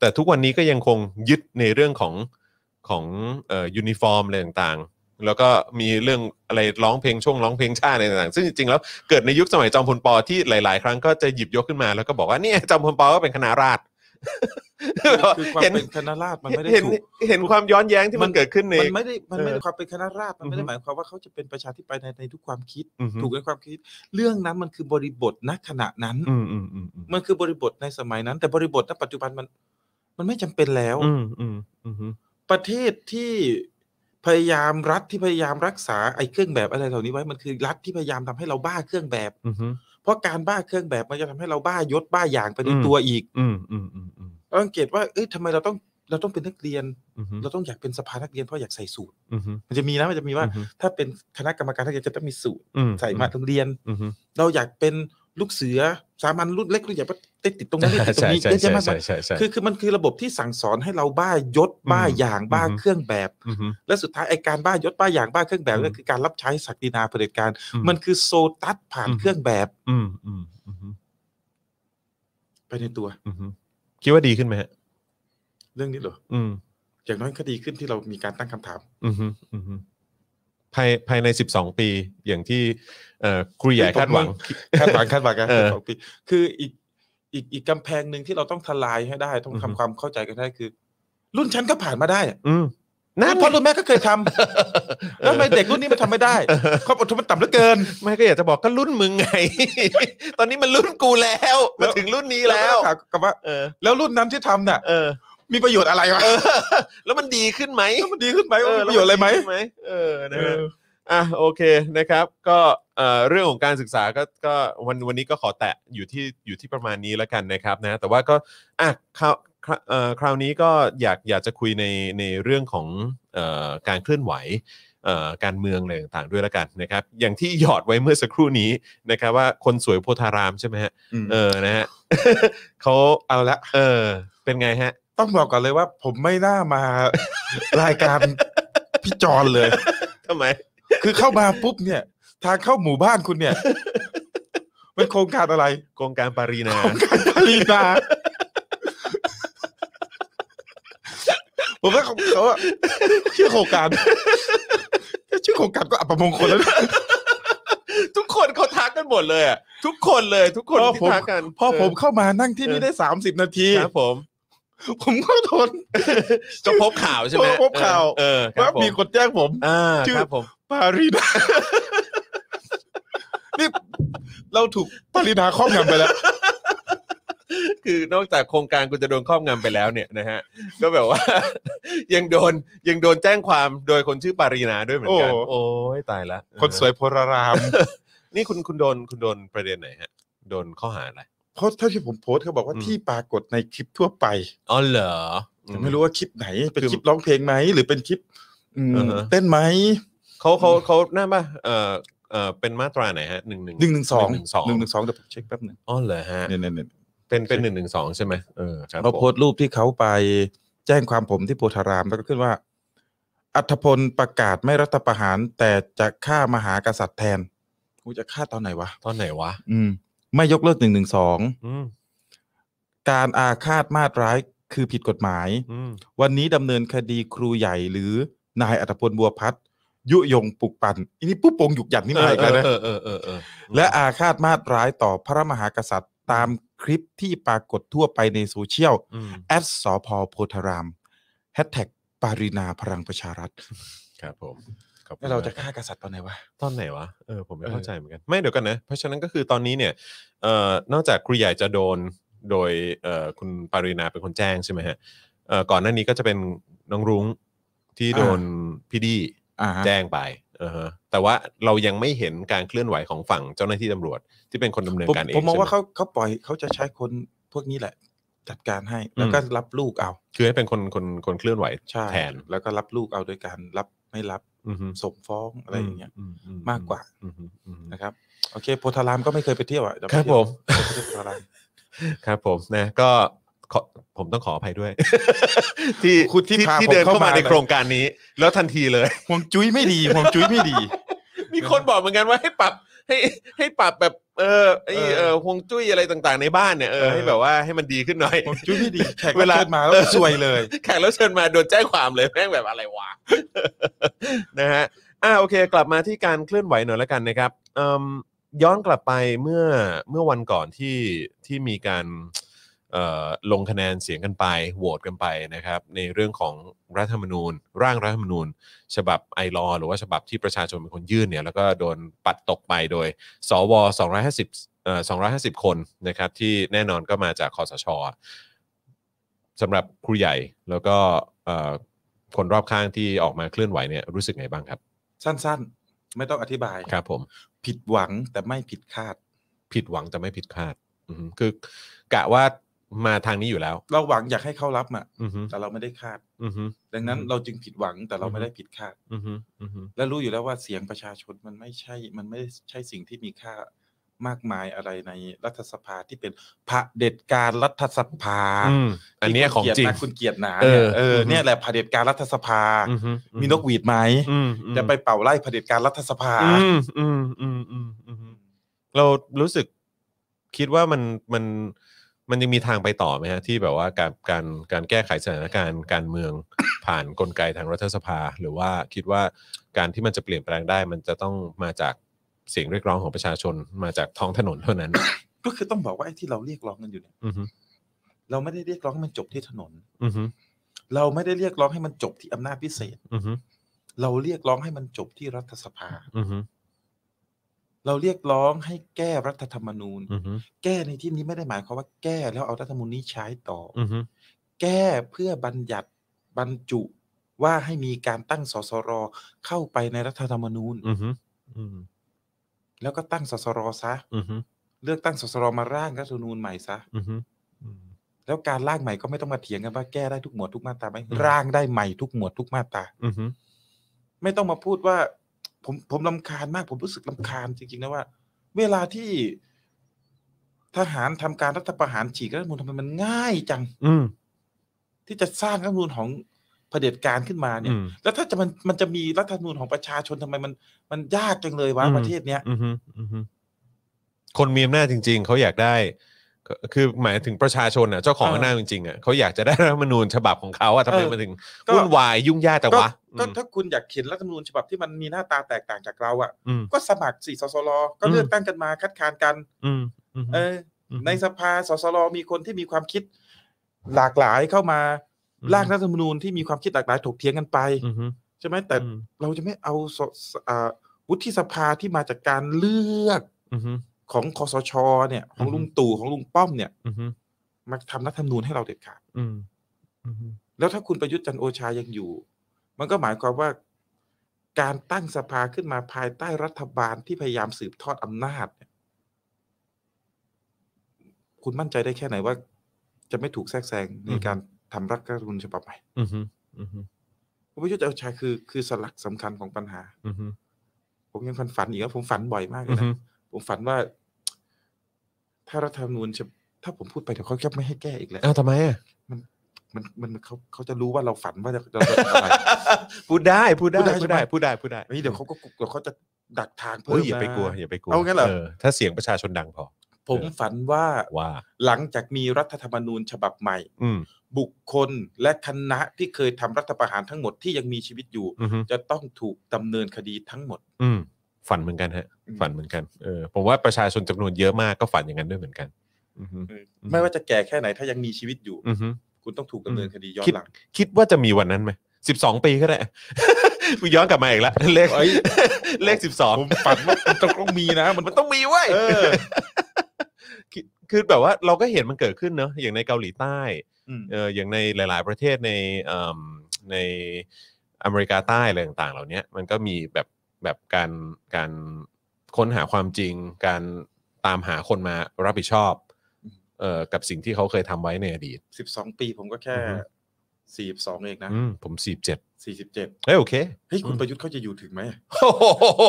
[SPEAKER 2] แต่ทุกวันนี้ก็ยังคงยึดในเรื่องของของเอ่อยูนิฟอร์มอะไรต่างๆ แล้วก็มีเรื่องอะไรร้องเพลงช่วงร้องเพลงชาติอะไรต่างๆ ซึ่งจริงๆแล้วเกิดในยุคสมัยจอมพลปอที่หลาย ๆ ครั้งก็จะหยิบยกขึ้นมาแล้วก็บอกว่าเนี่ยจอมพลปอก็เป็นคณะราษฎร
[SPEAKER 3] คือความ
[SPEAKER 2] เห็น
[SPEAKER 3] เป็นคณะราษฎรมันไม่ได้
[SPEAKER 2] เห็น
[SPEAKER 3] ถูก
[SPEAKER 2] เห็นความย้อนแย้งที่มัน
[SPEAKER 3] มัน
[SPEAKER 2] เกิดขึ้นใน
[SPEAKER 3] มันไม่ได้มันไม่ได้
[SPEAKER 2] เออ
[SPEAKER 3] ความเป็นคณะราษฎรมันไม่
[SPEAKER 2] อื
[SPEAKER 3] ได้
[SPEAKER 2] อฮึ
[SPEAKER 3] หมายความว่าเขาจะเป็นประชาธิปไตยในในทุกความคิด
[SPEAKER 2] อือฮึ
[SPEAKER 3] ถูกในความคิด เรื่องนั้นมันคือบริบทณขณะนั้น
[SPEAKER 2] อืมอืมอืมอืม
[SPEAKER 3] มันคือบริบทในสมัยนั้น แต่บริบทณปัจจุบันมัน มันไม่จำเป็นแล้ว
[SPEAKER 2] อืมอืมอืมอืม
[SPEAKER 3] ประเทศที่พยายามรัฐที่พยายามรักษาไอ้เครื่องแบบอะไรเหล่านี้ไว้มันคือรัฐที่พยายามทำให้เราบ้าเครื่องแบบ
[SPEAKER 2] อืม
[SPEAKER 3] เพราะการบ้าเครื่องแบบมันจะทำให้เราบ้ายศบ้าอย่างไปใน
[SPEAKER 2] อืม
[SPEAKER 3] ตัวอีก
[SPEAKER 2] อืมอืมอืมอืม
[SPEAKER 3] เราสังเกตว่าเอ้ยทำไมเราต้องเราต้องเป็นนักเรียน
[SPEAKER 2] อืมอืม
[SPEAKER 3] เราต้องอยากเป็นสภานักเรียนเพราะอยากใส่สูท
[SPEAKER 2] อืมอืม
[SPEAKER 3] มันจะมีนะมันจะมีว่า
[SPEAKER 2] อืม
[SPEAKER 3] ถ้าเป็นคณะกรรมการนักเรียนจะต้องมีสูท
[SPEAKER 2] อื
[SPEAKER 3] ใส่มาโรงเรียน
[SPEAKER 2] อืมอืม
[SPEAKER 3] เราอยากเป็นลูกเสือสามัญรุ่นเล็กรุ่นใหญ่ก็ติดติด ตรงนั้นติดตร
[SPEAKER 2] ใช่
[SPEAKER 3] งนี้
[SPEAKER 2] ใช่
[SPEAKER 3] เยอะ
[SPEAKER 2] ใช่
[SPEAKER 3] แยะมาก
[SPEAKER 2] ใช่
[SPEAKER 3] มาย
[SPEAKER 2] ใช่ใช่
[SPEAKER 3] คือคือมันคือระบบที่สั่งสอนให้เราบ้ายศบ้า
[SPEAKER 2] อืม
[SPEAKER 3] อย่างบ้า
[SPEAKER 2] อืม
[SPEAKER 3] เครื่องแบบ
[SPEAKER 2] อืม
[SPEAKER 3] และสุดท้ายไอการบ้ายศบ้าอย่างบ้าเครื่องแบบ
[SPEAKER 2] อืม
[SPEAKER 3] ก็คือการรับใช้ศักดินาเผด็จการ
[SPEAKER 2] อื
[SPEAKER 3] มันคือโซตัสผ่าน
[SPEAKER 2] อืม
[SPEAKER 3] เครื่องแบบ
[SPEAKER 2] อืมอืมอืม
[SPEAKER 3] ไปในตัว
[SPEAKER 2] อืมคิดว่าดีขึ้นไหมฮะ
[SPEAKER 3] เรื่องนี้เหรอ
[SPEAKER 2] อืม
[SPEAKER 3] อย่างน้อยคดีขึ้นที่เรามีการตั้งคำถาม
[SPEAKER 2] อืมอืมภายภายในสิบสองปีอย่างที่เอ่อครูใหญ่ คาดหวัง
[SPEAKER 3] คาดหวังคาดหวังกัน
[SPEAKER 2] เออ
[SPEAKER 3] สองปีคืออีกอีกอีกกำแพงหนึ่งที่เราต้องทลายให้ได้ต้อง
[SPEAKER 2] อือฮึ
[SPEAKER 3] ทำความเข้าใจกันได้คือ รุ่นฉันก็ผ่านมาได้อะ
[SPEAKER 2] อืมนั่น
[SPEAKER 3] เพราะรุ่นแม่ก็เคยทำ แล้วทำไมเด็กรุ่นนี้มันทำไม่ได้ ความอดทนมันต่ำเหลือเกิน
[SPEAKER 2] ไม่ก็อยากจะบอกก็รุ่นมึงไง ตอนนี้มันรุ่นกูแล้วมาถึงรุ่นนี้แล้ว
[SPEAKER 3] ก็ถามกลับว่า
[SPEAKER 2] เออ
[SPEAKER 3] แล้วรุ่นนั้นที่ทำน่ะ
[SPEAKER 2] เออ
[SPEAKER 3] มีประโยชน์อะไรวะ
[SPEAKER 2] เออ แล้วมันดีขึ้นไหม
[SPEAKER 3] แล้วมันดีขึ้นไหมว่ามี
[SPEAKER 2] แล้ว
[SPEAKER 3] ประโยชน์อะไรไหม
[SPEAKER 2] ดีขึ้นเออนะ
[SPEAKER 3] เอ
[SPEAKER 2] ฮะ
[SPEAKER 3] อ
[SPEAKER 2] อ่ะโอเคนะครับก็เอ่อเรื่องของการศึกษาก็ก็วันวันนี้ก็ขอแตะอยู่ที่อยู่ที่ประมาณนี้แล้วกันนะครับนะแต่ว่าก็อ่ะคราวคราวเอ่อคราวนี้ก็อยากอยากจะคุยในในเรื่องของเอ่อการเคลื่อนไหวเอ่อการเมืองอะไรต่างๆด้วยแล้วกันนะครับอย่างที่หยอดไว้เมื่อสักครู่นี้นะครับว่าคนสวยโพธารามใช่ไหมฮะ
[SPEAKER 3] อืม
[SPEAKER 2] เออนะ ฮะ เขา
[SPEAKER 3] เอาละ
[SPEAKER 2] เออเป็นไงฮะ
[SPEAKER 3] ต้องบอกก่อนเลยว่าผมไม่น่ามา รายการ พี่จอนเลย
[SPEAKER 2] ทำไม
[SPEAKER 3] คือเข้ามาปุ๊บเนี่ย ทางเข้าหมู่บ้านคุณเนี่ย มันโครงการอะไร
[SPEAKER 2] โครงการปารีนา
[SPEAKER 3] โครงการปารีนาผมว่าเขาเขาอะชื่อโครงการชื่อโครงการก็อัปมงคลแล้วนะ
[SPEAKER 2] ทุกคนเขาทักกันหมดเลยอะทุกคนเลยทุกคน
[SPEAKER 3] พ่อ
[SPEAKER 2] ที่
[SPEAKER 3] ผม
[SPEAKER 2] ทักกัน
[SPEAKER 3] พอ
[SPEAKER 2] เ
[SPEAKER 3] ผมเข้ามานั่งที่นี่
[SPEAKER 2] เออ
[SPEAKER 3] ได้สามสิบนาที
[SPEAKER 2] ครับผม
[SPEAKER 3] ผมก็ทน
[SPEAKER 2] ก็พบข่าวใช่ไหม
[SPEAKER 3] เออพบข่าว
[SPEAKER 2] เออค
[SPEAKER 3] ว่า
[SPEAKER 2] รับผม
[SPEAKER 3] มีคนแจ้งผม
[SPEAKER 2] อ่า
[SPEAKER 3] ชื่อ
[SPEAKER 2] ครับผม
[SPEAKER 3] ปารีนา นี่เราถูกปารีนาครอบงำไปแล้ว
[SPEAKER 2] คือนอกจากโครงการกูจะโดนครอบงำไปแล้วเนี่ยนะฮะ ก็แบบว่า ยังโดนยังโดนแจ้งความโดยคนชื่อปารีนาด้วยเหมือนกัน
[SPEAKER 3] โอ้
[SPEAKER 2] โอ้ยตายละ
[SPEAKER 3] คนสวยโพราราม
[SPEAKER 2] นี่คุณคุณโดนคุณโดนประเด็นไหนฮะ โดนข้อหาอะไร
[SPEAKER 3] เพราะเท่าที่ผมโพสต์เขาบอกว่า
[SPEAKER 2] อืม
[SPEAKER 3] ที่ปรากฏในคลิปทั่วไป
[SPEAKER 2] อ๋อเหรอ
[SPEAKER 3] แต่ไม่รู้ว่าคลิปไหน เป็น
[SPEAKER 2] คือ
[SPEAKER 3] คลิปร้องเพลงไหม หรือเป็นคลิปอืม
[SPEAKER 2] อ่าฮะ
[SPEAKER 3] เต้นไหม
[SPEAKER 2] เขาเขาเขาน่าป่ะเออเออเป็นมาตราไหนฮะหนึ่งหนึ่ง
[SPEAKER 3] หนึ่งหนึ่งสอง
[SPEAKER 2] หนึ่งสอง
[SPEAKER 3] หนึ่งหนึ่งสองเดี๋ยวผมเช็คแป๊บหนึ่ง
[SPEAKER 2] อ๋อเหรอฮะ
[SPEAKER 3] เนี่ยเนี่ยเนี่ย
[SPEAKER 2] เป็นเป็นหนึ่งหนึ่งสองใช่ไหมเออครับ
[SPEAKER 3] เขา
[SPEAKER 2] ผม
[SPEAKER 3] โพสต์รูปที่เขาไปแจ้งความผมที่โพธาราม แล้วก็ขึ้นว่า อัธพลประกาศไม่รัฐประหาร แต่จะฆ่ามหากษัตริย์แทนกูจะฆ่าตอนไหนวะ
[SPEAKER 2] ตอนไหนวะ
[SPEAKER 3] อืม ไม่ยกเลิกหนึ่งหนึ่งสอง
[SPEAKER 2] อืม
[SPEAKER 3] การอาฆาตมาตร้ายคือผิดกฎหมาย
[SPEAKER 2] อืม
[SPEAKER 3] วันนี้ดำเนินคดีครูใหญ่หรือนายอัตพลบัวพัฒน์ยุยงปลุกปั่นอันนี้ปุ๊บปงหยุกหยันนี่มาอีกแล้วนะ
[SPEAKER 2] เออเออเออเออ
[SPEAKER 3] และอาฆาตมาตร้ายต่อพระมหากษัตริย์ ตามคลิปที่ปรากฏทั่วไปในโซเชียล
[SPEAKER 2] อืม
[SPEAKER 3] แอดสอพโพธารามแฮชแท็กปารินาพลังประชารัฐ
[SPEAKER 2] ครับผมขอบคุณ
[SPEAKER 3] แล้วเราจะ
[SPEAKER 2] มก
[SPEAKER 3] ฆ่ากษัตริย์ตอนไหนวะ
[SPEAKER 2] ตอนไหนวะเออผมไม่
[SPEAKER 3] เออ
[SPEAKER 2] เข้าใจเหมือนกันไม่เดี๋ยวกันนะ เพราะฉะนั้นก็คือตอนนี้เนี่ยเอ่อนอกจากครูใหญ่จะโดนโดยเอ่อคุณปารินาเป็นคนแจ้งใช่ไหมฮะเอ่อก่อนหน้านี้ก็จะเป็นน้องรุ้งที่โดนพี่ดี
[SPEAKER 3] อ่าฮะ
[SPEAKER 2] แจ้งไป อ่าฮะแต่ว่าเรายังไม่เห็นการเคลื่อนไหวของฝั่งเจ้าหน้าที่ตำรวจที่เป็นคนดำเนิน
[SPEAKER 3] ผม
[SPEAKER 2] การเอง
[SPEAKER 3] ผมมอง
[SPEAKER 2] ใช่ไห
[SPEAKER 3] ว่าเขาเขาปล่อยเขาจะใช้คนพวกนี้แหละ จัดการให้แล้วก็รับลูกเอา
[SPEAKER 2] คือให้เป็นคนคนคนเคลื่อนไหว
[SPEAKER 3] ใช่
[SPEAKER 2] แทน
[SPEAKER 3] แล้วก็รับลูกเอาโดยการรับไม่รับ
[SPEAKER 2] อือฮึ
[SPEAKER 3] ส่งฟ้องอะไรอย่างเงี้ย
[SPEAKER 2] มอื
[SPEAKER 3] มากกว่า
[SPEAKER 2] อือฮึอือฮึ
[SPEAKER 3] นะครับโอเคโพธารามก็ไม่เคยไปเที่ยวอ่ะเดี๋ยวไป
[SPEAKER 2] ครับ
[SPEAKER 3] เที่
[SPEAKER 2] ผ
[SPEAKER 3] ยว
[SPEAKER 2] ม
[SPEAKER 3] ไปเที่ยวโพธาราม
[SPEAKER 2] ครับผมนะก็ขอผมต้องขออภัย ด้วย ที่
[SPEAKER 3] คุณที่พา
[SPEAKER 2] ที่
[SPEAKER 3] ผม
[SPEAKER 2] เดินเข้า
[SPEAKER 3] เข้า
[SPEAKER 2] มา
[SPEAKER 3] มา
[SPEAKER 2] ในโครงการนี้ แล้วทันทีเลย
[SPEAKER 3] ห่วงจุ้ยไม่ดีห่วงจุ้ยไม่ดี
[SPEAKER 2] มีคนบอกเหมือนกันว่าให้ปรับให้ให้ปรับแบบเออไอ้เออฮวงจุ้ยอะไรต่างๆในบ้านเนี่ยเออ
[SPEAKER 3] เออ
[SPEAKER 2] ให้แบบว่าให้มันดีขึ้นหน่อย
[SPEAKER 3] ห่วงจุ้ยไม่ดีแขก
[SPEAKER 2] เว
[SPEAKER 3] เว
[SPEAKER 2] ลา
[SPEAKER 3] ลาเชิญมาแล้ว
[SPEAKER 2] เออ
[SPEAKER 3] ซวยเลย
[SPEAKER 2] แขกแล้วเชิญมาโดนแจ้งความเลยแม่งแบบอะไรวะ นะฮะอ่าโอเค กลับมาที่การเคลื่อนไหวหน่อยแล้วกันนะครับเอิ่มย้อนกลับไปเมื่อเมื่อวันก่อนที่ที่มีการเอ่อลงคะแนนเสียงกันไปโหวตกันไปนะครับ ในเรื่องของรัฐธรรมนูญ ร่างรัฐธรรมนูญ ฉบับไอรอหรือว่าฉบับที่ประชาชนเป็นคนยื่นเนี่ยแล้วก็โดนปัดตกไปโดย สว 250เอ่อ250 คนนะครับที่แน่นอนก็มาจากคอสชสำหรับครูใหญ่แล้วก็เอ่อคนรอบข้างที่ออกมาเคลื่อนไหวเนี่ยรู้สึกไงบ้างครับ
[SPEAKER 3] สั้นๆ ไม่ต้องอธิบาย
[SPEAKER 2] ครับผม
[SPEAKER 3] ผิดหวังแต่ไม่ผิดคาด
[SPEAKER 2] ผิดหวังแต่ไม่ผิดคาดอือฮึคือกะว่ามาทางนี้อยู่แล้ว
[SPEAKER 3] เราหวังอยากให้เขารับอ่ะ
[SPEAKER 2] อือฮึ
[SPEAKER 3] แต่เราไม่ได้คาด
[SPEAKER 2] อือฮึ
[SPEAKER 3] ดังนั้น
[SPEAKER 2] อืม
[SPEAKER 3] เราจึงผิดหวังแต่เรา
[SPEAKER 2] อืม
[SPEAKER 3] ไม่ได้ผิดคาด
[SPEAKER 2] อือฮึอือฮึ
[SPEAKER 3] และรู้อยู่แล้วว่าเสียงประชาชนมันไม่ใช่ มันไม่ใช่สิ่งที่มีค่ามากมายอะไรในรัฐสภาที่เป็นเผด็จการรัฐสภา
[SPEAKER 2] อืมอันเนี้ยของจริง
[SPEAKER 3] ที่คุณเกียรตินะ
[SPEAKER 2] เอ
[SPEAKER 3] คุณเกียรติ
[SPEAKER 2] อย
[SPEAKER 3] หนาเนี่เออ
[SPEAKER 2] อืม
[SPEAKER 3] เนี่ยแหละเผด็จการรัฐสภา
[SPEAKER 2] อือฮึ
[SPEAKER 3] มีนกหวีดไหม
[SPEAKER 2] อืมอืม
[SPEAKER 3] จะไปเป่าไล่เผด็จการรัฐสภา
[SPEAKER 2] อืมอืมอืมอืมอือฮึ เรารู้สึกคิดว่ามันมันมันยังมีทางไปต่อไหมฮะที่แบบว่าการการการแก้ไขสถานการณ์การเมือง ผ่านกลไกทางรัฐสภา หรือว่าคิดว่าการที่มันจะเปลี่ยนแปลงได้ มันจะต้องมาจากเสียงเรียกร้องของประชาชนมาจากท้องถนนเท่านั้น
[SPEAKER 3] ก็คือต้องบอกว่าไอ้ที่เราเรียกร้องกันอยู่เนี่ย
[SPEAKER 2] อือฮึ
[SPEAKER 3] เราไม่ได้เรียกร้องให้มันจบที่ถนน
[SPEAKER 2] อือฮึ
[SPEAKER 3] เราไม่ได้เรียกร้องให้มันจบที่อำนาจพิเศษ
[SPEAKER 2] อือฮึ
[SPEAKER 3] เราเรียกร้องให้มันจบที่รัฐสภา
[SPEAKER 2] อือฮึ
[SPEAKER 3] เราเรียกร้องให้แก้รัฐธรรมนูญ
[SPEAKER 2] อือฮึ
[SPEAKER 3] แก้ในที่นี้ไม่ได้หมายความว่าแก้แล้วเอารัฐธรรมนูญนี้ใช้ต่ออ
[SPEAKER 2] อือฮึ
[SPEAKER 3] แก้เพื่อบัญญัติบรรจุว่าให้มีการตั้งสสรเข้าไปในรัฐธรรมนูญ
[SPEAKER 2] อือฮึอืม
[SPEAKER 3] แล้วก็ตั้งสสรซะ
[SPEAKER 2] อือฮึ
[SPEAKER 3] เลือกตั้งสสรมาร่างรัฐธรรมนูญใหม่ซะ
[SPEAKER 2] อือฮึ
[SPEAKER 3] แล้วการร่างใหม่ก็ไม่ต้องมาเถียงกันว่าแก้ได้ทุกหมวดทุกมาตราไหม
[SPEAKER 2] อืม
[SPEAKER 3] ร่างได้ใหม่ทุกหมวดทุกมาตรา
[SPEAKER 2] อือฮึ
[SPEAKER 3] ไม่ต้องมาพูดว่า ผมผมลำคาญมาก ผมรู้สึกลำคาญจริงๆนะว่า เวลาที่ทหารทำการรัฐประหารฉีกรัฐธรรมนูญทำไมมันง่ายจัง
[SPEAKER 2] อืม
[SPEAKER 3] ที่จะสร้างรัฐธรรมนูญของเผด็จการขึ้นมาเนี่
[SPEAKER 2] อื
[SPEAKER 3] ย
[SPEAKER 2] ม
[SPEAKER 3] แล้วถ้าจะมันมันจะมีรัฐธรรมนูญของประชาชนทำไมมันมันยากจังเลยวะ
[SPEAKER 2] อืม
[SPEAKER 3] ประเทศเนี้ย
[SPEAKER 2] อือฮึอือฮึคนมีอำนาจจริง ๆ เขาอยากได้ก็คือหมายถึงประชาชนอ่ะเจ้าของ
[SPEAKER 3] เอออ
[SPEAKER 2] อำนาจจริงๆอ่ะเขาอยากจะได้ รัฐธรรมนูญฉบับของเขาอ่ะทำไม
[SPEAKER 3] เออ
[SPEAKER 2] มันถึง
[SPEAKER 3] ก็
[SPEAKER 2] วุ่นวายยุ่งยากแต่
[SPEAKER 3] ก็
[SPEAKER 2] วะ
[SPEAKER 3] ก็ถ้าคุณอยากเขียนรัฐธรรมนูญฉบับที่มันมีหน้าตาแตกต่างจากเราอ่ะ
[SPEAKER 2] อืม
[SPEAKER 3] ก็สมัครสี่สสรก็เลือกตั้งกันมาคัดค้านกัน
[SPEAKER 2] อืมอืม
[SPEAKER 3] เออ
[SPEAKER 2] อืม
[SPEAKER 3] ในสภาสสรมีคนที่มีความคิดหลากหลายเข้ามา
[SPEAKER 2] อืม
[SPEAKER 3] ร่างรัฐธรรมนูญที่มีความคิดหลากหลายถกเถียงกันไป
[SPEAKER 2] อืมอืม
[SPEAKER 3] ใช่ไหมแต่เราจะไม่เอาสสอ่าวุฒิสภาที่มาจากการเลือก
[SPEAKER 2] อืม
[SPEAKER 3] ของคอสช เนี่ย ของ
[SPEAKER 2] อือฮึ
[SPEAKER 3] ลุงตู่ของลุงป้อมเนี่ย
[SPEAKER 2] อืม
[SPEAKER 3] มาทำรัฐธรรมนูญให้เราเด็ดขาด
[SPEAKER 2] อืมอืม
[SPEAKER 3] แล้วถ้าคุณประยุทธ์จันทร์โอชายังอยู่ มันก็หมายความว่า การตั้งสภาขึ้นมาภายใต้รัฐบาลที่พยายามสืบทอดอำนาจเนี่ยคุณมั่นใจได้แค่ไหนว่า จะไม่ถูกแทรกแซงใน
[SPEAKER 2] อือฮึ
[SPEAKER 3] การทำรัฐธรรมนูญฉบับใหม่
[SPEAKER 2] อืมอืม
[SPEAKER 3] คุณประยุทธ์จันทร์โอชาคือคือสลักสำคัญของปัญหา
[SPEAKER 2] อืมอืม
[SPEAKER 3] ผมยังฝันฝันอีกแล้วผมฝันบ่อยมากเล
[SPEAKER 2] อื
[SPEAKER 3] ยนะ
[SPEAKER 2] ม
[SPEAKER 3] ผมฝันว่า ถ้ารัฐธรรมนูญฉบับถ้าผมพูดไปเดี๋ยวเขาจะไม่ให้แก้อีกแล้ว
[SPEAKER 2] อ้าวทำไมอ่ะ
[SPEAKER 3] มันมันเขาเขาจะรู้ว่าเราฝันว่าจะเราจะทำอะไร
[SPEAKER 2] พูดได้พูดได้
[SPEAKER 3] พู
[SPEAKER 2] พูด
[SPEAKER 3] ดได้
[SPEAKER 2] ได้พูดได้พูดได้
[SPEAKER 3] เฮ้ยเดี๋ยวเขาก็เดี๋ยวเขาจะดักทางเพิ่
[SPEAKER 2] โอ้ย
[SPEAKER 3] ม
[SPEAKER 2] อย่า
[SPEAKER 3] นะ
[SPEAKER 2] ไปกลัวอย่าไปกลัว
[SPEAKER 3] เอางั้นเหรอ
[SPEAKER 2] ถ้าเสียงประชาชนดังพอ
[SPEAKER 3] ผมฝันว่า
[SPEAKER 2] ว่า
[SPEAKER 3] หลังจากมีรัฐธรรมนูญฉบับใหม่
[SPEAKER 2] อืม
[SPEAKER 3] บุคคลและคณะที่เคยทำรัฐประหารทั้งหมดที่ยังมีชีวิตอยู่
[SPEAKER 2] อืม
[SPEAKER 3] จะต้องถูกดำเนินคดีทั้งหมด
[SPEAKER 2] อืมฝันเหมือนกันฮะ ฝันเหมือนกัน เออ ผมว่าประชาชนจำนวนเยอะมากก็ฝันอย่างนั้นด้วยเหมือนกัน อือฮึ
[SPEAKER 3] เออ
[SPEAKER 2] อืม
[SPEAKER 3] ไม่ว่าจะแก่แค่ไหนถ้ายังมีชีวิตอยู่
[SPEAKER 2] อือฮึ
[SPEAKER 3] คุณต้องถูกดำเนินคดีย้อน
[SPEAKER 2] คิด
[SPEAKER 3] หลัง
[SPEAKER 2] คิดว่าจะมีวันนั้นไหมสิบสองปีก็ได้ กูย้อนกลับมาอีกแล้ว เลข
[SPEAKER 3] เอ้ย
[SPEAKER 2] เลขสิบสอง
[SPEAKER 3] ผมฝันว่ามันต้องต้องมีนะ มัน
[SPEAKER 2] มันต้อง มีเว้ย
[SPEAKER 3] เออ
[SPEAKER 2] คิดคือแบบว่าเราก็เห็นมันเกิดขึ้นเนอะอย่างในเกาหลีใต้
[SPEAKER 3] อืม
[SPEAKER 2] เอออย่างในหลาย ๆ ประเทศในเอิ่มในอเมริกาใต้อะไรต่าง ๆ เหล่าเนี้ยมันก็มีแบบ แบบการการค้นหาความจริง การตามหาคนมารับผิดชอบเอ่อกับสิ่งที่เขาเคยทำไว้ในอดีต
[SPEAKER 3] สิบสองปีผมก็แค่
[SPEAKER 2] อือฮึ
[SPEAKER 3] สี่สิบสองเองนะ
[SPEAKER 2] อืมผมสี่เจ็ด
[SPEAKER 3] สี่สิบเจ็ด
[SPEAKER 2] เฮ้ยโอเค
[SPEAKER 3] เฮ้ยคุณประยุทธ์เขาจะอยู่ถึงไหม
[SPEAKER 2] โอ้โห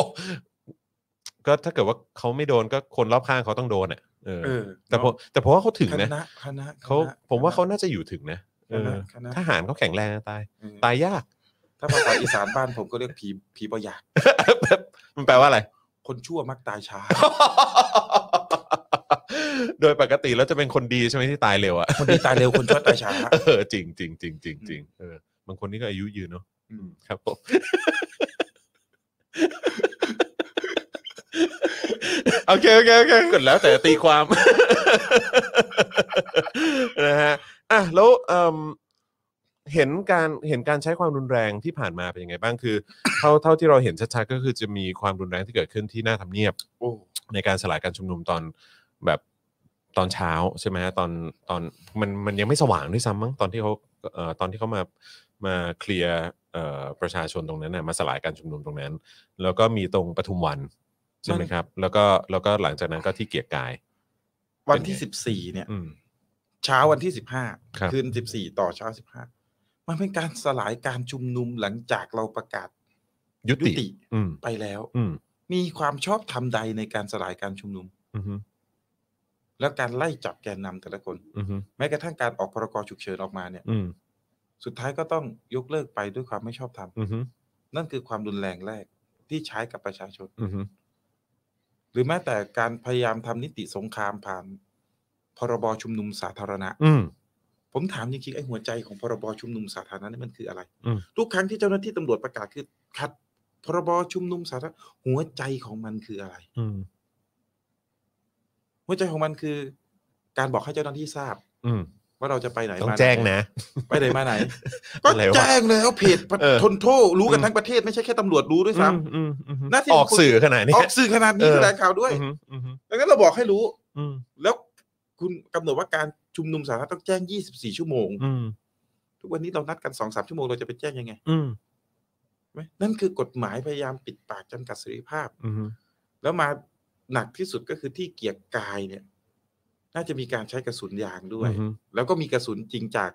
[SPEAKER 2] ก็ถ้าเกิดว่าเขาไม่โดนก็คนรอบข้างเขาต้องโดนอ่ะเออ
[SPEAKER 3] เออ
[SPEAKER 2] แต่ผมแต่ผมว่าเขาถึง
[SPEAKER 3] ค
[SPEAKER 2] นะ
[SPEAKER 3] ณะคณะ
[SPEAKER 2] เขา
[SPEAKER 3] คณะ
[SPEAKER 2] ผมว่าเขา
[SPEAKER 3] คณะ
[SPEAKER 2] น่าจะอยู่ถึงนะเออ
[SPEAKER 3] คณะ
[SPEAKER 2] ทหารเขาแข็งแรงนะตาย
[SPEAKER 3] เออ
[SPEAKER 2] ตายยาก
[SPEAKER 3] ถ้าภาษาอีสานบ้านผมก็เรียกผีผีปอยาก
[SPEAKER 2] มันแปลว่าอะไร
[SPEAKER 3] คนชั่วมักตายช้า
[SPEAKER 2] โดยปกติแล้วจะเป็นคนดีใช่ไหมที่ตายเร็วอ่ะ
[SPEAKER 3] คนดีตายเร็วคนชั่วตาย ช้า
[SPEAKER 2] เออจริงจริงจริงจริงจริงเออบางคนนี่ก็อายุยืนเนาะ
[SPEAKER 3] อืม
[SPEAKER 2] ครับผม โอเคโอเคโอเคกดแล้วแต่ตีความ นะฮะอ่ะแล้วเอิ่มเห็นการเห็นการใช้ความรุนแรงที่ผ่านมาเป็นยังไงบ้างคือ เท่าเท่าที่เราเห็นชัดๆก็คือจะมีความรุนแรงที่เกิดขึ้นที่หน้าทำเนียบ
[SPEAKER 3] โอ้
[SPEAKER 2] ในการสลายการชุมนุมตอนแบบตอนเช้าใช่ไหมฮะตอนตอนมันมันยังไม่สว่างด้วยซ้ำมั้งตอนที่เขาเอ่อตอนที่เขามามาเคลียร์เอ่อประชาชนตรงนั้นนะมาสลายการชุมนุมตรงนั้น แล้วก็มีตรงปทุมวันใช่ไหมครับ แล้วก็แล้วก็หลังจากนั้นก็ที่เกียรติกาย
[SPEAKER 3] วันที่
[SPEAKER 2] เป็นไง
[SPEAKER 3] สิบสี่เนี่ย
[SPEAKER 2] อืม
[SPEAKER 3] เช้าวันที่สิบห้า
[SPEAKER 2] ครับ
[SPEAKER 3] คืนสิบสี่ต่อเช้าสิบห้ามันเป็นการสลายการชุมนุมหลังจากเราประกาศ
[SPEAKER 2] ยุ
[SPEAKER 3] ยุ
[SPEAKER 2] ติ
[SPEAKER 3] ติ
[SPEAKER 2] อืม
[SPEAKER 3] ไปแล้ว
[SPEAKER 2] อืม
[SPEAKER 3] มีความชอบธรรมใดในการสลายการชุมนุม
[SPEAKER 2] อืม
[SPEAKER 3] และการไล่จับแกนนำแต่ละคน
[SPEAKER 2] อืม
[SPEAKER 3] แม้กระทั่งการออกพรกฉุกเฉินออกมาเนี่ย
[SPEAKER 2] อืม
[SPEAKER 3] สุดท้ายก็ต้องยกเลิกไปด้วยความไม่ชอบธรรม
[SPEAKER 2] อืม
[SPEAKER 3] นั่นคือความรุนแรงแรกที่ใช้กับประชาชน
[SPEAKER 2] อืม
[SPEAKER 3] หรือแม้แต่การพยายามทำนิติสงครามผ่าน พรบชุมนุมสาธารณะ
[SPEAKER 2] อืม
[SPEAKER 3] ผมถามจริงๆไอ้หัวใจของพรบชุมนุมสาธารณะนี่มันคืออะไร
[SPEAKER 2] อืม
[SPEAKER 3] ทุกครั้งที่เจ้าหน้าที่ตำรวจประกาศคือขัดพรบชุมนุมสาธารณะหัวใจของมันคืออะไร
[SPEAKER 2] อืม
[SPEAKER 3] หัวใจของมันคือ การบอกให้เจ้าหน้าที่ทราบ
[SPEAKER 2] อืม
[SPEAKER 3] ว่าเราจะไปไหน
[SPEAKER 2] ต้อง
[SPEAKER 3] มาไห
[SPEAKER 2] แจ้งนะ
[SPEAKER 3] ไปไหน มาไหน ก็
[SPEAKER 2] อะไรวะ
[SPEAKER 3] แจ้งแล้วเพจ
[SPEAKER 2] เออ
[SPEAKER 3] ทนโทษรู้กัน
[SPEAKER 2] อืม
[SPEAKER 3] ทั้งประเทศไม่ใช่แค่ตำรวจรู้ด้วยซ้
[SPEAKER 2] อืมอืมอืม
[SPEAKER 3] หน้าที่
[SPEAKER 2] ออก
[SPEAKER 3] ของคุณ
[SPEAKER 2] สื่อขนาด
[SPEAKER 3] ำ
[SPEAKER 2] นี้
[SPEAKER 3] ออกสื่อขนาดนี้แถลงข่าวด้วย
[SPEAKER 2] อืมอืม
[SPEAKER 3] ดังนั้นเราบอกให้รู้
[SPEAKER 2] อืม
[SPEAKER 3] แล้วคุณกำหนดว่าการชุมนุมสาธารณะต้องแจ้ง 24 ชั่วโมง
[SPEAKER 2] อืม
[SPEAKER 3] ทุกวันนี้เรานัดกัน2อสชั่วโมงเราจะไปแจ้งยังไง
[SPEAKER 2] อืม
[SPEAKER 3] ไหมนั่นคือกฎหมายพยายามปิดปากจำกัดเสรีภาพ
[SPEAKER 2] อืม
[SPEAKER 3] แล้วมาหนักที่สุดก็คือที่เกียรติกายเนี่ย น่าจะมีการใช้กระสุนยางด้วย
[SPEAKER 2] อืม
[SPEAKER 3] แล้วก็มีกระสุนจริงจาก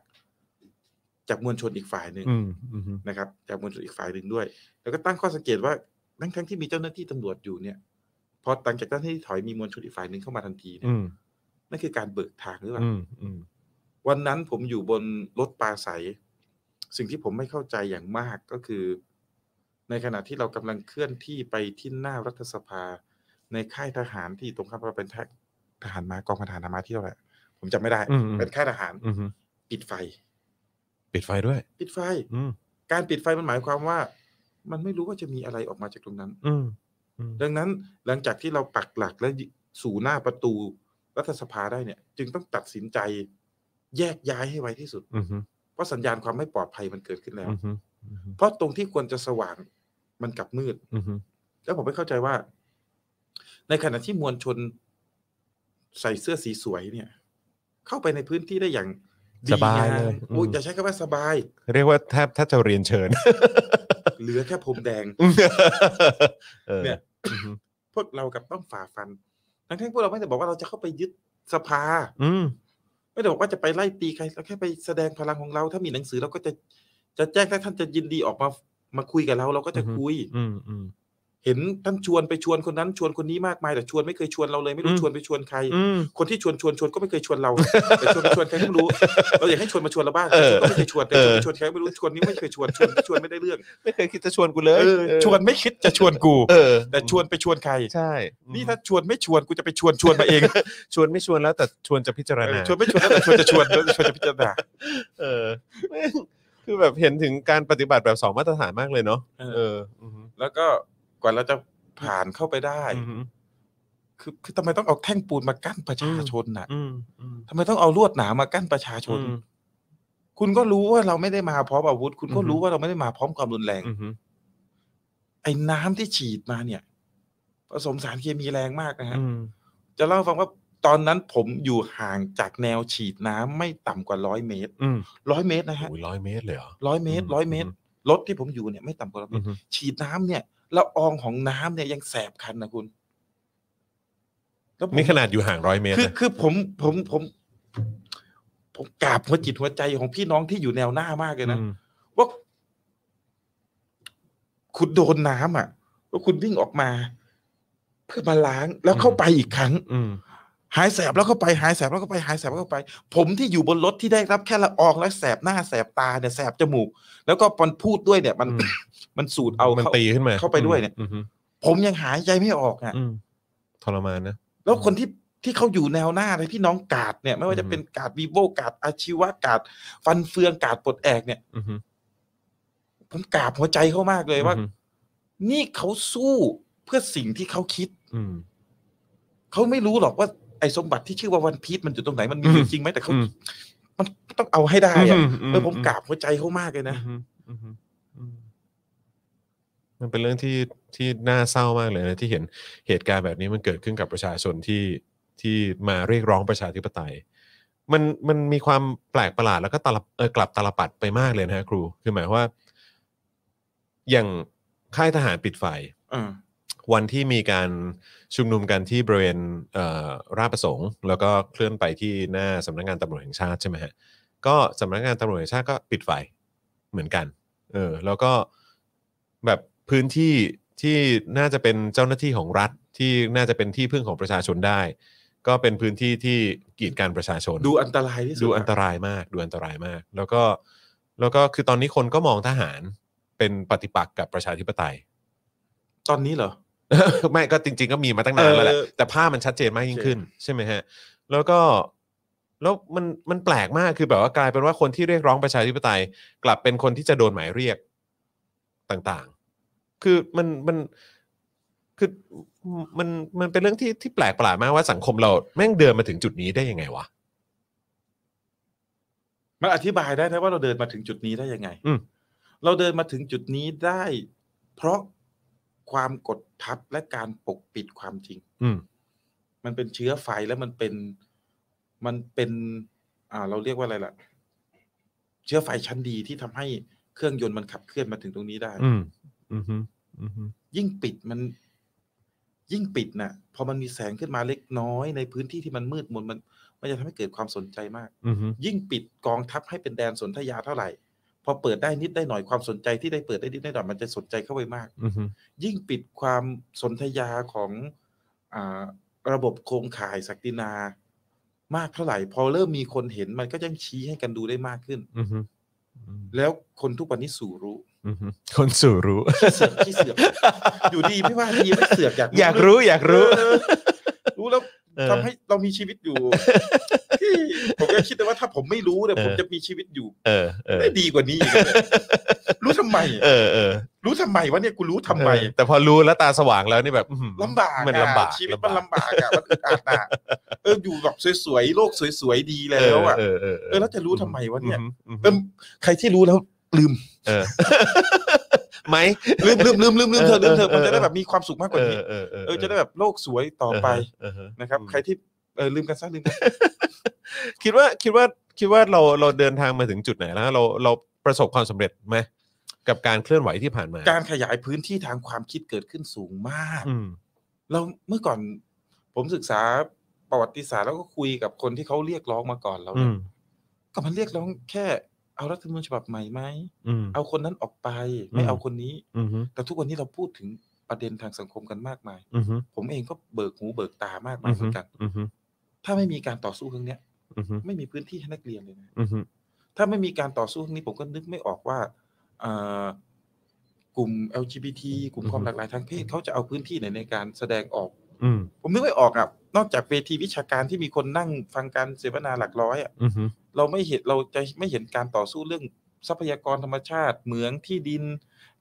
[SPEAKER 3] จากมวลชนอีกฝ่ายหนึ่ง
[SPEAKER 2] อืมอืม
[SPEAKER 3] นะครับ จากมวลชนอีกฝ่ายหนึ่งด้วย แล้วก็ตั้งข้อสังเกตว่าทั้งทั้งที่มีเจ้าหน้าที่ตำรวจอยู่เนี่ยพอหลังจากเจ้าหน้าที่ถอยมีมวลชนอีกฝ่ายหนึ่งเข้ามาทันทีเนี่ย
[SPEAKER 2] อืม
[SPEAKER 3] นั่นคือการเบิกทางหรือเปล่า
[SPEAKER 2] อืมอืม
[SPEAKER 3] วันนั้นผมอยู่บนรถปลาใส สิ่งที่ผมไม่เข้าใจอย่างมากก็คือ ในขณะที่เรากำลังเคลื่อนที่ไปที่หน้ารัฐสภา ในค่ายทหารที่อยู่ตรงข้ามเราเป็นแท็กทหารมากองพันทหารมาที่เท่าไหร่ผมจำไม่ได้
[SPEAKER 2] อืม
[SPEAKER 3] เป็นค่ายทหาร
[SPEAKER 2] อืม
[SPEAKER 3] ปิดไฟ
[SPEAKER 2] ปิดไฟด้วย
[SPEAKER 3] ปิดไฟ
[SPEAKER 2] อืม
[SPEAKER 3] การปิดไฟมันหมายความว่า มันไม่รู้ว่าจะมีอะไรออกมาจากตรงนั้น
[SPEAKER 2] อืม
[SPEAKER 3] ดังนั้นหลังจากที่เราปักหลักและสู่หน้าประตูรัฐสภาได้เนี่ย จึงต้องตัดสินใจแยกย้ายให้ไวที่สุด
[SPEAKER 2] อืม
[SPEAKER 3] เพราะสัญญาณความไม่ปลอดภัยมันเกิดขึ้นแล้ว
[SPEAKER 2] อืม
[SPEAKER 3] เพราะตรงที่ควรจะสว่างมันกลับมืด
[SPEAKER 2] อืม
[SPEAKER 3] แล้วผมไม่เข้าใจว่า ในขณะที่มวลชนใส่เสื้อสีสวยเนี่ย เข้าไปในพื้นที่ได้อย่างดี
[SPEAKER 2] สบาย
[SPEAKER 3] งม
[SPEAKER 2] เลย
[SPEAKER 3] โอ้ยจะใช้คำว่าสบาย
[SPEAKER 2] เรียกว่าแทบถ้าจะเรียนเชิญ
[SPEAKER 3] เหลือแค่พรมแดง
[SPEAKER 2] เออ
[SPEAKER 3] เนี่ยพวกเรากลับต้องฝ่าฟัน ทั้งที่พวกเราไม่ได้บอกว่าเราจะเข้าไปยึดสภา
[SPEAKER 2] อืม
[SPEAKER 3] ไม่ได้บอกว่าจะไปไล่ตีใครเราแค่ไปแสดงพลังของเรา ถ้ามีหนังสือเราก็จะจะแจ้งถ้าท่านจะยินดีออกมามาคุยกับเรา เราก็จะคุย
[SPEAKER 2] อืมอืม
[SPEAKER 3] เห็นท่านชวนไปชวนคนนั้นชวนคนนี้มากมายแต่ชวนไม่เคยชวนเราเลยไม่รู้
[SPEAKER 2] อืม
[SPEAKER 3] ชวนไปชวนใคร
[SPEAKER 2] อืม
[SPEAKER 3] คนที่ชวนชวนชวนก็ไม่เคยชวนเรา แต่ชวนไปชวนใครก็ไม่รู้เราอยากให้ชวนมาชวนเราบ้าง
[SPEAKER 2] เอ
[SPEAKER 3] แต่ช
[SPEAKER 2] อ
[SPEAKER 3] วนก็ไม่เคย
[SPEAKER 2] เออ
[SPEAKER 3] ชวนแต่ชวนไปชวนใครก็ไม่รู้ชวนนี้ไม่เคยชวนชวนชวนไม่ได้เรื่อง
[SPEAKER 2] ไม่เคยคิดจะชวนกูเลย
[SPEAKER 3] เออชวนไม่คิดจะชวนกู
[SPEAKER 2] เออ
[SPEAKER 3] แต่ชวนไปชวนใคร
[SPEAKER 2] ใช่
[SPEAKER 3] นี่ถ้าชวนไม่ชวนกูจะไปชวนชวนมาเอง
[SPEAKER 2] ชวนไม่ชวนแล้วแต่ชวนจะพิจาร
[SPEAKER 3] เอ
[SPEAKER 2] ณา
[SPEAKER 3] อชวนไม่ชวนแล้วแต่ชวนจะชวนแล้วชวนจะพิจารณา
[SPEAKER 2] เออแม่งคือแบบเห็นถึงการปฏิบัติแบบสองมาตรฐานมากเลยเนาะเอออืม
[SPEAKER 3] แล้วก็กว่าเราจะผ่านเข้าไปได้
[SPEAKER 2] อืม
[SPEAKER 3] คือคือทำไมต้องเอาแท่งปูนมากั้นประชาชนน่ะ
[SPEAKER 2] อืมอืม
[SPEAKER 3] ทำไมต้องเอาลวดหนามมากั้นประชาชน คุณก็รู้ว่าเราไม่ได้มาพร้อมอาวุธ คุณก็
[SPEAKER 2] อือฮึ
[SPEAKER 3] รู้ว่าเราไม่ได้มาพร้อมความรุนแรง
[SPEAKER 2] อืมอืม
[SPEAKER 3] ไอ้น้ำที่ฉีดมาเนี่ย ผสมสารเคมีแรงมากนะฮะ
[SPEAKER 2] อืม
[SPEAKER 3] จะเล่าให้ฟังว่าตอนนั้นผมอยู่ห่างจากแนวฉีดน้ำไม่ต่ำกว่าร้อยเมตร
[SPEAKER 2] อืม
[SPEAKER 3] ร้อยเมตรนะฮะ
[SPEAKER 2] โอ้ยร้อยเมตรเลยเหรอ
[SPEAKER 3] ร้อยเมตร
[SPEAKER 2] อื
[SPEAKER 3] ร้อยเมตรรถที่ผมอยู่เนี่ยไม่ต่ำกว่าร้อยเม
[SPEAKER 2] อื
[SPEAKER 3] ตร
[SPEAKER 2] ม
[SPEAKER 3] ฉีดน้ำเนี่ย ละอองของน้ำเนี่ยยังแสบคันนะคุณแล้วผม
[SPEAKER 2] นี่ขนาดอยู่ห่างร้อยเมตร
[SPEAKER 3] คือ
[SPEAKER 2] นะ
[SPEAKER 3] คือผมผมผม ผมกราบหัวจิตหัวใจของพี่น้องที่อยู่แนวหน้ามากเลยนะ
[SPEAKER 2] อืม
[SPEAKER 3] ว่าคุณโดนน้ำอ่ะว่าคุณวิ่งออกมา เพื่อมาล้างแล้วเข้าไปอีกครั้ง
[SPEAKER 2] อืม
[SPEAKER 3] หายแสบแล้วก็ไปหายแสบแล้วก็ไปหายแสบแล้วก็ไป ผมที่อยู่บนรถที่ได้รับแค่ละอองและแสบหน้าแสบตาเนี่ยแสบจมูก แล้วก็มันพูดด้วยเนี่ย มัน มันสูดเอา
[SPEAKER 2] มัน
[SPEAKER 3] เข้า
[SPEAKER 2] ตีขึ้นมา
[SPEAKER 3] เข้าไปด้วยเนี่ย
[SPEAKER 2] อืมอืม
[SPEAKER 3] ผมยังหายใจไม่ออกอ่ะ
[SPEAKER 2] อืมทรมานนะ
[SPEAKER 3] แล้วคนที่ที่เขาอยู่แนวหน้าเลยพี่น้องกาดเนี่ยไม่ว่า
[SPEAKER 2] อื
[SPEAKER 3] จะ
[SPEAKER 2] ม
[SPEAKER 3] เป็นกาดวีโวกาดอาชีวะกาดฟันเฟืองกาดปลดแอกเนี่ย
[SPEAKER 2] อืมอืม
[SPEAKER 3] ผมกราบหัวใจเขามากเลยว่า
[SPEAKER 2] อือฮึ
[SPEAKER 3] นี่เขาสู้เพื่อสิ่งที่เขาคิด
[SPEAKER 2] อืม
[SPEAKER 3] เขาไม่รู้หรอกว่าไอ้สมบัติที่ชื่อว่าวันพีชมันอยู่ตรงไหนมันมีอยู่จริงไหมแต่เขา
[SPEAKER 2] อืม
[SPEAKER 3] มันต้องเอาให้ได้อะ
[SPEAKER 2] อื
[SPEAKER 3] เออผมกราบหัวใจเขามากเลยนะ
[SPEAKER 2] อืมอืมอืมอืมมันเป็นเรื่องที่ที่น่าเศร้ามากเลยนะที่เห็นเหตุการณ์แบบนี้มันเกิดขึ้นกับประชาชนที่ที่มาเรียกร้องประชาธิปไตย มันมันมีความแปลกประหลาดแล้วก็ตลับเออกลับตลปัดไปมากเลยนะฮะครู คือหมายว่า อย่างค่ายทหารปิดไฟ
[SPEAKER 3] เออ
[SPEAKER 2] วันที่มีการชุมนุมกันที่บริเวณเอ่อราชประสงค์ แล้วก็เคลื่อนไปที่หน้าสำนักงานตำรวจแห่งชาติใช่ไหมฮะก็สำนักงานตำรวจแห่งชาติก็ปิดไฟเหมือนกันเออแล้วก็แบบพื้นที่ที่น่าจะเป็นเจ้าหน้าที่ของรัฐที่น่าจะเป็นที่พึ่งของประชาชนได้ ก็เป็นพื้นที่ที่กีดการประชาชน
[SPEAKER 3] ดูอันตรายที่สุด
[SPEAKER 2] ดูอันตรายมากดูอันตรายมาก แล้วก็แล้วก็คือตอนนี้คนก็มองทหารเป็นปฏิปักษ์กับประชาธิปไตย
[SPEAKER 3] ตอนนี้เหรอ
[SPEAKER 2] ไม่ก็จริง ๆ ก็มีมาตั้งนานแล้วแหละ
[SPEAKER 3] เออ
[SPEAKER 2] แต่ภาพมันชัดเจนมากยิ่งขึ้น ใช่ไหมฮะ แล้วก็แล้วมันมันแปลกมากคือแบบว่ากลายเป็นว่าคนที่เรียกร้องประชาธิปไตย กลับเป็นคนที่จะโดนหมายเรียกต่างๆ คือมันมันคือมันมันเป็นเรื่องที่ที่แปลกประหลาดมากว่าสังคมเราแม่งเดินมาถึงจุดนี้ได้ยังไงวะ
[SPEAKER 3] มันอธิบายได้นะว่าเราเดินมาถึงจุดนี้ได้ยังไง
[SPEAKER 2] อืม
[SPEAKER 3] เราเดินมาถึงจุดนี้ได้ เพราะความกดทับและการปกปิดความจริง
[SPEAKER 2] อืม
[SPEAKER 3] มันเป็นเชื้อไฟแล้วมันเป็นมันเป็น อ่า เราเรียกว่าอะไรล่ะ เชื้อไฟชั้นดีที่ทำให้เครื่องยนต์มันขับเคลื่อนมาถึงตรงนี้ได้
[SPEAKER 2] อืมอืมฮึอืมฮึ
[SPEAKER 3] ยิ่งปิดมัน ยิ่งปิดน่ะ พอมันมีแสงขึ้นมาเล็กน้อยในพื้นที่ที่มันมืดมนมันมันจะทำให้เกิดความสนใจมาก
[SPEAKER 2] อืมฮึ
[SPEAKER 3] ยิ่งปิดกองทัพให้เป็นแดนสนธยาเท่าไหร่ พอเปิดได้นิดได้หน่อยความสนใจที่ได้เปิดได้นิดได้หน่อยมันจะสนใจเข้าไปมาก
[SPEAKER 2] อืมฮึ
[SPEAKER 3] ยิ่งปิดความสนธยาของอาระบบโครงข่ายศักดินามากเท่าไหร่ พอเริ่มมีคนเห็นมันก็ยังชี้ให้กันดูได้มากขึ้น
[SPEAKER 2] อืมฮึ
[SPEAKER 3] แล้วคนทุกวันนี้สู่รู้
[SPEAKER 2] อืมฮึคนสู่รู้
[SPEAKER 3] ขี้เสือกขี้เสือกอยู่ดีไม่ว่าดีไม่เสือกอย
[SPEAKER 2] อาย
[SPEAKER 3] าก ก
[SPEAKER 2] รู้อยากรู้
[SPEAKER 3] เออรู้แล้ว
[SPEAKER 2] เออ
[SPEAKER 3] ทำให้เรามีชีวิตอยู่ ที่ผมก็คิดนะว่าถ้าผมไม่รู้เนี่ย
[SPEAKER 2] เออ
[SPEAKER 3] ผมจะมีชีวิตอยู่
[SPEAKER 2] เออเออ
[SPEAKER 3] ได้ดีกว่านี้อีกนะรู้ทำไม
[SPEAKER 2] เออเออ
[SPEAKER 3] รู้ทำไมวะเนี่ยกูรู้ทำไม
[SPEAKER 2] เออแต่พอรู้แล้วตาสว่างแล้วนี่แบบอื้อหือ
[SPEAKER 3] ลำบาก
[SPEAKER 2] มัน
[SPEAKER 3] อะ
[SPEAKER 2] ลำบาก
[SPEAKER 3] ชีวิตมันลำบากอ่ะมันอึดอัดอ่ะเอออยู่แบบสวยๆโลกสวยๆดี
[SPEAKER 2] เอ
[SPEAKER 3] แล้ว
[SPEAKER 2] อ
[SPEAKER 3] อ่ะ
[SPEAKER 2] เออเออ
[SPEAKER 3] เออแล้วจะรู้ทำไมวะเนี่ย
[SPEAKER 2] อืม
[SPEAKER 3] เออใครที่รู้แล้วลืม
[SPEAKER 2] เออไหม
[SPEAKER 3] ลืมลืมลืมลืมลืมเธอลืมเธอมันจะได้แบบมีความสุขมากก
[SPEAKER 2] เอ
[SPEAKER 3] ว่า
[SPEAKER 2] อ
[SPEAKER 3] นี้
[SPEAKER 2] เออ
[SPEAKER 3] เออจะได้แบบโลกสวยต่อไป
[SPEAKER 2] เออเออ
[SPEAKER 3] นะครับ ใครที่เออลืมกันซะลืมกันซะ
[SPEAKER 2] คิดว่าคิดว่าคิดว่าเราเราเดินทางมาถึงจุดไหนแล้ว เราเราประสบความสำเร็จไหมกับการเคลื่อนไหวที่ผ่านมา
[SPEAKER 3] การขยายพื้นที่ทางความคิดเกิดขึ้นสูงมาก
[SPEAKER 2] อืม
[SPEAKER 3] เราเมื่อก่อนผมศึกษาประวัติศาสตร์แล้วก็คุยกับคนที่เขาเรียกร้องมาก่อนเรา
[SPEAKER 2] อื
[SPEAKER 3] เนี่ย
[SPEAKER 2] ม
[SPEAKER 3] ก็มันเรียกร้องแค่ เอารัฐธรรมนูญฉบับใหม่ไหม
[SPEAKER 2] อืม
[SPEAKER 3] เอาคนนั้นออกไปไม่เอา
[SPEAKER 2] อืม
[SPEAKER 3] คนนี้
[SPEAKER 2] อืมฮึ
[SPEAKER 3] แต่ทุกวันนี้เราพูดถึงประเด็นทางสังคมกันมากมาย
[SPEAKER 2] อืมฮึ
[SPEAKER 3] ผมเองก็เบิกหูเบิกตามากมา
[SPEAKER 2] อื
[SPEAKER 3] ย
[SPEAKER 2] ม
[SPEAKER 3] เหมื
[SPEAKER 2] ฮึ
[SPEAKER 3] อนกัน
[SPEAKER 2] อืมฮึ
[SPEAKER 3] ถ้าไม่มีการต่อสู้ครั้งเนี้ย
[SPEAKER 2] อืมฮึ
[SPEAKER 3] ไม่มีพื้นที่ให้นักเรียนเลยนะ
[SPEAKER 2] อืมฮึ
[SPEAKER 3] ถ้าไม่มีการต่อสู้ครั้งนี้ผมก็นึกไม่ออกว่าเอ่อกลุ่ม LGBT กลุ่มความหลากหลายทางเพศเขาจะเอาพื้นที่ไหนในการแสดงออก
[SPEAKER 2] อืม
[SPEAKER 3] ผมนึกไม่ออกอ่ะนอกจากเวทีวิชาการที่มีคนนั่งฟังการเสวนาหลักร้อยอ่ะ
[SPEAKER 2] อืมฮึ
[SPEAKER 3] เราไม่เห็นเราจะไม่เห็นการต่อสู้เรื่องทรัพยากรธรรมชาติเหมืองที่ดิน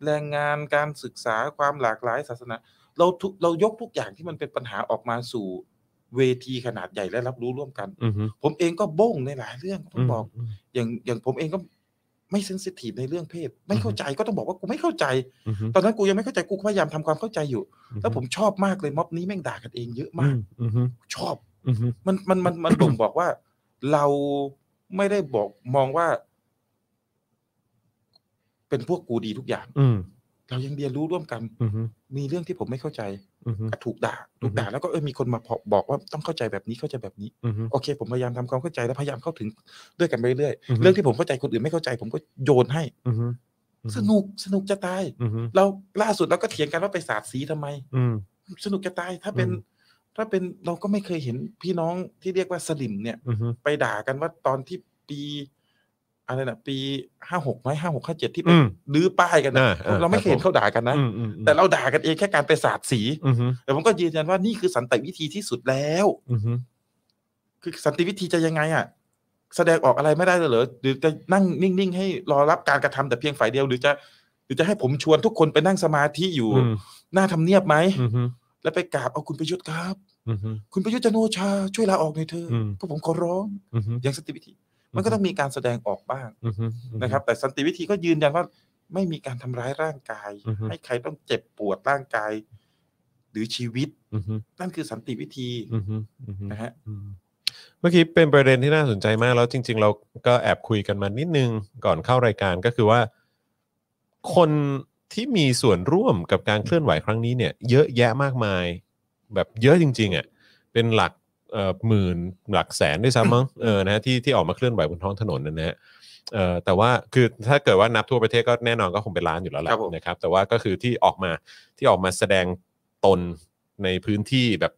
[SPEAKER 3] แรงงานการศึกษาความหลากหลายศาสนา เราทุกเรายกทุกอย่างที่มันเป็นปัญหาออกมาสู่เวทีขนาดใหญ่และรับรู้ร่วมกัน
[SPEAKER 2] อืมฮึ
[SPEAKER 3] ผมเองก็บ้งในหลายเรื่องต้องบอก
[SPEAKER 2] ม
[SPEAKER 3] อย่างอย่างผมเองก็ไม่เซนซิทีฟในเรื่องเพศ ไม่เข้าใจก็ต้องบอกว่ากูไม่เข้าใจ
[SPEAKER 2] อืมฮึ
[SPEAKER 3] ตอนนั้นกูยังไม่เข้าใจกูก็พยายามทำความเข้าใจอยู่
[SPEAKER 2] อืฮึ
[SPEAKER 3] แล้วผมชอบมากเลยม็อบนี้แม่งด่ากันเองเยอะ
[SPEAKER 2] อื
[SPEAKER 3] มาก
[SPEAKER 2] มอืมฮึ
[SPEAKER 3] ชอบ
[SPEAKER 2] อืมฮึ
[SPEAKER 3] มันมันมัน มัน บ่งบอกว่า เราไม่ได้บอกมองว่า เป็นพวกกูดีทุกอย่าง
[SPEAKER 2] อืม
[SPEAKER 3] เรายังเรียนรู้ร่วมกัน
[SPEAKER 2] อือฮึ
[SPEAKER 3] มีเรื่องที่ผมไม่เข้าใจ
[SPEAKER 2] อือฮึ
[SPEAKER 3] ก็ถูกด่าถูกด่าแล้วก็เออมีคนมาบอกว่าต้องเข้าใจแบบนี้เข้าใจแบบนี้
[SPEAKER 2] อือฮึ
[SPEAKER 3] โอเค ผมพยายามทำความเข้าใจและพยายามเข้าถึงด้วยกันไปเรื่อย
[SPEAKER 2] อือฮึ
[SPEAKER 3] ๆเรื่องที่ผมเข้าใจคนอื่นไม่เข้าใจ ผมก็โยนให้
[SPEAKER 2] อือฮึอือฮึ
[SPEAKER 3] สนุกสนุกจะตาย
[SPEAKER 2] อือฮึ
[SPEAKER 3] เราล่าสุดเราก็เถียงกันว่าไปสาดสีทำไม
[SPEAKER 2] อืม
[SPEAKER 3] สนุกจะตายถ้าเป็น
[SPEAKER 2] อืม
[SPEAKER 3] ถ้าเป็นเราก็ไม่เคยเห็นพี่น้องที่เรียกว่าสลิมเนี่ย
[SPEAKER 2] อือฮึ
[SPEAKER 3] ไปด่ากันว่าตอนที่ปีอะไรนะปีห้าหกไหมห้าหกห้าเจ็ดที่ไป
[SPEAKER 2] อืม
[SPEAKER 3] รื้อป้ายกันนะ
[SPEAKER 2] อ่าอ่า
[SPEAKER 3] เราไม่เคยเห็น
[SPEAKER 2] ครับผม
[SPEAKER 3] เขาด่ากันนะ
[SPEAKER 2] อืมอืม
[SPEAKER 3] แต่เราด่ากันเองแค่การไปสาดสี
[SPEAKER 2] อือฮึ
[SPEAKER 3] แต่ผมก็ยืนยันว่านี่คือสันติวิธีที่สุดแล้ว
[SPEAKER 2] อือฮึ
[SPEAKER 3] คือสันติวิธีจะยังไงอ่ะ แสดงออกอะไรไม่ได้เลยเหรอหรือจะนั่งนิ่งๆ ให้รอรับการกระทำแต่เพียงฝ่ายเดียวหรือจะ หรือจะให้ผมชวนทุกคนไปนั่งสมาธิอยู่
[SPEAKER 2] อืม
[SPEAKER 3] หน้าทำเนียบไหม
[SPEAKER 2] อือฮึ
[SPEAKER 3] แล้วไปกราบเอาคุณประยุทธ์ครับ
[SPEAKER 2] อือฮึ
[SPEAKER 3] คุณประยุทธ์จันทร์โอชาช่วยลาออกหน่อยเถอะ
[SPEAKER 2] อืม
[SPEAKER 3] พวกผมขอร้อง
[SPEAKER 2] อือฮึ
[SPEAKER 3] อย่างสันติวิธี มันก็ต้องมีการแสดงออกบ้าง
[SPEAKER 2] อือฮึ
[SPEAKER 3] นะครับ แต่สันติวิธีก็ยืนยันว่าไม่มีการทำร้ายร่างกาย ให้ใครต้องเจ็บปวดร่างกาย หรือชีวิต
[SPEAKER 2] อือฮึ
[SPEAKER 3] นั่นคือสันติวิธี
[SPEAKER 2] อือฮึอือฮึ
[SPEAKER 3] นะฮะ
[SPEAKER 2] อืมเมื่อกี้เป็นประเด็นที่น่าสนใจมากแล้วจริง ๆ เราก็แอบคุยกันมานิดนึงก่อนเข้ารายการก็คือว่า คนที่มีส่วนร่วมกับการเคลื่อนไหวครั้งนี้เนี่ย เยอะแยะมากมาย แบบเยอะจริง ๆอ่ะเป็นหลักเอ่อหมื่นหลักแสนด้วยซ้ำมั้ งเออนะฮะที่ที่ออกมาเคลื่อนไหวบนท้องถนนนั่นนะฮะเอ่อแต่ว่าคือถ้าเกิดว่านับทั่วประเทศก็แน่นอนก็คงเป็นล้านอยู่แล้วแหละ
[SPEAKER 3] ครับผม
[SPEAKER 2] นะครับ แต่ว่าก็คือที่ออกมา ที่ออกมาแสดงตนในพื้นที่แบบ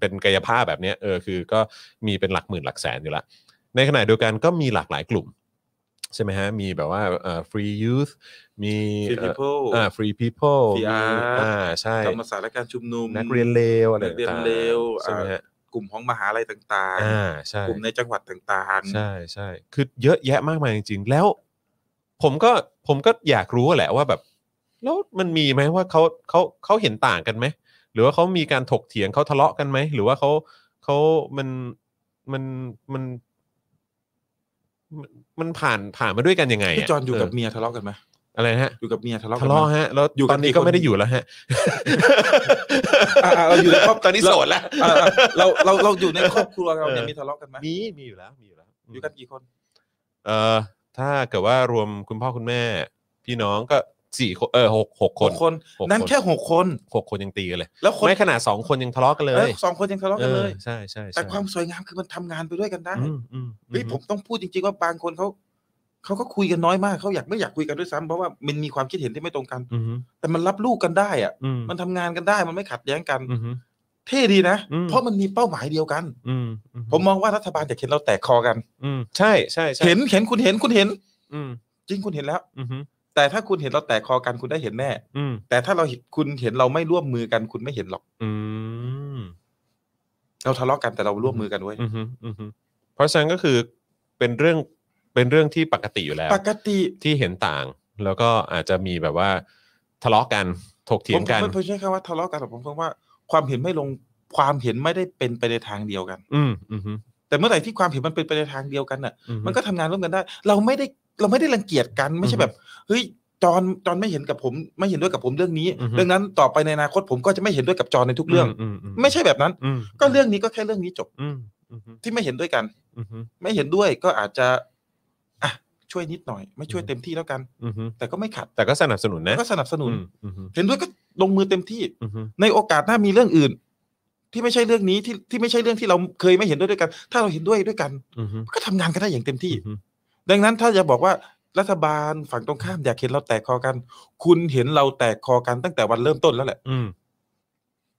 [SPEAKER 2] เป็นกายภาพแบบเนี้ยเออคือก็มีเป็นหลักหมื่นหลักแสนอยู่ละ ในขณะเดียวกันก็มีหลากหลายกลุ่ม ใช่ไหมฮะ มีแบบว่าเอ่อ free youth มี
[SPEAKER 3] ฟิลิปโป
[SPEAKER 2] เอ่อ free people
[SPEAKER 3] มี PR
[SPEAKER 2] อ่าใช่
[SPEAKER 3] ธรรมศาสตร์และการชุมนุม
[SPEAKER 2] นักเรียนเลวอะไร
[SPEAKER 3] นักเรียน
[SPEAKER 2] ต่างๆ
[SPEAKER 3] เลว
[SPEAKER 2] ใช่ไหมฮะ
[SPEAKER 3] กลุ่มของมหาลัยต่าง
[SPEAKER 2] อ่าใช่
[SPEAKER 3] ๆ กลุ่มในจังหวัดต่าง
[SPEAKER 2] ใช่ใช่คือเยอะแยะมากมายจริงๆ แล้ว ผมก็ผมก็อยากรู้แหละว่าแบบ แล้วมันมีไหมว่าเขาเขาเขาเห็นต่างกันไหม หรือว่าเขามีการถกเถียงเขาทะเลาะกันไหม หรือว่าเขาเขามันมันมัน มันผ่านผ่านมาด้วยกันยังไง
[SPEAKER 3] ๆพี่จอนอยู่กับ
[SPEAKER 2] เ
[SPEAKER 3] เมียทะเลาะกันไหม
[SPEAKER 2] อะไรนะฮะ
[SPEAKER 3] อยู่กับเมียทะเลาะกั
[SPEAKER 2] ทะ
[SPEAKER 3] นไหม
[SPEAKER 2] เลาะฮะ แล้ว
[SPEAKER 3] อยู่กั
[SPEAKER 2] ตอน
[SPEAKER 3] บ
[SPEAKER 2] นี้ก็
[SPEAKER 3] กี่คน
[SPEAKER 2] ไม่ได้อยู่แล้วฮะ
[SPEAKER 3] อ่าๆเราอยู่ในครอบ
[SPEAKER 2] ตอนนี้
[SPEAKER 3] เรา
[SPEAKER 2] โสดแล้ว
[SPEAKER 3] อ่าๆเราเราเราอยู่ในครอบครัวเราเนี่ยมีทะเลาะกันไหม
[SPEAKER 2] มีมีอยู่แล้วมีอยู่แล้ว
[SPEAKER 3] อยู่กันกี่คน
[SPEAKER 2] เอ่อถ้าเกิดว่ารวมคุณพ่อคุณแม่ พี่น้องก็สี่คนเออหกหกคน
[SPEAKER 3] คน
[SPEAKER 2] หก
[SPEAKER 3] นั่น
[SPEAKER 2] คน
[SPEAKER 3] แค่หกคน
[SPEAKER 2] หกคนยังตีกันเลย
[SPEAKER 3] แล้วคน
[SPEAKER 2] ไม่ขนาดสองคนยังทะเลาะกันเล
[SPEAKER 3] เอ้
[SPEAKER 2] ย
[SPEAKER 3] ยสองคนยังทะเลาะกันเลย
[SPEAKER 2] ออใช่ใช่ใช่
[SPEAKER 3] แต่ความสวยงามคือมันทำงานไปด้วยกันได้
[SPEAKER 2] อืมอืม
[SPEAKER 3] เฮ้ยผมต้องพูดจริงๆว่าบางคนเขาเขาก็คุยกันน้อยมากเขาอยากไม่อยากคุยกันด้วยซ้ำเพราะว่ามันมีความคิดเห็นที่ไม่ตรงกัน
[SPEAKER 2] อืม
[SPEAKER 3] แต่มันรับลูกกันได้อะ
[SPEAKER 2] อืม
[SPEAKER 3] มันทำงานกันได้มันไม่ขัดแย้งกัน
[SPEAKER 2] อืม
[SPEAKER 3] เท่ดีนะ
[SPEAKER 2] อืม
[SPEAKER 3] เพราะมันมีเป้าหมายเดียวกัน
[SPEAKER 2] อืม
[SPEAKER 3] ผมมองว่ารัฐบาลอยากเห็นเราแตกคอกัน
[SPEAKER 2] อืมใช่ใช่ใช่
[SPEAKER 3] เห็นเห็นคุณเห็นคุณเห็น
[SPEAKER 2] อืม
[SPEAKER 3] จริงคุณเห็นแล้ว
[SPEAKER 2] อืม
[SPEAKER 3] แต่ถ้าคุณเห็นเราแตกคอกันคุณได้เห็นแน่
[SPEAKER 2] อืม
[SPEAKER 3] แต่ถ้าเราเห็นคุณเห็นเราไม่ร่วมมือกันคุณไม่เห็นหรอก
[SPEAKER 2] อืม
[SPEAKER 3] เราทะเลาะกันแต่เราร่วมมือกันเว้ย
[SPEAKER 2] อืมอืมเพราะฉะนั้นก็คือเป็นเรื่องเป็นเรื่องที่ปกติอยู่แล้ว
[SPEAKER 3] ปกติ
[SPEAKER 2] ที่เห็นต่าง แล้วก็อาจจะมีแบบว่าทะเลาะกันถกเถี
[SPEAKER 3] ผ
[SPEAKER 2] ย
[SPEAKER 3] ม
[SPEAKER 2] งกัน
[SPEAKER 3] ไม่ผมใช้คำว่าทะเลาะกันหรอกผมเพิ่งว่าความเห็นไม่ลงความเห็นไม่ได้เป็นไปในทางเดียวกัน
[SPEAKER 2] อืมอืมอืม
[SPEAKER 3] แต่เมื่อไหร่ที่ความเห็นมันเป็นไปในทางเดียวกันน่ะ
[SPEAKER 2] อื
[SPEAKER 3] มันก็ทำงานร่วมกันได้ เราไม่ได้เราไม่ได้รังเกียจกันไม่ใช่แบบเฮ้ยจอนจอนไม่เห็นกับผม ไม่เห็นด้วยกับผมเรื่องนี้
[SPEAKER 2] อือฮึ
[SPEAKER 3] ดังนั้นต่อไปในอนาคตผมก็จะไม่เห็นด้วยกับจอนในทุกเรื่อง
[SPEAKER 2] มอื
[SPEAKER 3] ไม่ใช่แบบนั้น
[SPEAKER 2] อืม
[SPEAKER 3] ก็เรื่องนี้ก็แค่เรื่องนี้จบ
[SPEAKER 2] อืมอืมอืม
[SPEAKER 3] ที่ไม่เห็นด้วยกัน
[SPEAKER 2] อืม
[SPEAKER 3] ไม่เห็นด้วยก็อาจจะอ่ะช่วยนิดหน่อย ไม่ช่วย
[SPEAKER 2] อือฮึ
[SPEAKER 3] เต็มที่แล้วกัน
[SPEAKER 2] อืม
[SPEAKER 3] แต่ก็ไม่ขัด
[SPEAKER 2] แต่ก็สนับสนุนนะ
[SPEAKER 3] ก็สนับสนุน
[SPEAKER 2] อืมอืม
[SPEAKER 3] เห็นด้วยก็ลงมือเต็มที่
[SPEAKER 2] อืม
[SPEAKER 3] ในโอกาสหน้ามีเรื่องอื่น ที่ไม่ใช่เรื่องนี้ที่ที่ไม่ใช่เรื่องที่เราเคยไม่เห็นด้วยด้วยกัน ถ้าเราเห็นด้วยด้วยกัน
[SPEAKER 2] อืม
[SPEAKER 3] ก็ทำงานกันได้อย่างเต็มที่
[SPEAKER 2] อืม
[SPEAKER 3] ดังนั้นถ้าจะบอกว่ารัฐบาลฝั่งตรงข้ามอยากเห็นเราแตกคอกัน คุณเห็นเราแตกคอกันตั้งแต่วันเริ่มต้นแล้วแหละ
[SPEAKER 2] อืม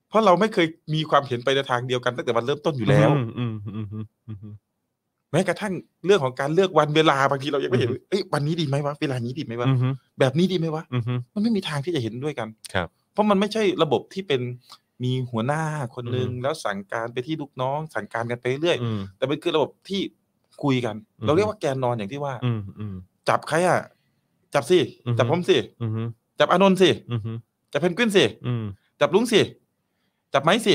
[SPEAKER 3] เพราะเราไม่เคยมีความเห็นไปในทางเดียวกันตั้งแต่วันเริ่มต้นอยู่แล้ว
[SPEAKER 2] อืมอืมอืมอืม
[SPEAKER 3] แม้กระทั่งเรื่องของการเลือกวันเวลาบางทีเรายังไม่เห็น
[SPEAKER 2] อืม
[SPEAKER 3] เอ้ยวันนี้ดีไหมวะเวลานี้ดีไหมวะ
[SPEAKER 2] อืม
[SPEAKER 3] แบบนี้ดีไหมวะ
[SPEAKER 2] อืม
[SPEAKER 3] มันไม่มีทางที่จะเห็นด้วยกัน
[SPEAKER 2] ครับ
[SPEAKER 3] เพราะมันไม่ใช่ระบบที่เป็นมีหัวหน้าคนหนึ่ง
[SPEAKER 2] อืม
[SPEAKER 3] แล้วสั่งการไปที่ลูกน้อง สั่งการกันไปเรื่อย
[SPEAKER 2] อืม
[SPEAKER 3] แต่มันคือระบบที่คุยกัน
[SPEAKER 2] อืม
[SPEAKER 3] เราเรียกว่าแกนนอนอย่างที่ว่า
[SPEAKER 2] อืมอืม
[SPEAKER 3] จับใครอ่ะ จับสิ
[SPEAKER 2] อือฮึ
[SPEAKER 3] จับผมสิ
[SPEAKER 2] อืม
[SPEAKER 3] จับอานนท์สิ
[SPEAKER 2] อืมอืม
[SPEAKER 3] จับเพนกวินสิ
[SPEAKER 2] อืม
[SPEAKER 3] จับลุงสิจับไม้สิ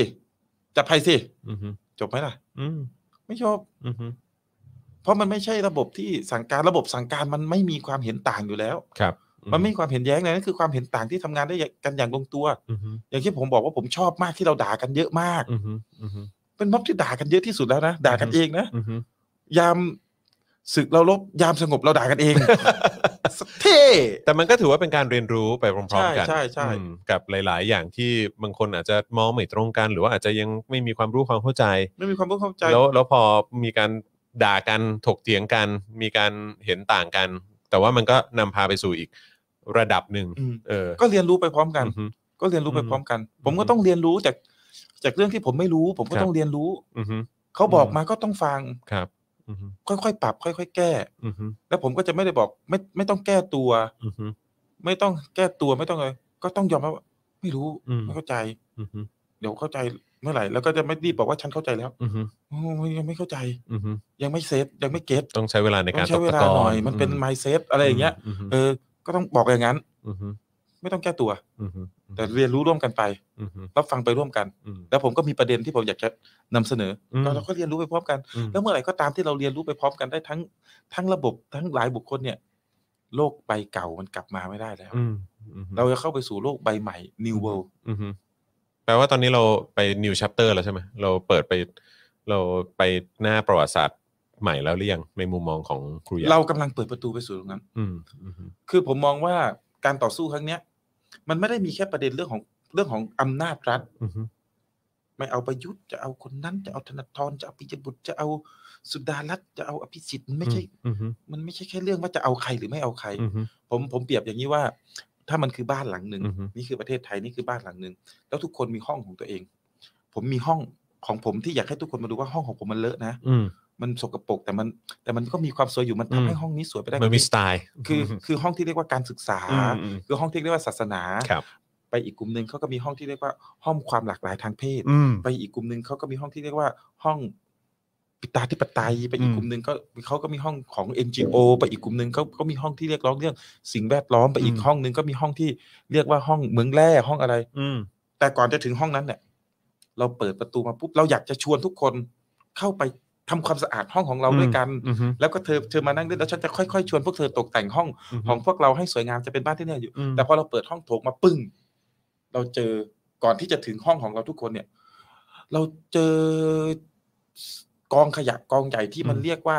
[SPEAKER 3] จับไผ่สิ
[SPEAKER 2] อืม
[SPEAKER 3] จบไหมล่ะ
[SPEAKER 2] อืม
[SPEAKER 3] ไม่ชอบ
[SPEAKER 2] อืม
[SPEAKER 3] เพราะมันไม่ใช่ระบบที่สั่งการระบบสั่งการมันไม่มีความเห็นต่างอยู่แล้ว
[SPEAKER 2] ครับ
[SPEAKER 3] มันไม่มีความเห็นแย้งเลยนั่นคือความเห็นต่างที่ทำงานได้กันอย่างลงตัว
[SPEAKER 2] อืมอืม
[SPEAKER 3] อย่างที่ผมบอกว่าผมชอบมากที่เราด่ากันเยอะมาก
[SPEAKER 2] อืมอืม
[SPEAKER 3] เป็นม็อบที่ด่ากันเยอะที่สุดแล้วนะด่ากันเองนะ
[SPEAKER 2] อืม
[SPEAKER 3] ยาม ศึกเราลบยามสงบเราด่ากันเอง สักเท่
[SPEAKER 2] แต่มันก็ถือว่าเป็นการเรียนรู้ไปพร้อมๆกัน
[SPEAKER 3] ใช่ใช่ใช่
[SPEAKER 2] อืมกับหลาย ๆ อย่างที่บางคนอาจจะมองไม่ตรงกัน หรือว่าอาจจะยังไม่มีความรู้ความเข้าใจ
[SPEAKER 3] ไม่มีความรู้เข้าใจ
[SPEAKER 2] แล้วแล้วพอมีการด่ากันถกเถียงกัน มีการเห็นต่างกัน แต่ว่ามันก็นำพาไปสู่อีกระดับหนึ่ง
[SPEAKER 3] อืม
[SPEAKER 2] เออ
[SPEAKER 3] ก็เรียนรู้ไปพร้อมกัน
[SPEAKER 2] อือฮึ
[SPEAKER 3] ก็เรียนรู้ไป
[SPEAKER 2] อืม
[SPEAKER 3] พร้อมกัน
[SPEAKER 2] ม
[SPEAKER 3] ผมก็ต้องเรียนรู้จากจากเรื่องที่ผมไม่รู้ ผมก็
[SPEAKER 2] ครับ
[SPEAKER 3] ต้องเรียนรู้
[SPEAKER 2] อือฮึ
[SPEAKER 3] เขาบอก
[SPEAKER 2] อืม
[SPEAKER 3] มาก็ต้องฟัง
[SPEAKER 2] ครับอือฮึ
[SPEAKER 3] ค่อยๆปรับ ค่อยๆแก้
[SPEAKER 2] อือฮึ
[SPEAKER 3] แล้วผมก็จะไม่ได้บอกไม่ไม่ต้องแก้ตัว
[SPEAKER 2] อือฮึ
[SPEAKER 3] ไม่ต้องแก้ตัวไม่ต้องอะไรก็ต้องยอมรับว่าไม่รู้
[SPEAKER 2] อืม
[SPEAKER 3] ไม่เข้าใจ
[SPEAKER 2] อือฮึ
[SPEAKER 3] เดี๋ยวเข้าใจเมื่อไหร่แล้วก็จะไม่รีบบอกว่าฉันเข้าใจแล้ว
[SPEAKER 2] อือฮึ
[SPEAKER 3] โอ้ยยังไม่เข้าใจ
[SPEAKER 2] อือฮึ
[SPEAKER 3] ยังไม่เซฟยังไม่เก็ต
[SPEAKER 2] ต้องใช้เวลาใน
[SPEAKER 3] ต้
[SPEAKER 2] การ
[SPEAKER 3] อ
[SPEAKER 2] ง
[SPEAKER 3] ใช้เวลา
[SPEAKER 2] ตกตะก
[SPEAKER 3] หน่อยมันเป็นไมเซฟอะไรอย่างเงี้ย
[SPEAKER 2] ฮึ
[SPEAKER 3] เออ ก็ต้องบอกอย่างนั้น
[SPEAKER 2] อือฮึ
[SPEAKER 3] ไม่ต้องแก้ตัว
[SPEAKER 2] อือฮึ
[SPEAKER 3] แต่เรียนรู้ร่วมกันไป
[SPEAKER 2] อือฮึ
[SPEAKER 3] รับฟังไปร่วมกัน
[SPEAKER 2] อืม
[SPEAKER 3] แล้วผมก็มีประเด็นที่ผมอยากจะนำเสนออ
[SPEAKER 2] ม
[SPEAKER 3] เราก็เรียนรู้ไปพร้อมกัน
[SPEAKER 2] อืม
[SPEAKER 3] แล้วเมื่อไหร่ก็ตามที่เราเรียนรู้ไปพร้อมกันได้ทั้งทั้งระบบทั้งหลายบุคคลเนี่ย โลกใบเก่ามันกลับมาไม่ได้แล้ว
[SPEAKER 2] อืมอือฮึ
[SPEAKER 3] เราจะเข้าไปสู่โลกใบใหม่ new world
[SPEAKER 2] อือฮึแปลว่าตอนนี้เราไป new chapter แล้วใช่ไหมเราเปิดไป เราไปหน้าประวัติศาสตร์ใหม่แล้วหรือยังในมุมมองของครูใหญ่
[SPEAKER 3] เรากำลังเปิดประตูไปสู่ตรงนั้น
[SPEAKER 2] อืมอือฮึ
[SPEAKER 3] คือผมมองว่าการต่อสู้ครั้งเนี้ย มันไม่ได้มีแค่ประเด็นเรื่องของเรื่องของอำนาจรัฐ
[SPEAKER 2] อือฮึ
[SPEAKER 3] ไม่เอาประยุทธ์จะเอาคนนั้นจะเอาธนาธรจะเอาปิยบุตรจะเอาสุดารัตน์จะเอาอภิสิทธิ์มันไม่ใช่
[SPEAKER 2] อือฮึ
[SPEAKER 3] มันไม่ใช่แค่เรื่องว่าจะเอาใครหรือไม่เอาใคร
[SPEAKER 2] อือฮึ
[SPEAKER 3] ผมผมเปรียบอย่างนี้ว่า ถ้ามันคือบ้านหลังหนึ่ง
[SPEAKER 2] อือฮึ
[SPEAKER 3] นี่คือประเทศไทยนี่คือบ้านหลังหนึ่งแล้วทุกคนมีห้องของตัวเอง ผมมีห้องของผมที่อยากให้ทุกคนมาดูว่าห้องของผมมันเลอะนะ
[SPEAKER 2] อืม
[SPEAKER 3] มันสกปรกแต่มัน แต่มันก็มีความสวยอยู่มัน
[SPEAKER 2] อื
[SPEAKER 3] ทำ
[SPEAKER 2] ม
[SPEAKER 3] ให้ห้องนี้สวยไปได้
[SPEAKER 2] มันมี
[SPEAKER 3] กว่า
[SPEAKER 2] สไตล์
[SPEAKER 3] คือคือห้องที่เรียกว่าการศึกษา
[SPEAKER 2] อืมอืม
[SPEAKER 3] คือห้องที่เรียกว่าศาสนา
[SPEAKER 2] ครับ
[SPEAKER 3] ไปอีกกลุ่มหนึ่งเขาก็มีห้องที่เรียกว่าห้องความหลากหลายทางเพศ
[SPEAKER 2] อืม
[SPEAKER 3] ไปอีกกลุ่มหนึ่งเขาก็มีห้องที่เรียกว่าห้องปิตาธิปไตย ไปอี
[SPEAKER 2] อื
[SPEAKER 3] ก
[SPEAKER 2] ม
[SPEAKER 3] กลุ่มหนึ่งก็เขาก็มีห้องของ NGO ไปอีกกลุ่มหนึ่งเขาก็มีห้องที่เรียกร้องเรื่องสิ่งแวดล้อมไปอีก
[SPEAKER 2] อืม
[SPEAKER 3] ห้องหนึ่งก็มีห้องที่เรียกว่าห้องเมืองแร่ห้องอะไร
[SPEAKER 2] อืม
[SPEAKER 3] แต่ก่อนจะถึงห้องนั้นเนี่ยเราเปิดประตูมาปุ๊บเราอยากจะชวนทุกคนเข้าไปทำความสะอาดห้องของเราด้วยกัน
[SPEAKER 2] อือฮึ
[SPEAKER 3] แล้วก็เธอเธอมานั่งเล่นแล้วฉันจะค่อยๆชวนพวกเธอตกแต่งห้อง
[SPEAKER 2] ฮึ
[SPEAKER 3] ของพวกเราให้สวยงามจะเป็นบ้านที่เนี่ยอยู่
[SPEAKER 2] ม
[SPEAKER 3] แต่พอเราเปิดห้องโถงมาปึ้ง เราเจอก่อนที่จะถึงห้องของเราทุกคนเนี่ย เราเจอกองขยะกองใหญ่ที่มันเรียกว่า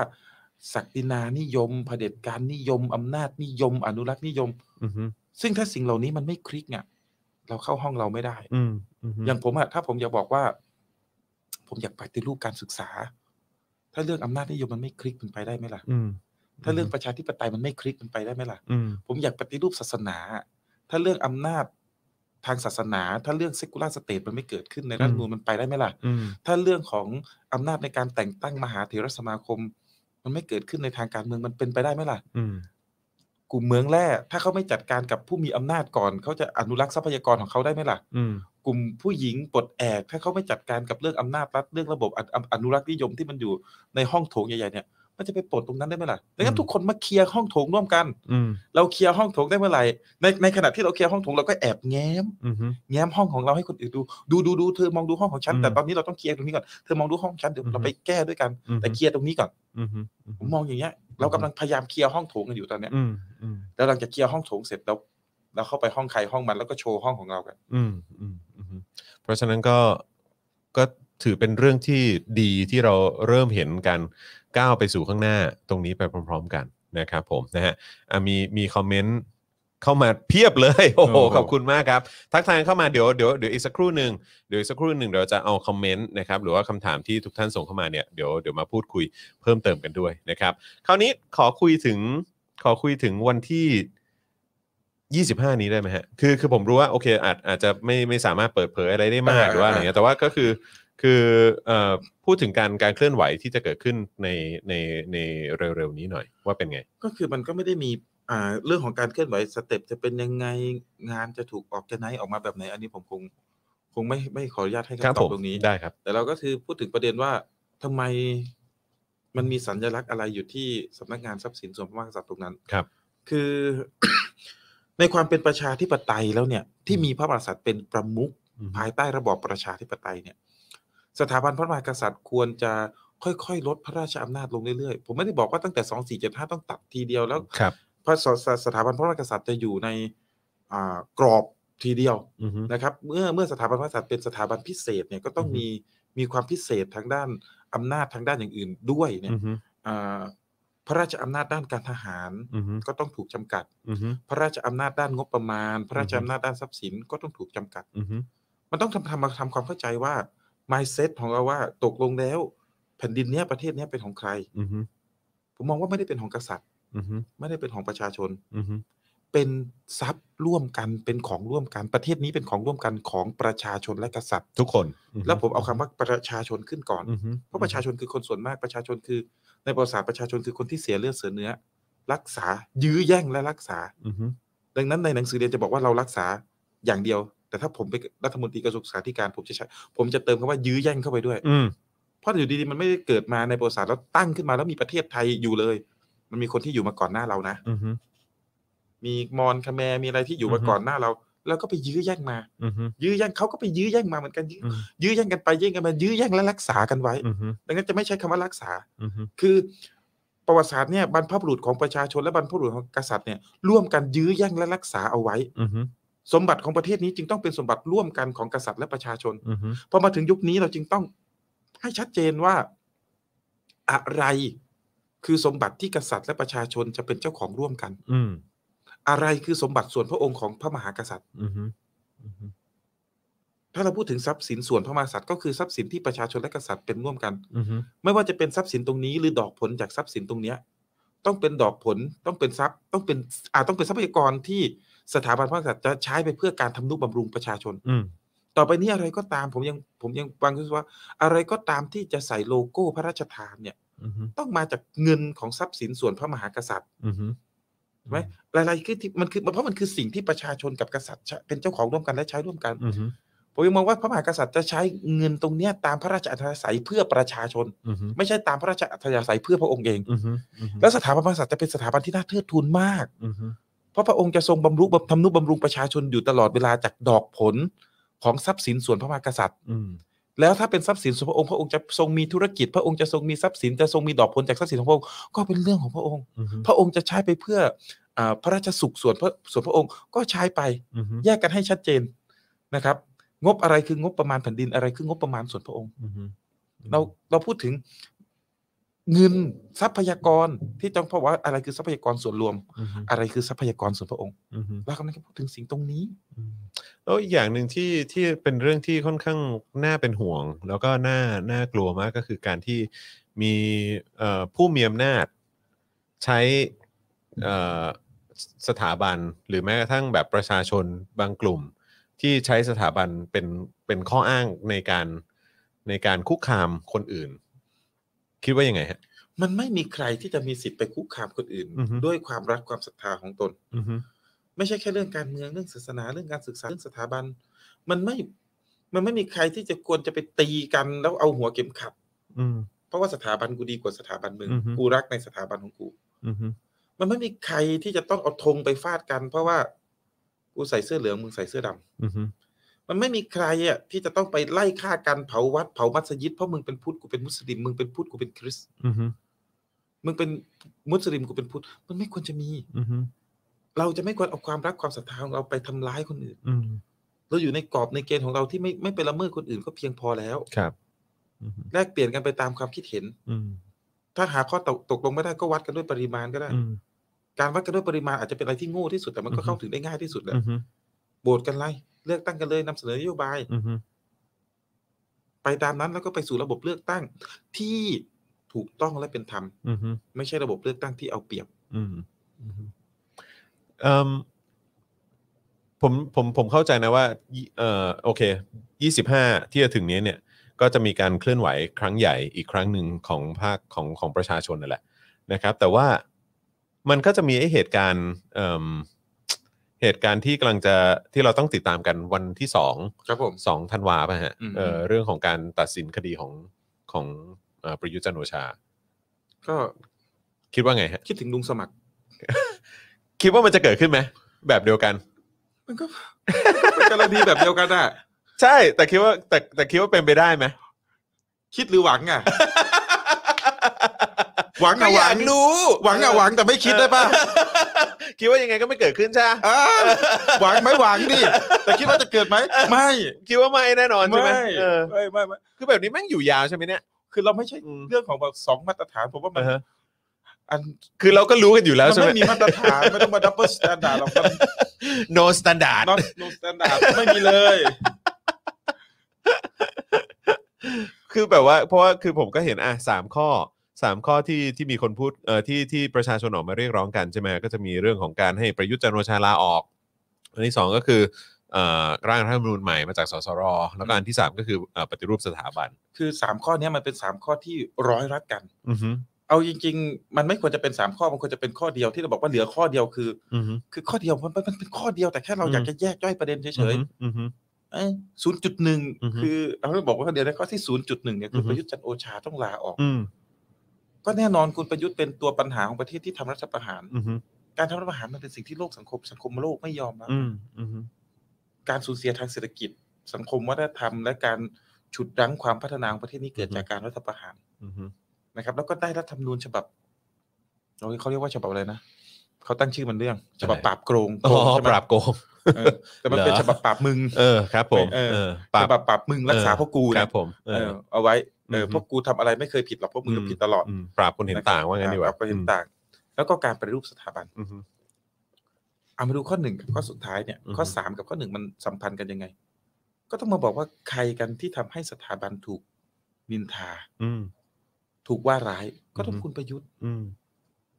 [SPEAKER 3] ศักดินานิยมเผด็จการนิยมอำนาจนิยม อนุรักษ์นิยม
[SPEAKER 2] อือฮึ
[SPEAKER 3] ซึ่งถ้าสิ่งเหล่านี้มันไม่คลิกเนี่ยเราเข้าห้องเราไม่ได้
[SPEAKER 2] อืมอือฮึ
[SPEAKER 3] อย่างผมอะถ้าผมอยากบอกว่า ผมอยากปฏิรูปการศึกษา ถ้าเรื่องอำนาจนิยมมันไม่คลิกมันไปได้ไหมล่ะ
[SPEAKER 2] อืม
[SPEAKER 3] ถ้าเรื่องประชาธิปไตยมันไม่คลิกมันไปได้ไหมล่ะ
[SPEAKER 2] อืม
[SPEAKER 3] ผมอยากปฏิรูปศาสนา ถ้าเรื่องอำนาจทางศาสนา ถ้าเรื่องเซกูลาสเตทมันไม่เกิดขึ้นในรัฐธรรมนูญมันไปได้ไหมล่ะ
[SPEAKER 2] อืม
[SPEAKER 3] ถ้าเรื่องของอำนาจในการแต่งตั้งมหาเถรสมาคม มันไม่เกิดขึ้นในทางการเมืองมันเป็นไปได้ไหมล่ะ
[SPEAKER 2] อืม
[SPEAKER 3] กลุ่มเมืองแร่ถ้าเขาไม่จัดการกับผู้มีอำนาจก่อน เขาจะอนุรักษ์ทรัพยากรของเขาได้ไหมล่ะ
[SPEAKER 2] อืม
[SPEAKER 3] กลุ่มผู้หญิงปลดแอก ถ้าเขาไม่จัดการกับเรื่องอำนาจรัฐเรื่องระบบออนุรักษ์นิยมที่มันอยู่ในห้องโถงใหญ่ๆเนี่ยมันจะไปปลดตรงนั้นได้ไหมล่ะดังนั้นทุกคนมาเคลียร์ห้องโถงร่วมกัน
[SPEAKER 2] อืม
[SPEAKER 3] เราเคลียร์ห้องโถงได้เมื่อไหร่ ในในขณะที่เราเคลียร์ห้องโถงเราก็แอบแง้ม
[SPEAKER 2] อืม
[SPEAKER 3] แง้มห้องของเราให้คนอื่นดู ดูดูดูเธอมองดูห้องของฉัน
[SPEAKER 2] อืม
[SPEAKER 3] แต่ตอนนี้เราต้องเคลียร์ตรงนี้ก่อน เธอมองดูห้องฉันเดี๋ยว
[SPEAKER 2] อือฮึ
[SPEAKER 3] เราไปแก้ด้วยกัน
[SPEAKER 2] อืม
[SPEAKER 3] แต่เคลียร์ตรงนี้ก่อน
[SPEAKER 2] อืมอืม
[SPEAKER 3] ผมมองอย่างเงี้ย เรากำลังพยายามเคลียร์ห้องโถงกันอยู่ตอนเนี้ย
[SPEAKER 2] อืมอืม
[SPEAKER 3] แล้วหลังจากเคลียร์ห้องโถงเสร็จแล้วเราเข้าไปห้องใครห้องมันแล้วก็โชว์ห้องของเรากัน
[SPEAKER 2] อืมอืมอืมเพราะฉะนั้นก็ก็ถือเป็นเรื่องที่ดีที่เราเริ่มเห็นกันก้าวไปสู่ข้างหน้าตรงนี้ไปพร้อม ๆ กันนะครับผมนะฮะอ่ะมีมีคอมเมนต์เข้ามาเพียบเลย โอ้โห
[SPEAKER 3] โอ้โห
[SPEAKER 2] ขอบคุณมากครับ ทักทายเข้ามาเดี๋ยวเดี๋ยวเดี๋ยวอีกสักครู่หนึ่งเดี๋ยวอีกสักครู่หนึ่งเดี๋ยวจะเอาคอมเมนต์นะครับหรือว่าคำถามที่ทุกท่านส่งเข้ามาเนี่ยเดี๋ยวเดี๋ยวมาพูดคุยเพิ่มเติมกันด้วยนะครับ คราวนี้ขอคุยถึงขอคุยถึงวันที่ 25 นี้ได้ไหมฮะ คือคือผมรู้ว่าโอเคอาจอาจจะไม่ไม่สามารถเปิดเผยอะไรได้มาก
[SPEAKER 3] อ่า
[SPEAKER 2] หรือว่าอะไรเงี้ยแต่ว่าก็คือคือเอ่อพูดถึงการการเคลื่อนไหวที่จะเกิดขึ้นในในในเร็วๆนี้หน่อยว่าเป็นไง
[SPEAKER 3] ก็คือมันก็ไม่ได้มีอ่าเรื่องของการเคลื่อนไหวสเต็ปจะเป็นยังไงงานจะถูกออกจะไหนออกมาแบบไหน อันนี้ผมคงคงไม่ไม่ขออนุญาตให้
[SPEAKER 2] ครับ
[SPEAKER 3] คำตอ
[SPEAKER 2] ผ
[SPEAKER 3] บ
[SPEAKER 2] ม
[SPEAKER 3] ตรงนี้
[SPEAKER 2] ได้ครับ
[SPEAKER 3] แต่เราก็คือพูดถึงประเด็นว่าทำไมมันมีสัญลักษณ์อะไรอยู่ที่สำนักงานทรัพย์สินส่วนพระมหากษัตริย์ตรงนั้น
[SPEAKER 2] ครับ
[SPEAKER 3] คือ ในความเป็นประชาธิปไตยแล้วเนี่ย ที่มีพระมหากษัตริย์เป็นประมุข
[SPEAKER 2] อืม
[SPEAKER 3] ภายใต้ระบอบประชาธิปไตยเนี่ย สถาบันพระมหากษัตริย์ควรจะค่อยๆลดพระราชอำนาจลงเรื่อยๆผมไม่ได้บอกว่าตั้งแต่สองสี่เจ็ดห้าต้องตัดทีเดียวแล้ว
[SPEAKER 2] ครับ
[SPEAKER 3] พระสสสถาบันพระมหากษัตริย์จะอยู่ในอ่ากรอบทีเดียว
[SPEAKER 2] อือฮึ
[SPEAKER 3] นะครับเมื่อเมื่อสถาบันพระมหากษัตริย์เป็นสถาบันพิเศษเนี่ยก็ต้อง
[SPEAKER 2] อือฮึ
[SPEAKER 3] มีมีความพิเศษทางด้านอำนาจทางด้านอย่างอื่นด้วยเนี่ย
[SPEAKER 2] อือฮึ
[SPEAKER 3] อ่า พระราชอำนาจด้านการทหาร
[SPEAKER 2] อือฮึ
[SPEAKER 3] ก็ต้องถูกจำกัด
[SPEAKER 2] อือฮึ
[SPEAKER 3] พระราชอำนาจด้านงบประมาณ พระราชอำนาจด้านทรัพย์สินก็ต้องถูกจำกัด
[SPEAKER 2] อือฮึ
[SPEAKER 3] มันต้องทำทำมาทำความเข้าใจว่า mindset ของเราว่าตกลงแล้ว แผ่นดินเนี้ยประเทศเนี้ยเป็นของใคร
[SPEAKER 2] อือฮึ
[SPEAKER 3] ผมมองว่าไม่ได้เป็นของกษัตริย์
[SPEAKER 2] อือฮึ
[SPEAKER 3] ไม่ได้เป็นของประชาชน
[SPEAKER 2] อือฮึ
[SPEAKER 3] เป็นทรัพย์ร่วมกันเป็นของร่วมกันประเทศนี้เป็นของร่วมกันของประชาชนและกษัตริย์
[SPEAKER 2] ทุกคนฮึ
[SPEAKER 3] แล้วผมเอาคำว่าประชาชนขึ้นก่อน
[SPEAKER 2] อือฮึ
[SPEAKER 3] เพราะประชาชนคือคนส่วนมากประชาชนคือ ในประวัติศาสตร์ประชาชนคือคนที่เสียเลือดเสียเนื้อ รักษายื้อแย่งและรักษา
[SPEAKER 2] อือฮึ
[SPEAKER 3] ดังนั้นในหนังสือเรียนจะบอกว่าเรารักษาอย่างเดียว แต่ถ้าผมเป็นรัฐมนตรีกระทรวงศึกษาธิการผมจะใช้ผมจะเติมคำว่ายื้อแย่งเข้าไปด้วย
[SPEAKER 2] อืม
[SPEAKER 3] เพราะอยู่ดีๆมันไม่ได้เกิดมาในประวัติศาสตร์แล้วตั้งขึ้นมาแล้วมีประเทศไทยอยู่เลย มันมีคนที่อยู่มาก่อนหน้าเรานะ
[SPEAKER 2] อือฮึ
[SPEAKER 3] มีมอญคแมร์มีอะไรที่อยู่มา
[SPEAKER 2] อือฮึ
[SPEAKER 3] ก่อนหน้าเรา แล้วก็ไปยื้อแย่งมา
[SPEAKER 2] อือฮึ
[SPEAKER 3] ยื้อแย่งเขาก็ไปยื้อแย่งมาเหมือนกันยื้อ
[SPEAKER 2] อืม
[SPEAKER 3] ยื้อแย่งกันไปแย่งกันมายื้อแย่งและรักษากันไว้
[SPEAKER 2] อือฮึ
[SPEAKER 3] ดังนั้นจะไม่ใช้คำว่ารักษา
[SPEAKER 2] อือฮึ
[SPEAKER 3] คือประวัติศาสตร์เนี่ยบรรพบุรุษของประชาชนและบรรพบุรุษของกษัตริย์เนี่ยร่วมกันยื้อแย่งและรักษาเอาไว้
[SPEAKER 2] อือฮึ
[SPEAKER 3] สมบัติของประเทศนี้จึงต้องเป็นสมบัติร่วมกันของกษัตริย์และประชาชน
[SPEAKER 2] อือฮึ
[SPEAKER 3] พอมาถึงยุคนี้เราจึงต้องให้ชัดเจนว่า อะไรคือสมบัติที่กษัตริย์และประชาชนจะเป็นเจ้าของร่วมกัน
[SPEAKER 2] อืม
[SPEAKER 3] อะไรคือสมบัติส่วนพระองค์ของพระมหากษัตริย์
[SPEAKER 2] อือฮึอือฮึ
[SPEAKER 3] ถ้าเราพูดถึงทรัพย์สินส่วนพระมหากษัตริย์ก็คือทรัพย์สินที่ประชาชนและกษัตริย์เป็นร่วมกัน
[SPEAKER 2] อือฮึ
[SPEAKER 3] ไม่ว่าจะเป็นทรัพย์สินตรงนี้หรือดอกผลจากทรัพย์สินตรงเนี้ยต้องเป็นดอกผลต้องเป็นทรัพย์ต้องเป็นอาต้องเป็นทรัพยากรที่สถาบันพระมหากษัตริย์จะใช้ไปเพื่อการทำนุบำรุงประชาชน
[SPEAKER 2] อืม
[SPEAKER 3] ต่อไปนี้อะไรก็ตามผมยังผมยังฟังรู้สึกว่า อะไรก็ตามที่จะใส่โลโก้พระราชทานเนี่ย
[SPEAKER 2] อือฮึ
[SPEAKER 3] ต้องมาจากเงินของทรัพย์สินส่วนพระมหากษัตริย์
[SPEAKER 2] อือฮึ
[SPEAKER 3] ถูกไหมหลายๆคือที่มันคือเพราะมันคือสิ่งที่ประชาชนกับกษัตริย์ใช้เป็นเจ้าของร่วมกันและใช้ร่วมกัน
[SPEAKER 2] อือฮึ
[SPEAKER 3] ผมยังมองว่าพระมหากษัตริย์จะใช้เงินตรงเนี้ยตามพระราชอัธยาศัยเพื่อประชาชน
[SPEAKER 2] อือฮึ
[SPEAKER 3] ไม่ใช่ตามพระราชอัธยาศัยเพื่อพระองค์เอง
[SPEAKER 2] อือฮึอือฮึ
[SPEAKER 3] และสถาบันพระมหากษัตริย์จะเป็นสถาบันที่น่าเทิดทูนมาก
[SPEAKER 2] อือฮึ
[SPEAKER 3] เพราะพระองค์จะทรงบำรุงทำนุบำรุงประชาชนอยู่ตลอดเวลาจากดอกผลของทรัพย์สินส่วนพระมหากษัตริย์
[SPEAKER 2] อืม
[SPEAKER 3] แล้วถ้าเป็นทรัพย์สินส่วนพระองค์พระองค์จะทรงมีธุรกิจ พระองค์จะทรงมีทรัพย์สินจะทรงมีดอกผลจากทรัพย์สินของพระองค์ก็เป็นเรื่องของพระองค์
[SPEAKER 2] อือฮึ
[SPEAKER 3] พระองค์จะใช้ไปเพื่ออาพระราชสุขส่วนพระส่วนพระองค์ก็ใช้ไป
[SPEAKER 2] อือฮึ
[SPEAKER 3] แยกกันให้ชัดเจนนะครับ งบอะไรคืองบประมาณแผ่นดินอะไรคืองบประมาณส่วนพระองค์
[SPEAKER 2] อือฮึ
[SPEAKER 3] เราเราพูดถึงเงินทรัพยากรที่ต้องพูดว่าอะไรคือทรัพยากรส่วนรวม
[SPEAKER 2] อือฮึ
[SPEAKER 3] อะไรคือทรัพยากรส่วนพระองค์
[SPEAKER 2] อือฮึ
[SPEAKER 3] เรากำลังจะพูดถึงสิ่งตรงนี้
[SPEAKER 2] อืมแล้วอีกอย่างหนึ่งที่ที่เป็นเรื่องที่ค่อนข้างน่าเป็นห่วง แล้วก็น่าน่ากลัวมากก็คือการที่มีเอ่อผู้มีอำนาจใช้เอ่อสถาบันหรือแม้กระทั่งแบบประชาชนบางกลุ่ม ที่ใช้สถาบันเป็นเป็นข้ออ้างในการในการคุกคามคนอื่น คิดว่ายังไงฮะ
[SPEAKER 3] มันไม่มีใครที่จะมีสิทธิ์ไปคุกคามคนอื่น
[SPEAKER 2] อือฮึ
[SPEAKER 3] ด้วยความรักความศรัทธาของตน
[SPEAKER 2] อือฮึ
[SPEAKER 3] ไม่ใช่แค่เรื่องการเมืองเรื่องศาสนาเรื่องการศึกษาเรื่องสถาบัน มันไม่มันไม่มีใครที่จะควรจะไปตีกันแล้วเอาหัวเข็มขัด
[SPEAKER 2] อืม
[SPEAKER 3] เพราะว่าสถาบันกูดีกว่าสถาบันมึง
[SPEAKER 2] อือฮึ
[SPEAKER 3] กูรักในสถาบันของกู
[SPEAKER 2] อือฮึ
[SPEAKER 3] มันไม่มีใครที่จะต้องเอาธงไปฟาดกัน เพราะว่ากูใส่เสื้อเหลืองมึงใส่เสื้อดำ
[SPEAKER 2] อือฮึ
[SPEAKER 3] มันไม่มีใครอ่ะที่จะต้องไปไล่ฆ่ากันเผาวัดเผามัสยิดเพราะมึงเป็นพุทธกูเป็นมุสลิมมึงเป็นพุทธกูเป็นคริสต์
[SPEAKER 2] อือฮึ
[SPEAKER 3] มึงเป็นมุสลิมกูเป็นพุทธมันไม่ควรจะมี
[SPEAKER 2] อือฮึ
[SPEAKER 3] เราจะไม่ควรเอาความรักความศรัทธาของเราไปทำร้ายคนอื่น
[SPEAKER 2] อืม
[SPEAKER 3] เราอยู่ในกรอบในเกณฑ์ของเราที่ไม่ไม่ไปละเมิดคนอื่นก็เพียงพอแล้ว
[SPEAKER 2] ครับ อือฮึ
[SPEAKER 3] แลกเปลี่ยนกันไปตามความคิดเห็น
[SPEAKER 2] อืม
[SPEAKER 3] ถ้าหาข้อตกตกลงไม่ได้ก็วัดกันด้วยปริมาณก็ได้
[SPEAKER 2] อืม
[SPEAKER 3] การวัดกันด้วยปริมาณอาจจะเป็นอะไรที่โง่ที่สุดแต่มัน
[SPEAKER 2] อื
[SPEAKER 3] ก็
[SPEAKER 2] อฮึ
[SPEAKER 3] เข้าถึงได้ง่ายที่สุดแหละ
[SPEAKER 2] อือฮึ
[SPEAKER 3] โบสกันไล่เลือกตั้งกันเลยนำเสนอนโยบาย
[SPEAKER 2] อือฮึ
[SPEAKER 3] ไปตามนั้นแล้วก็ไปสู่ระบบเลือกตั้งที่ถูกต้องและเป็นธรรม
[SPEAKER 2] อือฮึ
[SPEAKER 3] ไม่ใช่ระบบเลือกตั้งที่เอาเปรียบ
[SPEAKER 2] อืมอือฮึเอิ่มผมผมผมเข้าใจนะว่ายี่เอ่อโอเคยี่สิบห้าที่จะถึงนี้เนี่ย ก็จะมีการเคลื่อนไหวครั้งใหญ่อีกครั้งหนึ่งของภาคของของประชาชนนั่นแหละนะครับ แต่ว่ามันก็จะมีไอ้เหตุการณ์เอิ่มเหตุการณ์ที่กำลังจะที่เราต้องติดตามกันวันที่สอง
[SPEAKER 3] ครับผม
[SPEAKER 2] สองธันวาป่ะฮะ
[SPEAKER 3] อืม
[SPEAKER 2] เอ่อเรื่องของการตัดสินคดีของของเอ่อประยุทธ์จันทร์โอชา
[SPEAKER 3] ก็
[SPEAKER 2] คิดว่าไงฮะ
[SPEAKER 3] คิดถึงลุงสมัคร
[SPEAKER 2] คิดว่ามันจะเกิดขึ้นไหมแบบเดียวกัน
[SPEAKER 3] มันก็ มันก็เป็นกรณีแบบเดียวกันอ่ะ
[SPEAKER 2] ใช่แต่คิดว่าแต่แต่คิดว่าเป็นไปได้ไหม
[SPEAKER 3] คิดหรือหวังอ่ะ หวังอ่ะหวังหวังอ่ะหวังแต่ไม่คิดได้ป่ะ
[SPEAKER 2] คิดว่ายังไงก็ไม่เกิดขึ้นใช่ไหม
[SPEAKER 3] เออหวังไหม่หวังดิแต่คิดว่าจะเกิดไหมไม่
[SPEAKER 2] คิดว่าไม่แน่นอนใช่ไหมเออ
[SPEAKER 3] ไม่ไม่ไม่
[SPEAKER 2] คือแบบนี้แม่งอยู่ยาวใช่ไหมเนี่ย
[SPEAKER 3] คือเราไม่ใช่
[SPEAKER 2] อืม
[SPEAKER 3] เรื่องของแบบสองมาตรฐานผมว่ามัน
[SPEAKER 2] อ่าฮะ
[SPEAKER 3] อัน
[SPEAKER 2] คือเราก็รู้กันอยู่แล้ว
[SPEAKER 3] มัน
[SPEAKER 2] ใช่ไหม
[SPEAKER 3] ไม่มีมาตรฐานไม่ต้องมาดับเบิลสแตนดาร์ดหรอก มัน
[SPEAKER 2] no standard
[SPEAKER 3] not no standard ไม่มีเลย
[SPEAKER 2] คือแบบว่าเพราะว่าคือผมก็เห็นอ่ะสามข้อสามข้อที่ที่มีคนพูดเอ่อที่ที่ประชาชนออกมาเรียกร้องกันใช่ไหมก็จะมีเรื่องของการให้ประยุทธ์จันทร์โอชาลาออก อันที่สองก็คือเอ่อร่างรัฐธรรมนูญใหม่มาจากสสรแล้วก็อันที่สามก็คือเอ่อปฏิรูปสถาบัน
[SPEAKER 3] คือสามข้อเนี้ยมันเป็นสามข้อที่ร้อยรัดกัน
[SPEAKER 2] อือฮึ
[SPEAKER 3] เอาจริง ๆ มันไม่ควรจะเป็นสามข้อมันควรจะเป็นข้อเดียวที่เราบอกว่าเหลือข้อเดียวคือ
[SPEAKER 2] อือฮึ
[SPEAKER 3] คือข้อเดียวมันมันมันเป็นข้อเดียวแต่แค่เรา
[SPEAKER 2] อืม
[SPEAKER 3] อยากจะแยกย่อยประเด็นเฉย
[SPEAKER 2] อือฮึ
[SPEAKER 3] ๆศูนย์จุดหนึ่ง
[SPEAKER 2] อือฮึ
[SPEAKER 3] คือเราบอกว่าเดี๋ยวในข้อที่ศูนย์จุดหนึ่งเนี่ยคือ
[SPEAKER 2] อฮึ
[SPEAKER 3] ประยุทธ์จันทร์โอชาต้องลาออก
[SPEAKER 2] อืม
[SPEAKER 3] ก็แน่นอนคุณประยุทธ์เป็นตัวปัญหาของประเทศที่ทำรัฐประหาร
[SPEAKER 2] อือฮึ
[SPEAKER 3] การทำรัฐประหารมันเป็นสิ่งที่โลกสังคมสังคมโลกไม่ยอมรับ
[SPEAKER 2] อืมอือฮึ
[SPEAKER 3] การสูญเสียทางเศรษฐกิจ สังคมวัฒนธรรม และการฉุดรั้งความพัฒนาของประเทศนี้เกิดจากการรัฐประหาร
[SPEAKER 2] อือฮึ
[SPEAKER 3] นะครับ แล้วก็ได้รัฐธรรมนูญฉบับเราเขาเรียกว่าฉบับอะไรนะเขาตั้งชื่อมันเรื่องฉบับปราบโกง
[SPEAKER 2] อ๋
[SPEAKER 3] โกง
[SPEAKER 2] อ
[SPEAKER 3] ใช่ไหม
[SPEAKER 2] ปราบโกง
[SPEAKER 3] เออแต่มันเป็น
[SPEAKER 2] เหรอ
[SPEAKER 3] ฉบับปราบมึง
[SPEAKER 2] เออครับผม
[SPEAKER 3] เออ
[SPEAKER 2] เออปรา
[SPEAKER 3] ฉ
[SPEAKER 2] บ
[SPEAKER 3] บับปราบมึงรักษาพวกกู
[SPEAKER 2] ค
[SPEAKER 3] นะ
[SPEAKER 2] รับผมเอ
[SPEAKER 3] เอ
[SPEAKER 2] อ
[SPEAKER 3] อเอาไว้เอออ
[SPEAKER 2] ม
[SPEAKER 3] พวกกูทำอะไรไม่เคยผิดหรอกพวกมึงก็ผิดตลอด
[SPEAKER 2] อืมปราบคนเห็นต่างว่างั้นดีกว่า
[SPEAKER 3] ประเห็นต่าง แล้วก็การปฏิรูปสถาบัน
[SPEAKER 2] อือฮึ
[SPEAKER 3] เอามาดูข้อหนึ่งกับข้อสุดท้ายเนี่ย
[SPEAKER 2] อือฮึ
[SPEAKER 3] ข้อสามกับข้อหนึ่งมันสัมพันธ์กันยังไง ก็ต้องมาบอกว่าใครกันที่ทำให้สถาบันถูกนินทา
[SPEAKER 2] อืม
[SPEAKER 3] ถูกว่าร้าย ก็ต้อง
[SPEAKER 2] อือฮึ
[SPEAKER 3] คุณประยุทธ์
[SPEAKER 2] อืม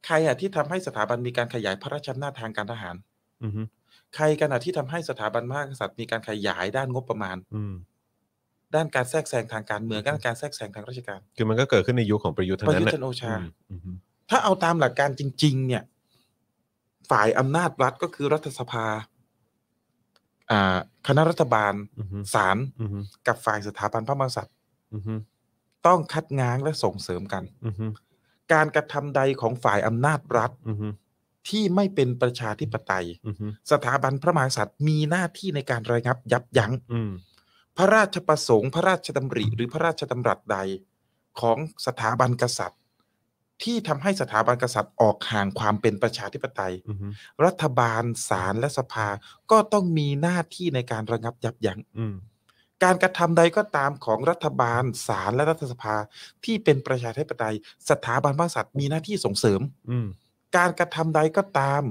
[SPEAKER 3] ใครอะที่ทำให้สถาบันมีการขยายพระราชอำนาจทางการทหาร
[SPEAKER 2] อือฮึ
[SPEAKER 3] ใครกันอะที่ทำให้สถาบันมหากษัตริย์มีการขยายด้านงบประมาณ
[SPEAKER 2] อืม
[SPEAKER 3] ด้านการแทรกแซงทางการเมืองด้านการแทรกแซงทางราชการ
[SPEAKER 2] คือมันก็เกิดขึ้นในยุคของประยุทธ์ทั้ง
[SPEAKER 3] ประ
[SPEAKER 2] นั้
[SPEAKER 3] ยุ
[SPEAKER 2] น
[SPEAKER 3] ทธ์
[SPEAKER 2] น่ะ
[SPEAKER 3] จันทร์โอชา
[SPEAKER 2] อืมอืม
[SPEAKER 3] ถ้าเอาตามหลักการจริง ๆ เนี่ย ฝ่ายอำนาจรัฐก็คือรัฐสภาอ่าคณะรัฐบาล
[SPEAKER 2] อืม
[SPEAKER 3] ศาล
[SPEAKER 2] อืม
[SPEAKER 3] กับฝ่ายสถาบันพระมหากษัตริย์
[SPEAKER 2] อืม
[SPEAKER 3] ต้องคัดง้างและส่งเสริมกัน
[SPEAKER 2] อืม
[SPEAKER 3] การกระทำใดของฝ่ายอำนาจรัฐ
[SPEAKER 2] อืม
[SPEAKER 3] ที่ไม่เป็นประชาธิปไตย
[SPEAKER 2] อืม
[SPEAKER 3] สถาบันพระมหากษัตริย์มีหน้าที่ในการระงับยับยั้ง
[SPEAKER 2] อืม
[SPEAKER 3] พระราชประสงค์พระราชดำริหรือพระราชดำรัสใดของสถาบันกษัตริย์ ที่ทำให้สถาบันกษัตริย์ออกห่างความเป็นประชาธิปไตย
[SPEAKER 2] อืม
[SPEAKER 3] รัฐบาลศาลและสภาก็ต้องมีหน้าที่ในการระงับยับยั้ง
[SPEAKER 2] อืม
[SPEAKER 3] การกระทำใดก็ตามของรัฐบาลศาลและรัฐสภาที่เป็นประชาธิปไตย สถาบันพระมหากษัตริย์มีหน้าที่ส่งเสริม
[SPEAKER 2] อืม
[SPEAKER 3] การกระทำใดก็ตาม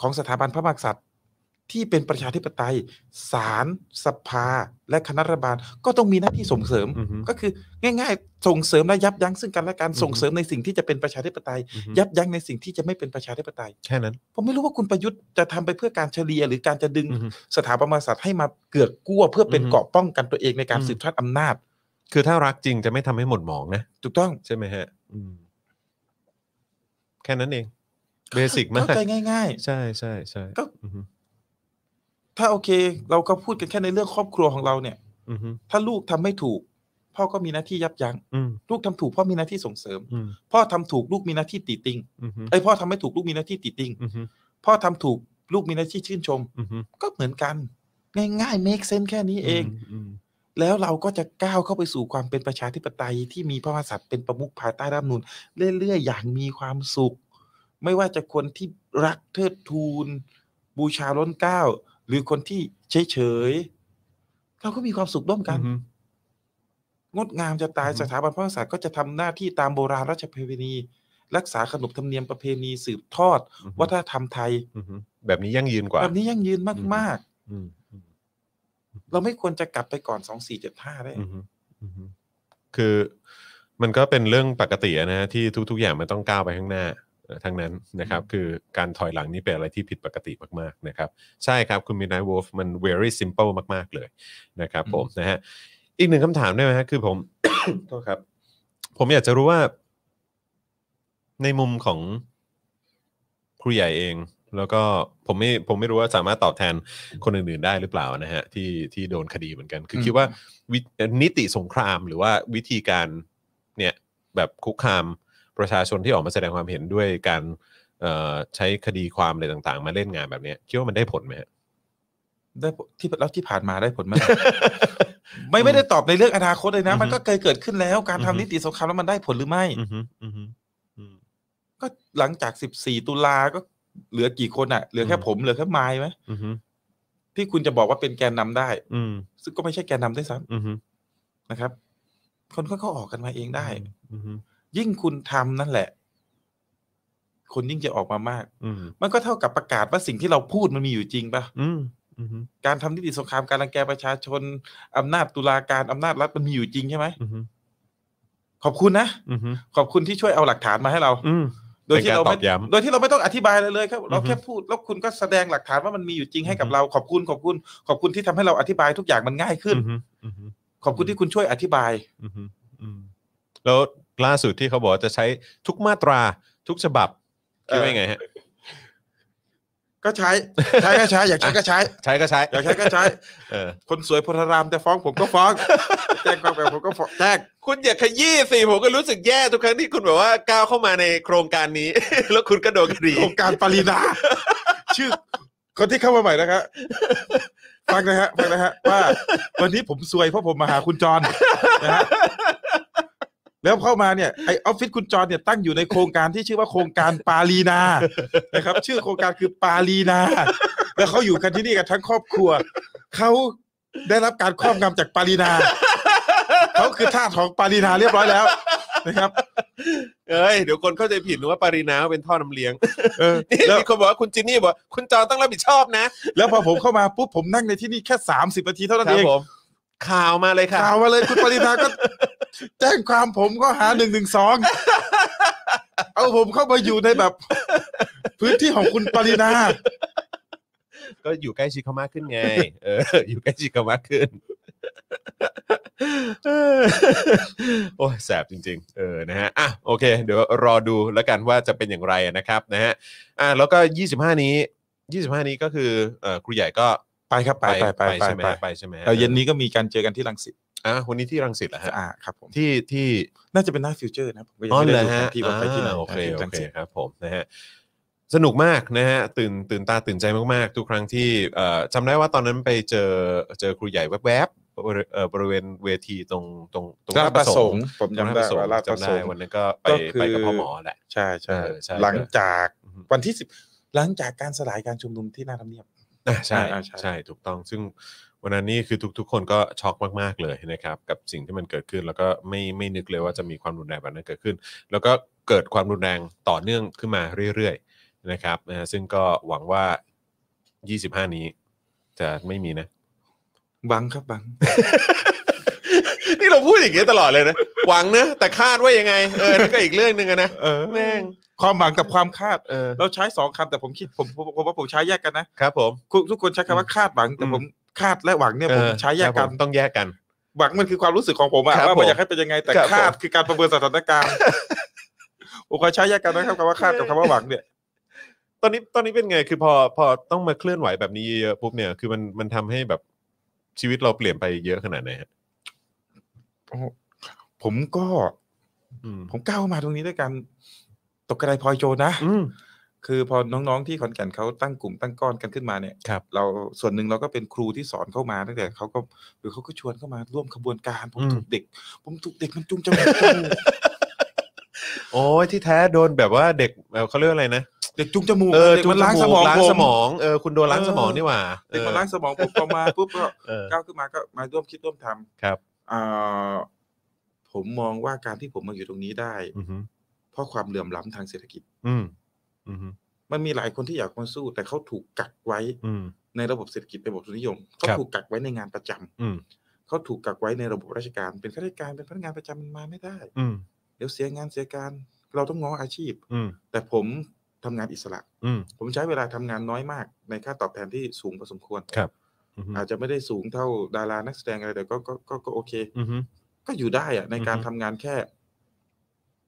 [SPEAKER 3] ของสถาบันพระมหากษัตริย์ที่เป็นประชาธิปไตยศาลสภา และคณะรัฐบาลก็ต้องมีหน้าที่ส่งเสริม
[SPEAKER 2] อืม
[SPEAKER 3] ก็คือง่าย ๆ ส่งเสริมและยับยั้งซึ่งกันและกัน
[SPEAKER 2] อือฮึ
[SPEAKER 3] ส่งเสริมในสิ่งที่จะเป็นประชาธิปไตย ยับยั้งในสิ่งที่จะไม่เป็นประชาธิปไตย
[SPEAKER 2] แค่นั้น
[SPEAKER 3] ผมไม่รู้ว่าคุณประยุทธ์จะทำไปเพื่อการเฉลี่ยหรือการจะดึง
[SPEAKER 2] อือฮึ
[SPEAKER 3] สถาบันพระมหากษัตริย์ให้มาเกือกกลัวเพื่อเป็น
[SPEAKER 2] อือฮึ
[SPEAKER 3] เกราะป้องกันตัวเองในการ
[SPEAKER 2] อืม
[SPEAKER 3] สืบทอดอำนาจ
[SPEAKER 2] คือถ้ารักจริงจะไม่ทำให้หม่นหมองนะ
[SPEAKER 3] ถูกต้อง
[SPEAKER 2] ใช่ไหมฮะ อืม แค่นั้นเอง เบสิกมาก
[SPEAKER 3] เข้าใจง่าย
[SPEAKER 2] ใช่ใช่ใช่
[SPEAKER 3] ก็
[SPEAKER 2] อืม
[SPEAKER 3] ๆ ถ้าโอเค เราก็พูดกันแค่ในเรื่องครอบครัวของเราเนี่ย
[SPEAKER 2] อืม
[SPEAKER 3] ถ้าลูกทำไม่ถูก พ่อก็มีหน้าที่ยับยั้ง
[SPEAKER 2] อืม
[SPEAKER 3] ลูกทำถูกพ่อมีหน้าที่ส่งเสริม
[SPEAKER 2] อืม
[SPEAKER 3] พ่อทำถูกลูกมีหน้าที่ติติง
[SPEAKER 2] อืม
[SPEAKER 3] ไอ้ยพ่อทำไม่ถูกลูกมีหน้าที่ติติง
[SPEAKER 2] อืม
[SPEAKER 3] พ่อทำถูกลูกมีหน้าที่ชื่นชม
[SPEAKER 2] อืม
[SPEAKER 3] ก็เหมือนกัน ง่ายๆ make sense แค่นี้เอง
[SPEAKER 2] อืม
[SPEAKER 3] แล้วเราก็จะก้าวเข้าไปสู่ความเป็นประชาธิปไตยที่มีพระมหากษัตริย์เป็นประมุขภายใต้รัฐธรรมนูญเรื่อยๆ อย่างมีความสุข ไม่ว่าจะคนที่รักเทิดทูน บูชาล้นเกล้าหรือคนที่เฉยๆเราก็มีความสุขร่วมกัน
[SPEAKER 2] อืม
[SPEAKER 3] งดงามจะตาย
[SPEAKER 2] อือฮึ
[SPEAKER 3] สถาบันพระมหากษัตริย์ก็จะทำหน้าที่ตามโบราณราชประเพณี รักษาขนบธรรมเนียมประเพณีสืบทอด วัฒนธรรมไทย
[SPEAKER 2] อืมแบบนี้ยั่งยืนกว่า
[SPEAKER 3] แบบนี้ยั่งยืนมาก
[SPEAKER 2] อืมอืม
[SPEAKER 3] ๆ เราไม่ควรจะกลับไปก่อนสองสี่เจ็ดห้าได้
[SPEAKER 2] อือฮึอือฮึคือมันก็เป็นเรื่องปกติอะนะฮะที่ทุก ๆ อย่างมันต้องก้าวไปข้างหน้าเอ่อทั้งนั้นนะครับ คือการถอยหลังนี่เป็นอะไรที่ผิดปกติมาก ๆ นะครับ ใช่ครับ คุณมินาย w ว l f มัน very simple มาก ๆ เลยนะครับผมนะฮะอีกหนึ่งคำถามได้ไหมฮะคือผม โทษครับ ผมอยากจะรู้ว่า ในมุมของครูใหญ่เอง แล้วก็ผมไม่ผมไม่รู้ว่าสามารถตอบแทนคนอื่น ๆ ได้หรือเปล่านะฮะที่ที่โดนคดีเหมือนกัน คือ
[SPEAKER 3] อืม
[SPEAKER 2] คิดว่าวินิติสงครามหรือว่าวิธีการเนี่ยแบบคุกคามประชาชนที่ออกมาแสดงความเห็นด้วยการเอ่อใช้คดีความอะไรต่าง ๆ มาเล่นงานแบบเนี้ยคิดว่ามันได้ผลไหมฮะ
[SPEAKER 3] ได้ผลที่แล้วที่ผ่านมาได้ผลไหม ไม่ไม่ได้ตอบในเรื่องอนาคตเลยนะ
[SPEAKER 2] อือฮึ
[SPEAKER 3] มันก็เคยเกิดขึ้นแล้วการ
[SPEAKER 2] อือ
[SPEAKER 3] ทำ
[SPEAKER 2] ฮึ
[SPEAKER 3] นิติสงครามแล้วมันได้ผลหรือไม่
[SPEAKER 2] อือฮึอือฮึอืม
[SPEAKER 3] ก็หลังจากสิบสี่ตุลาก็เหลือกี่คนอ่ะ เหลือแค่
[SPEAKER 2] อืม
[SPEAKER 3] ผมเหลือแค่ไม้ไหม
[SPEAKER 2] อือฮึ
[SPEAKER 3] ที่คุณจะบอกว่าเป็นแกนนำได้
[SPEAKER 2] อืม
[SPEAKER 3] ซึ่งก็ไม่ใช่แกนนำด้วยซ้
[SPEAKER 2] อือฮึ
[SPEAKER 3] ำนะครับ คนก็เขาออกกันมาเองได้
[SPEAKER 2] อือฮึ
[SPEAKER 3] ยิ่งคุณทำนั่นแหละ คนยิ่งจะออกมามาก
[SPEAKER 2] อืม
[SPEAKER 3] มันก็เท่ากับประกาศว่าสิ่งที่เราพูดมันมีอยู่จริงปะ
[SPEAKER 2] อืมอืม
[SPEAKER 3] การทำนิติสงครามการรังแกประชาชนอำนาจตุลาการอำนาจรัฐมันมีอยู่จริงใช่ไหม
[SPEAKER 2] อืม
[SPEAKER 3] ขอบคุณนะ
[SPEAKER 2] อืม
[SPEAKER 3] ขอบคุณที่ช่วยเอาหลักฐานมาให้เรา
[SPEAKER 2] อืม
[SPEAKER 3] โดยที่เรา
[SPEAKER 2] เป็นการต
[SPEAKER 3] ไม่
[SPEAKER 2] อบย้ำ
[SPEAKER 3] โดยที่เราไม่ต้องอธิบายอะไรเลยครับ เรา
[SPEAKER 2] อือฮึ
[SPEAKER 3] แค่พูดแล้วคุณก็แสดงหลักฐานว่ามันมีอยู่จริงให้กับ
[SPEAKER 2] อือฮึ
[SPEAKER 3] เราขอบคุณขอบคุณ ขอบคุณที่ทำให้เราอธิบายทุกอย่างมันง่ายขึ้น
[SPEAKER 2] อืมอืม
[SPEAKER 3] ขอบคุณที่คุณช่วยอธิบาย
[SPEAKER 2] อืมอืมแล้วล่าสุดที่เขาบอกว่าจะใช้ทุกมาตราทุกฉบับคิดว่ายังไงฮะ
[SPEAKER 3] ก็ ใช้ ใช้ก็ใช้อยากใช้ก็ใช้
[SPEAKER 2] ใช้ก็ใช้
[SPEAKER 3] อยากใช้ก็ใช้
[SPEAKER 2] เออ
[SPEAKER 3] คนสวยโพธารามจะฟ้องผมก็ฟ้ องแจ้งความแบบผมก็ฟ้องแจ้ง
[SPEAKER 2] คุณอย่าขยี้สิผมก็รู้สึกแย่ทุกครั้งที่คุณแบบว่าก้าวเข้ามาในโครงการนี้ แล้วคุณก็โดนคดี
[SPEAKER 3] โครงการปรินา ชื่อ คนที่เข้ามาใหม่นะครับฟังนะฮะฟังนะฮะว่า วันนี้ผมซวยเพราะผมมาหาคุณจรนะฮะแล้วเข้ามาเนี่ยไอออฟฟิศคุณจรเนี่ยตั้งอยู่ในโครงการที่ชื่อว่าโครงการปาลีนานะครับ ชื่อโครงการคือปาลีนาแล้วเขาอยู่กันที่นี่กันทั้งครอบครัวเขาได้รับการครอบงำจากปาลีนาเขาคือท่าสของปาลีนาเรียบร้อยแล้วนะครับ
[SPEAKER 2] เอ้ยเดี๋ยวคนเข้าใจผิดนึกว่าปรินาเป็นท่อน้ำเลี้ยง
[SPEAKER 3] เอ อ
[SPEAKER 2] นี่
[SPEAKER 3] แล้ว
[SPEAKER 2] มีคนบอกว่าคุณจินนี่บอกว่าคุณจอนต้องรับผิดชอบนะ
[SPEAKER 3] แล้วพอผมเข้ามาปุ๊บผมนั่งในที่นี่แค่ 30นาทีเท่านั้น
[SPEAKER 2] ครั
[SPEAKER 3] เอบ ง
[SPEAKER 2] ผมข่าวมาเลยค่ะ
[SPEAKER 3] ข่าวมาเลยคุณปรินาก็ แจ้งความผมก็หาหนึ่งหนึ่งสองเอาผมเข้ามาอยู่ในแบบ พื้นที่ของคุณปรินา
[SPEAKER 2] ก็อยู่ใกล้ชิดเขามากขึ้นไง เออ อยู่ใกล้ชิดเขามากขึ้น โอ้ยแสบจริง ๆ เออ นะฮะ อ่ะ โอเค เดี๋ยวรอดูแล้วกันว่าจะเป็นอย่างไรนะครับ นะฮะ อ่ะ แล้วก็ 25 นี้ 25 นี้ก็คือ เอ่อ ครูใหญ่ก็
[SPEAKER 3] ไปครับไปไปไปไป
[SPEAKER 2] ใช่ไหม
[SPEAKER 3] ไป
[SPEAKER 2] ฮะไปใช่ไหมฮะ
[SPEAKER 3] เออเย็นนี้ก็มีการเจอกันที่ลังสิต
[SPEAKER 2] อ่ะวันนี้ที่รังสิตเหรอฮะ
[SPEAKER 3] อ่าครับผม
[SPEAKER 2] ที่ ที่
[SPEAKER 3] น่าจะเป็นหน้าฟิวเจอร์นะผมก็ยัง
[SPEAKER 2] อ๋อ
[SPEAKER 3] ไม่
[SPEAKER 2] เหรอ
[SPEAKER 3] ได้ดู
[SPEAKER 2] ฮะ
[SPEAKER 3] แผนที่ว่าไปที่ไหน
[SPEAKER 2] อ่าโอเค
[SPEAKER 3] ที่
[SPEAKER 2] โอ
[SPEAKER 3] รัง
[SPEAKER 2] เค
[SPEAKER 3] สิต
[SPEAKER 2] ครับผมนะฮะสนุกมากนะฮะตื่นตื่นตาตื่นใจมากๆ ทุกครั้งที่เอ่อจำได้ว่าตอนนั้นไปเจอเจอครูใหญ่แวบๆบริเอ่อบริเวณเวทีตรงตรงตรง
[SPEAKER 3] ลาดประสงค์ผม
[SPEAKER 2] ลาด
[SPEAKER 3] จำ
[SPEAKER 2] ป
[SPEAKER 3] ได้
[SPEAKER 2] ระสง
[SPEAKER 3] ว่า
[SPEAKER 2] ค์
[SPEAKER 3] ลาดประ
[SPEAKER 2] จำ
[SPEAKER 3] ส
[SPEAKER 2] ได้
[SPEAKER 3] งค์
[SPEAKER 2] วันนั้นก็ไป
[SPEAKER 3] ก็คือ
[SPEAKER 2] ไปกับพ่อหมอแหละ
[SPEAKER 3] ใช่ใช่
[SPEAKER 2] เออใช่
[SPEAKER 3] หลังจาก
[SPEAKER 2] อือฮึ
[SPEAKER 3] วันที่สิบหลังจากการสลายการชุมนุมที่หน้าทำเนียบ
[SPEAKER 2] อ่ะใช่
[SPEAKER 3] อ่าใช่
[SPEAKER 2] ใช่ถูกต้องซึ่งวันนั้นนี่คือทุก ๆ คนก็ช็อกมากๆเลยนะครับ กับสิ่งที่มันเกิดขึ้นแล้วก็ไม่ไม่นึกเลยว่าจะมีความรุนแรงแบบนั้นเกิดขึ้น แล้วก็เกิดความรุนแรงต่อเนื่องขึ้นมาเรื่อยๆนะครับนะฮะซึ่งก็หวังว่า 25 นี้จะไม่มีนะ
[SPEAKER 3] บังครับบัง
[SPEAKER 2] นี่เราพูดอย่างนี้ยตลอดเลยนะ หวังนะ แต่คาดว่ายังไง เออนั่นก็อีกเรื่องหนึ่งอะนะ
[SPEAKER 3] เออ
[SPEAKER 2] แม่ง
[SPEAKER 3] ความหวังกับความคาด
[SPEAKER 2] เออ
[SPEAKER 3] เราใช้สองคำแต่ผมคิดผมผมผมว่าผมใช้แยกกันนะครับ
[SPEAKER 2] ผม
[SPEAKER 3] คุณทุกคนใช้คำว่าคาดหวัง แต่
[SPEAKER 2] อืม
[SPEAKER 3] ผมคาดและหวังเนี่ยผมใช้แยก
[SPEAKER 2] ค
[SPEAKER 3] กั
[SPEAKER 2] รั
[SPEAKER 3] น
[SPEAKER 2] บผมต้องแยกกัน
[SPEAKER 3] หวังมันคือความรู้สึกของผมอะ
[SPEAKER 2] ครับ
[SPEAKER 3] ว่า
[SPEAKER 2] ผ
[SPEAKER 3] ผม มอยากให้เป็นยังไงแต่
[SPEAKER 2] ครับผม
[SPEAKER 3] คาดคือการประเมินสถานการ ณ์ผมขอใช้แยกกันนะครับคำว่าคาดกับคำว่าหวังเนี่ย
[SPEAKER 2] ตอนนี้ตอนนี้เป็นไงคือพอพอต้องมาเคลื่อนไหวแบบนี้เยอะๆปุ๊บเนี่ยคือมันมันทำให้แบบชีวิตเราเปลี่ยนไปเยอะขนาดไหนฮะ
[SPEAKER 3] ผมก็
[SPEAKER 2] อืม
[SPEAKER 3] ผมก้าวมาตรงนี้ด้วยกันตกกระไดพลอยโจรนะ
[SPEAKER 2] อืม
[SPEAKER 3] คือพอน้องๆที่ขอนแก่นเขาตั้งกลุ่มตั้งก้อนกันขึ้นมาเนี่ย
[SPEAKER 2] ครับ
[SPEAKER 3] เราส่วนหนึ่งเราก็เป็นครูที่สอนเข้ามาตั้งแต่เขาก็หรือเขาก็ชวนเข้ามาร่วมขบวนการ ผมถูกเด็ก ผมถูกเด็กมันจุงจังหวะจูง
[SPEAKER 2] โอ้ยที่แท้โดนแบบว่าเด็กเอ่อเขาเรียกอะไรนะ
[SPEAKER 3] เด็กจุงจมูก
[SPEAKER 2] เออ
[SPEAKER 3] เด็ก
[SPEAKER 2] จุ
[SPEAKER 3] มัน
[SPEAKER 2] จ
[SPEAKER 3] ล้าง
[SPEAKER 2] มู
[SPEAKER 3] ส
[SPEAKER 2] ก
[SPEAKER 3] มอง
[SPEAKER 2] ล้าง
[SPEAKER 3] ผม
[SPEAKER 2] สมองเออคุณโดนล้าง
[SPEAKER 3] เออ
[SPEAKER 2] สมองนี่หว่า
[SPEAKER 3] เด็กมัน
[SPEAKER 2] เออ
[SPEAKER 3] ล้างสมองปุ๊บพอมาปุ๊บก็
[SPEAKER 2] เออ
[SPEAKER 3] ก้าวขึ้นมาก็มาร่วมคิดร่วมท
[SPEAKER 2] ครับ
[SPEAKER 3] ำอ่าผมมองว่าการที่ผมมาอยู่ตรงนี้ได้
[SPEAKER 2] อืมฮึ
[SPEAKER 3] เพราะความเหลื่อมล้ำทางเศรษฐกิจ
[SPEAKER 2] อืมอืมฮึ
[SPEAKER 3] มันมีหลายคนที่อยากมาสู้ แต่เขาถูกกักไว้
[SPEAKER 2] อืม
[SPEAKER 3] ในระบบเศรษฐกิจเป็นระบบทุนนิยมเขา
[SPEAKER 2] ครับ
[SPEAKER 3] ถูกกักไว้ในงานประจำ
[SPEAKER 2] อืม
[SPEAKER 3] เขาถูกกักไว้ในระบบราชการ เป็นข้าราชการเป็นพนักงานประจำมันมาไม่ได้
[SPEAKER 2] อืม
[SPEAKER 3] เดี๋ยวเสียงานเสียการ เราต้องง้ออาชีพ
[SPEAKER 2] อืม
[SPEAKER 3] แต่ผมทำงานอิสระ
[SPEAKER 2] อืม
[SPEAKER 3] ผมใช้เวลาทำงานน้อยมาก ในค่าตอบแทนที่สูงพอสมควร
[SPEAKER 2] ครับ อืมฮึ
[SPEAKER 3] อาจจะไม่ได้สูงเท่าดารานักแสดงอะไรแต่ก็ก็ก็ก็โอเค
[SPEAKER 2] อืมฮึ
[SPEAKER 3] ก็อยู่ได้อะในการ
[SPEAKER 2] อือฮึ
[SPEAKER 3] ทำงานแค่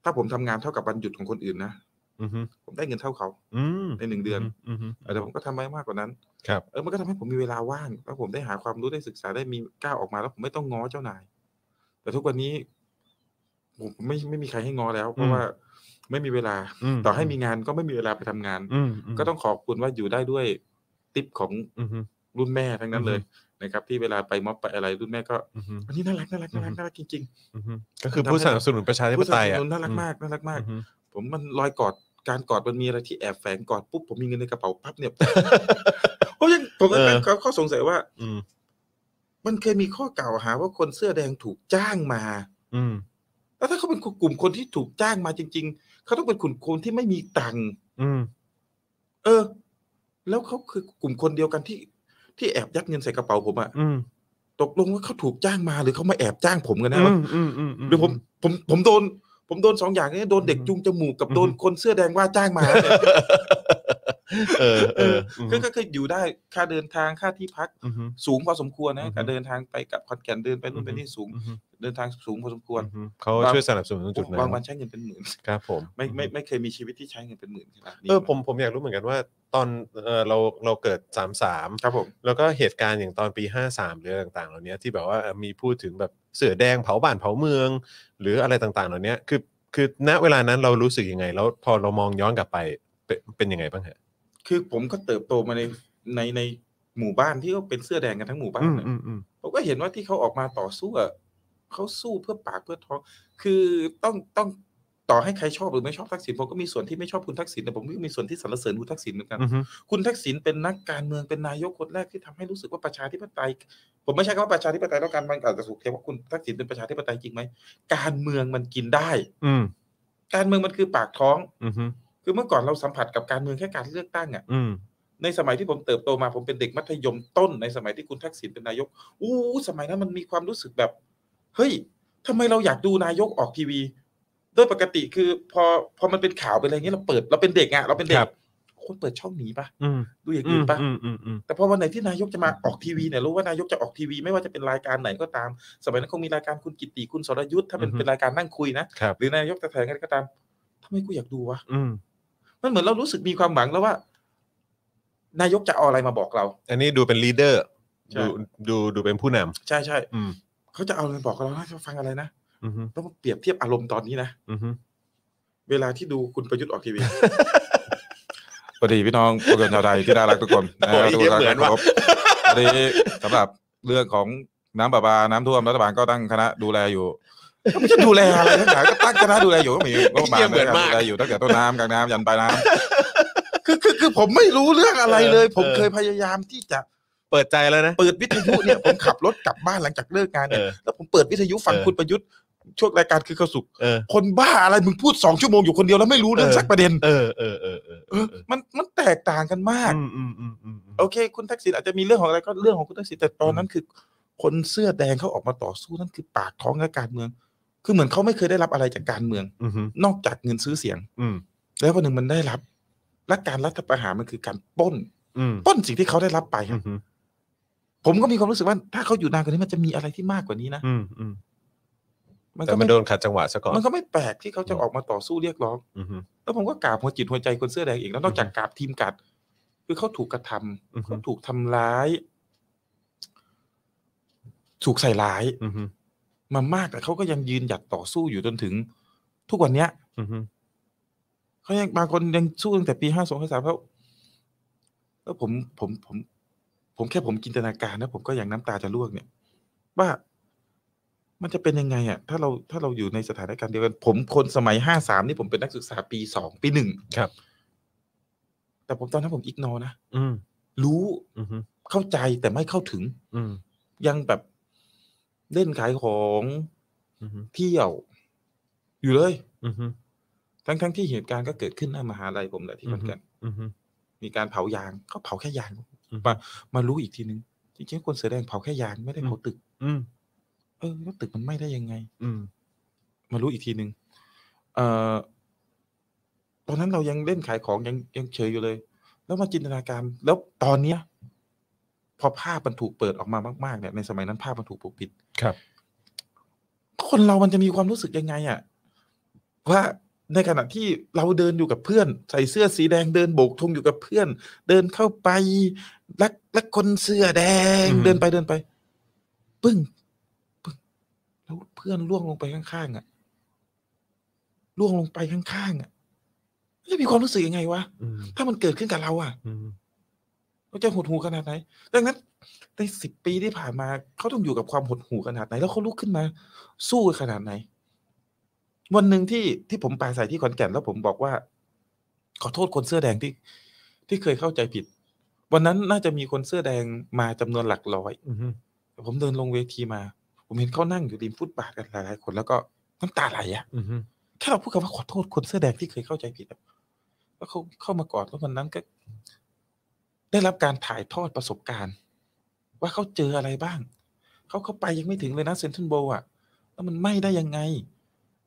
[SPEAKER 3] ถ้าผมทำงานเท่ากับวันหยุดของคนอื่นนะ
[SPEAKER 2] อืมฮึ
[SPEAKER 3] ผมได้เงินเท่าเขา
[SPEAKER 2] อืม
[SPEAKER 3] ในหนึ่งเดือน
[SPEAKER 2] อืมฮึ
[SPEAKER 3] เออแต่ผมก็ทำไปมากกว่านั้น
[SPEAKER 2] ครับ
[SPEAKER 3] เออมันก็ทำให้ผมมีเวลาว่างแล้วผมได้หาความรู้ได้ศึกษาได้มีก้าวออกมาแล้วผมไม่ต้องง้อเจ้านาย แต่ทุกวันนี้ผมไม่ไม่มีใครให้ง้อแล้ว เพ
[SPEAKER 2] อื
[SPEAKER 3] ราะ
[SPEAKER 2] ม
[SPEAKER 3] ว่าไม่มีเวลา
[SPEAKER 2] ม
[SPEAKER 3] ต่อให้มีงานก็ไม่มีเวลาไปทำงาน
[SPEAKER 2] อืมม
[SPEAKER 3] ก็ต้องขอบคุณว่าอยู่ได้ด้วยติปของ
[SPEAKER 2] อืมฮึ
[SPEAKER 3] รุ่นแม่ทั้งนั้นเลย
[SPEAKER 2] อือฮึ
[SPEAKER 3] นะครับ ที่เวลาไปม็อบไปอะไรรุ่นแม่ก็
[SPEAKER 2] อืมฮึ
[SPEAKER 3] อันนี้น่ารักน่ารัก
[SPEAKER 2] อือ
[SPEAKER 3] น่า
[SPEAKER 2] ฮึ
[SPEAKER 3] รักน่ารักจริง
[SPEAKER 2] อืมฮึก็คือผู้สนับสนุนประชา
[SPEAKER 3] ๆ
[SPEAKER 2] ธิป
[SPEAKER 3] ผู้ส
[SPEAKER 2] ไต
[SPEAKER 3] นั
[SPEAKER 2] ย
[SPEAKER 3] บส
[SPEAKER 2] อ่ะ
[SPEAKER 3] นุนน่ารัก
[SPEAKER 2] อื
[SPEAKER 3] มากน่ารักมาก
[SPEAKER 2] อืฮึ
[SPEAKER 3] ผมมันรอยกอดการกอดมันมีอะไรที่แอบแฝงกอดปุ๊บผมมีเงินในกระเป๋าปั๊บ เนี่ยผมยังผมก็
[SPEAKER 2] เออ
[SPEAKER 3] เป็นข้อข้อสงสัยว่า
[SPEAKER 2] อืม
[SPEAKER 3] มันเคยมีข้อกล่าวหาว่าคนเสื้อแดงถูกจ้างมา
[SPEAKER 2] อืม
[SPEAKER 3] แล้วถ้าเขาเป็นกลุ่มคนที่ถูกจ้างมาจริง ๆ เขาต้องเป็นกลุ่มคนที่ไม่มีตังค์
[SPEAKER 2] อืม
[SPEAKER 3] เออ แล้วเขาคือกลุ่มคนเดียวกันที่ ที่แอบยัดเงินใส่กระเป๋าผมอะ
[SPEAKER 2] อืม
[SPEAKER 3] ตกลงว่าเขาถูกจ้างมาหรือเขามาแอบจ้างผมกันแน่
[SPEAKER 2] อื
[SPEAKER 3] วะ
[SPEAKER 2] มอืมอืมอื
[SPEAKER 3] หรือผมผมผมโดน ผมโดนสองอย่างนี้โดนเด็ก
[SPEAKER 2] อืม
[SPEAKER 3] จูงจมูกกับ
[SPEAKER 2] อืม
[SPEAKER 3] โดนคนเสื้อแดงว่าจ้างมา
[SPEAKER 2] เออเอออืม
[SPEAKER 3] ก็ก็คืออยู่ได้ค่าเดินทางค่าที่พัก
[SPEAKER 2] อืม
[SPEAKER 3] สูงพอสมควร
[SPEAKER 2] อื
[SPEAKER 3] นะ
[SPEAKER 2] อฮึ
[SPEAKER 3] การเดินทางไปกลับคอนแก่นเดินไปนู่นไปนี่สูง
[SPEAKER 2] อือฮึ
[SPEAKER 3] เดินทางสูงพอสมควร
[SPEAKER 2] อืมเขาช่วยสนับสนุนตรงจุดนั้
[SPEAKER 3] บางวัน นใช้เงินเป็นหมื่ น
[SPEAKER 2] ครับ ผม
[SPEAKER 3] ไม่ไม่ไม่เคยมีชีวิตที่ใช้เงินเป็นหมื่นขนาดนี้
[SPEAKER 2] เออผมผมอยากรู้เหมือนกันว่า ตอนเออเราเราเกิด 33
[SPEAKER 3] ครับผม
[SPEAKER 2] แล้วก็เหตุการณ์อย่างตอนปี 53 หรืออะไรต่างๆ เหล่านี้ที่แบบว่าเอ่อมีพูดถึงแบบเสือแดงเผาบ้านเผาเมือง หรืออะไรต่างๆ เหล่านี้คือคือณเวลานั้นเรารู้สึกยังไง แล้วพอเรามองย้อนกลับไปเป็นเป็นยังไงบ้างฮะ
[SPEAKER 3] คือผมก็เติบโตมาในในในหมู่บ้านที่ก็เป็นเสื้อแดงกันทั้งหมู่บ้านน่ะผมก็เห็นว่าที่เขาออกมาต่อสู้อะเขาสู้เพื่อปากเพื่อท้อง คือต้องต้องต่อให้ใครชอบหรือไม่ชอบทักษิณผมก็มีส่วนที่ไม่ชอบคุณทักษิณแต่ผมก็มีส่วนที่สรรเสริญคุณทักษิณเหมือนกัน
[SPEAKER 2] อือฮึ
[SPEAKER 3] คุณทักษิณเป็นนักการเมืองเป็นนายกคนแรกที่ทำให้รู้สึกว่าประชาธิปไตย ผมไม่ใช่คำว่าประชาธิปไตยแล้วกันมันอาจจะถูกเทียบว่าคุณทักษิณเป็นประชาธิปไตยจริงไหมการเมืองมันกินได้
[SPEAKER 2] อืม
[SPEAKER 3] การเมืองมันคือปากท้อง
[SPEAKER 2] อืม
[SPEAKER 3] คือเมื่อก่อนเราสัมผัสกับการเมืองแค่การเลือกตั้งอะ
[SPEAKER 2] อืม
[SPEAKER 3] ในสมัยที่ผมเติบโตมาผมเป็นเด็กมัธยมต้นในสมัยที่คุณทักษิณเป็นนายกอู้สมัยนั้นมันมีความรู้สึกแบบ เฮ้ยทำไมเราอยากดูนายกออกทีวี โดยปกติคือพอพอมันเป็นข่าวเป็นอะไรเงี้ยเราเปิดเราเป็นเด็กอะเราเป็นเด็กคนเปิดช่องหนีปะ
[SPEAKER 2] อืม
[SPEAKER 3] ดูอย่าง
[SPEAKER 2] อื
[SPEAKER 3] อื่
[SPEAKER 2] ม
[SPEAKER 3] นปะ
[SPEAKER 2] อืมอืมอืม
[SPEAKER 3] แต่พอวันไหนที่นายกจะมาออกทีวีเนี่ยรู้ว่านายกจะออกทีวี ไม่ว่าจะเป็นรายการไหนก็ตาม สมัยนั้นคงมีรายการคุณกิตติคุณสรยุทธ์ถ้าเป็น
[SPEAKER 2] อือฮึ
[SPEAKER 3] เป็นรายการนั่งคุยนะครับ หรือนายกจะแถลงอะไรก็ตามทำไมกูอยากดูวะ
[SPEAKER 2] อืม
[SPEAKER 3] มันเหมือนเรารู้สึกมีความหวังแล้วว่า นายกจะเอาอะไรมาบอกเรา
[SPEAKER 2] อันนี้ดูเป็นลีดเดอร์
[SPEAKER 3] ใช่
[SPEAKER 2] ดูดูดูเป็นผู้นำ
[SPEAKER 3] ใช่ใช่
[SPEAKER 2] อืม
[SPEAKER 3] เขาจะเอาอะไรมาบอกเรานะจะฟังอะไรนะ
[SPEAKER 2] อืม
[SPEAKER 3] ต้องเปรียบเทียบอารมณ์ตอนนี้นะ
[SPEAKER 2] อืม
[SPEAKER 3] เวลาที่ดูคุณประยุทธ์ออกทีวี สวัสดีพี่น้องผู้ชมชาวไทยที่น่ารักทุกคนนะ
[SPEAKER 2] โอ้ย
[SPEAKER 3] ทุกท่า
[SPEAKER 2] เหมือนว่ะ
[SPEAKER 3] ครบสวัสดีสำหรับเรื่องของน้ำประปา น้ำท่วมรัฐบาลก็ตั้งคณะดูแลอยู่ก็ไม่ใช่ดูแลอะไรทั้งหลายก็ตั้งคณะดูแลอยู่ก็มีงบประมาณ
[SPEAKER 2] เหี้ยเหมือน
[SPEAKER 3] นะครับ
[SPEAKER 2] มาก
[SPEAKER 3] ดูแลอยู่ตั้งแต่ต้นน้ำกลางน้ำยันปลายน้ำคือคือคือผมไม่รู้เรื่องอะไรเลย
[SPEAKER 2] เออ
[SPEAKER 3] ผมเคยพยายามที่จะ
[SPEAKER 2] เปิดใจแล้วนะ
[SPEAKER 3] เปิดวิทยุเนี่ยผมขับรถกลับบ้านหลังจากเลิกงานเนี่ย
[SPEAKER 2] เออ
[SPEAKER 3] แล้วผมเปิดวิทยุฟัง
[SPEAKER 2] เออ
[SPEAKER 3] คุณประยุทธ์ช่วงรายการคือเขาสุข
[SPEAKER 2] เออ
[SPEAKER 3] คนบ้าอะไรมึงพูดสองชั่วโมงอยู่คนเดียวแล้วไม่รู้เรื่อง
[SPEAKER 2] เออ
[SPEAKER 3] สักประเด็น
[SPEAKER 2] เออเออเออเออ
[SPEAKER 3] เออมันมันแตกต่างกันมาก
[SPEAKER 2] อืมอืมอืมอืม
[SPEAKER 3] โอเค คุณทักษิณอาจจะมีเรื่องของอะไรก็เรื่องของคุณทักษิณแต่ตอนนั้นคือ คนเสื้อแดงเขาออกมาต่อสู้นั่นคือปากท้องและการเมือง คือเหมือนเขาไม่เคยได้รับอะไรจากการเมือง
[SPEAKER 2] อืมอืม
[SPEAKER 3] นอกจากเงินซื้อเสียง
[SPEAKER 2] อืม
[SPEAKER 3] แล้ววันหนึ่งมันได้รับ และการรัฐประหารมันคือการปล้น
[SPEAKER 2] อืม
[SPEAKER 3] ปล้นสิ่งที่เขาได้รับไปค
[SPEAKER 2] อื
[SPEAKER 3] รับ
[SPEAKER 2] มอืม
[SPEAKER 3] ผมก็มีความรู้สึกว่าถ้าเขาอยู่นานกว่านี้มันจะมีอะไรที่มากกว่านี้นะ
[SPEAKER 2] อืมอืม
[SPEAKER 3] มัน
[SPEAKER 2] แต่
[SPEAKER 3] ก็
[SPEAKER 2] มัน
[SPEAKER 3] ไม่
[SPEAKER 2] โดนขัดจังหวะซะก่อน
[SPEAKER 3] มันก็ไม่แปลกที่เขาจะออกมาต่อสู้เรียกร้อง
[SPEAKER 2] อืมฮึ
[SPEAKER 3] แล้วผมก็กราบหัวจิตหัวใจคนเสื้อแดงอีกแล้วนอกจากกราบทีมกัด คือเขาถูกกระทำ
[SPEAKER 2] อือฮึ
[SPEAKER 3] เขาถูกทำร้าย ถูกใส่ร้าย
[SPEAKER 2] อืมฮึ
[SPEAKER 3] มามากแต่เขาก็ยังยืนหยัดต่อสู้อยู่จนถึง ทุกวันเนี้ย
[SPEAKER 2] อืมฮึ
[SPEAKER 3] เขายังบางคนยังสู้ตั้งแต่ปีห้าสองห้าสามเขาแล้วผมผมผม ผมแค่ผมจินตนาการนะผมก็ยังน้ำตาจะร่วงเนี่ย ว่ามันจะเป็นยังไงอ่ะ ถ้าเราถ้าเราอยู่ในสถานการณ์เดียวกัน ผมคนสมัยห้าสามนี่ผมเป็นนักศึกษาปีสองปีหนึ่ง
[SPEAKER 2] ครับ
[SPEAKER 3] แต่ผมตอนนั้นผมอิกนอนะ
[SPEAKER 2] อืม
[SPEAKER 3] รู้
[SPEAKER 2] อืมฮึ
[SPEAKER 3] เข้าใจแต่ไม่เข้าถึง
[SPEAKER 2] อืม
[SPEAKER 3] ยังแบบเล่นขายของ
[SPEAKER 2] อืมฮึ
[SPEAKER 3] เที่ยว อยู่เลย
[SPEAKER 2] อืมฮึ
[SPEAKER 3] ทั้งทั้งที่เหตุการณ์ก็เกิดขึ้นหน้ามหาลัยผมแหละที่
[SPEAKER 2] อื
[SPEAKER 3] ข
[SPEAKER 2] อ
[SPEAKER 3] อน
[SPEAKER 2] ฮึ
[SPEAKER 3] แก่น
[SPEAKER 2] อืมฮึ
[SPEAKER 3] มีการเผายางก็เผาแค่ยาง
[SPEAKER 2] อืม
[SPEAKER 3] มามารู้อีกทีนึงจริงๆคนเสือแดงเผาแค่ยางไม่ได้
[SPEAKER 2] อืม
[SPEAKER 3] เผาตึก
[SPEAKER 2] อืม
[SPEAKER 3] เออแล้วตึกมันไหม่ได้ยังไง
[SPEAKER 2] อืม
[SPEAKER 3] มารู้อีกทีนึงเอ่อตอนนั้นเรายังเล่นขายของยังยังเฉยอยู่เลย แล้วมาจินตนาการ แล้วตอนเนี้ย พอภาพมันถูกเปิดออกมามากๆเนี่ยในสมัยนั้นภาพมันถูกปกปิด
[SPEAKER 2] ครับ
[SPEAKER 3] คนเรามันจะมีความรู้สึกยังไงอะว่าในขณะที่เราเดินอยู่กับเพื่อน ใส่เสื้อสีแดงเดินโบกธงอยู่กับเพื่อน เดินเข้าไปรักรักคนเสื้อแดง
[SPEAKER 2] อืม
[SPEAKER 3] เดินไปเดินไป ปึ้งปึ้งแล้วเพื่อนล่วงลงไปข้างๆอะล่วงลงไปข้างๆอะจะมีความรู้สึกยังไงวะ
[SPEAKER 2] อืม
[SPEAKER 3] ถ้ามันเกิดขึ้นกับเราอะ
[SPEAKER 2] อืม
[SPEAKER 3] เขาจะหดหูขนาดไหน ดังนั้นในสิบปีที่ผ่านมา เขาต้องอยู่กับความหดหูขนาดไหน แล้วเขาลุกขึ้นมา สู้กันขนาดไหน วันหนึ่งที่ที่ผมปาใส่ที่ขอนแก่นแล้วผมบอกว่า ขอโทษคนเสื้อแดงที่ ที่เคยเข้าใจผิด วันนั้นน่าจะมีคนเสื้อแดงมาจำนวนหลักร้อย
[SPEAKER 2] อืมฮึ
[SPEAKER 3] ผมเดินลงเวทีมา ผมเห็นเขานั่งอยู่ริมฟุตบาทกันหลายๆคนแล้วก็น้ำตาไหลอะ
[SPEAKER 2] อืมฮึ
[SPEAKER 3] แค่เราพูดคำว่าขอโทษคนเสื้อแดงที่เคยเข้าใจผิดอะแล้วเขาเข้ามากอดแล้ววันนั้นก็ ได้รับการถ่ายทอดประสบการณ์ ว่าเขาเจออะไรบ้าง เขาเข้าไปยังไม่ถึงเลยนะเซนทรัลโบว์อะแล้วมันไหม้ได้ยังไง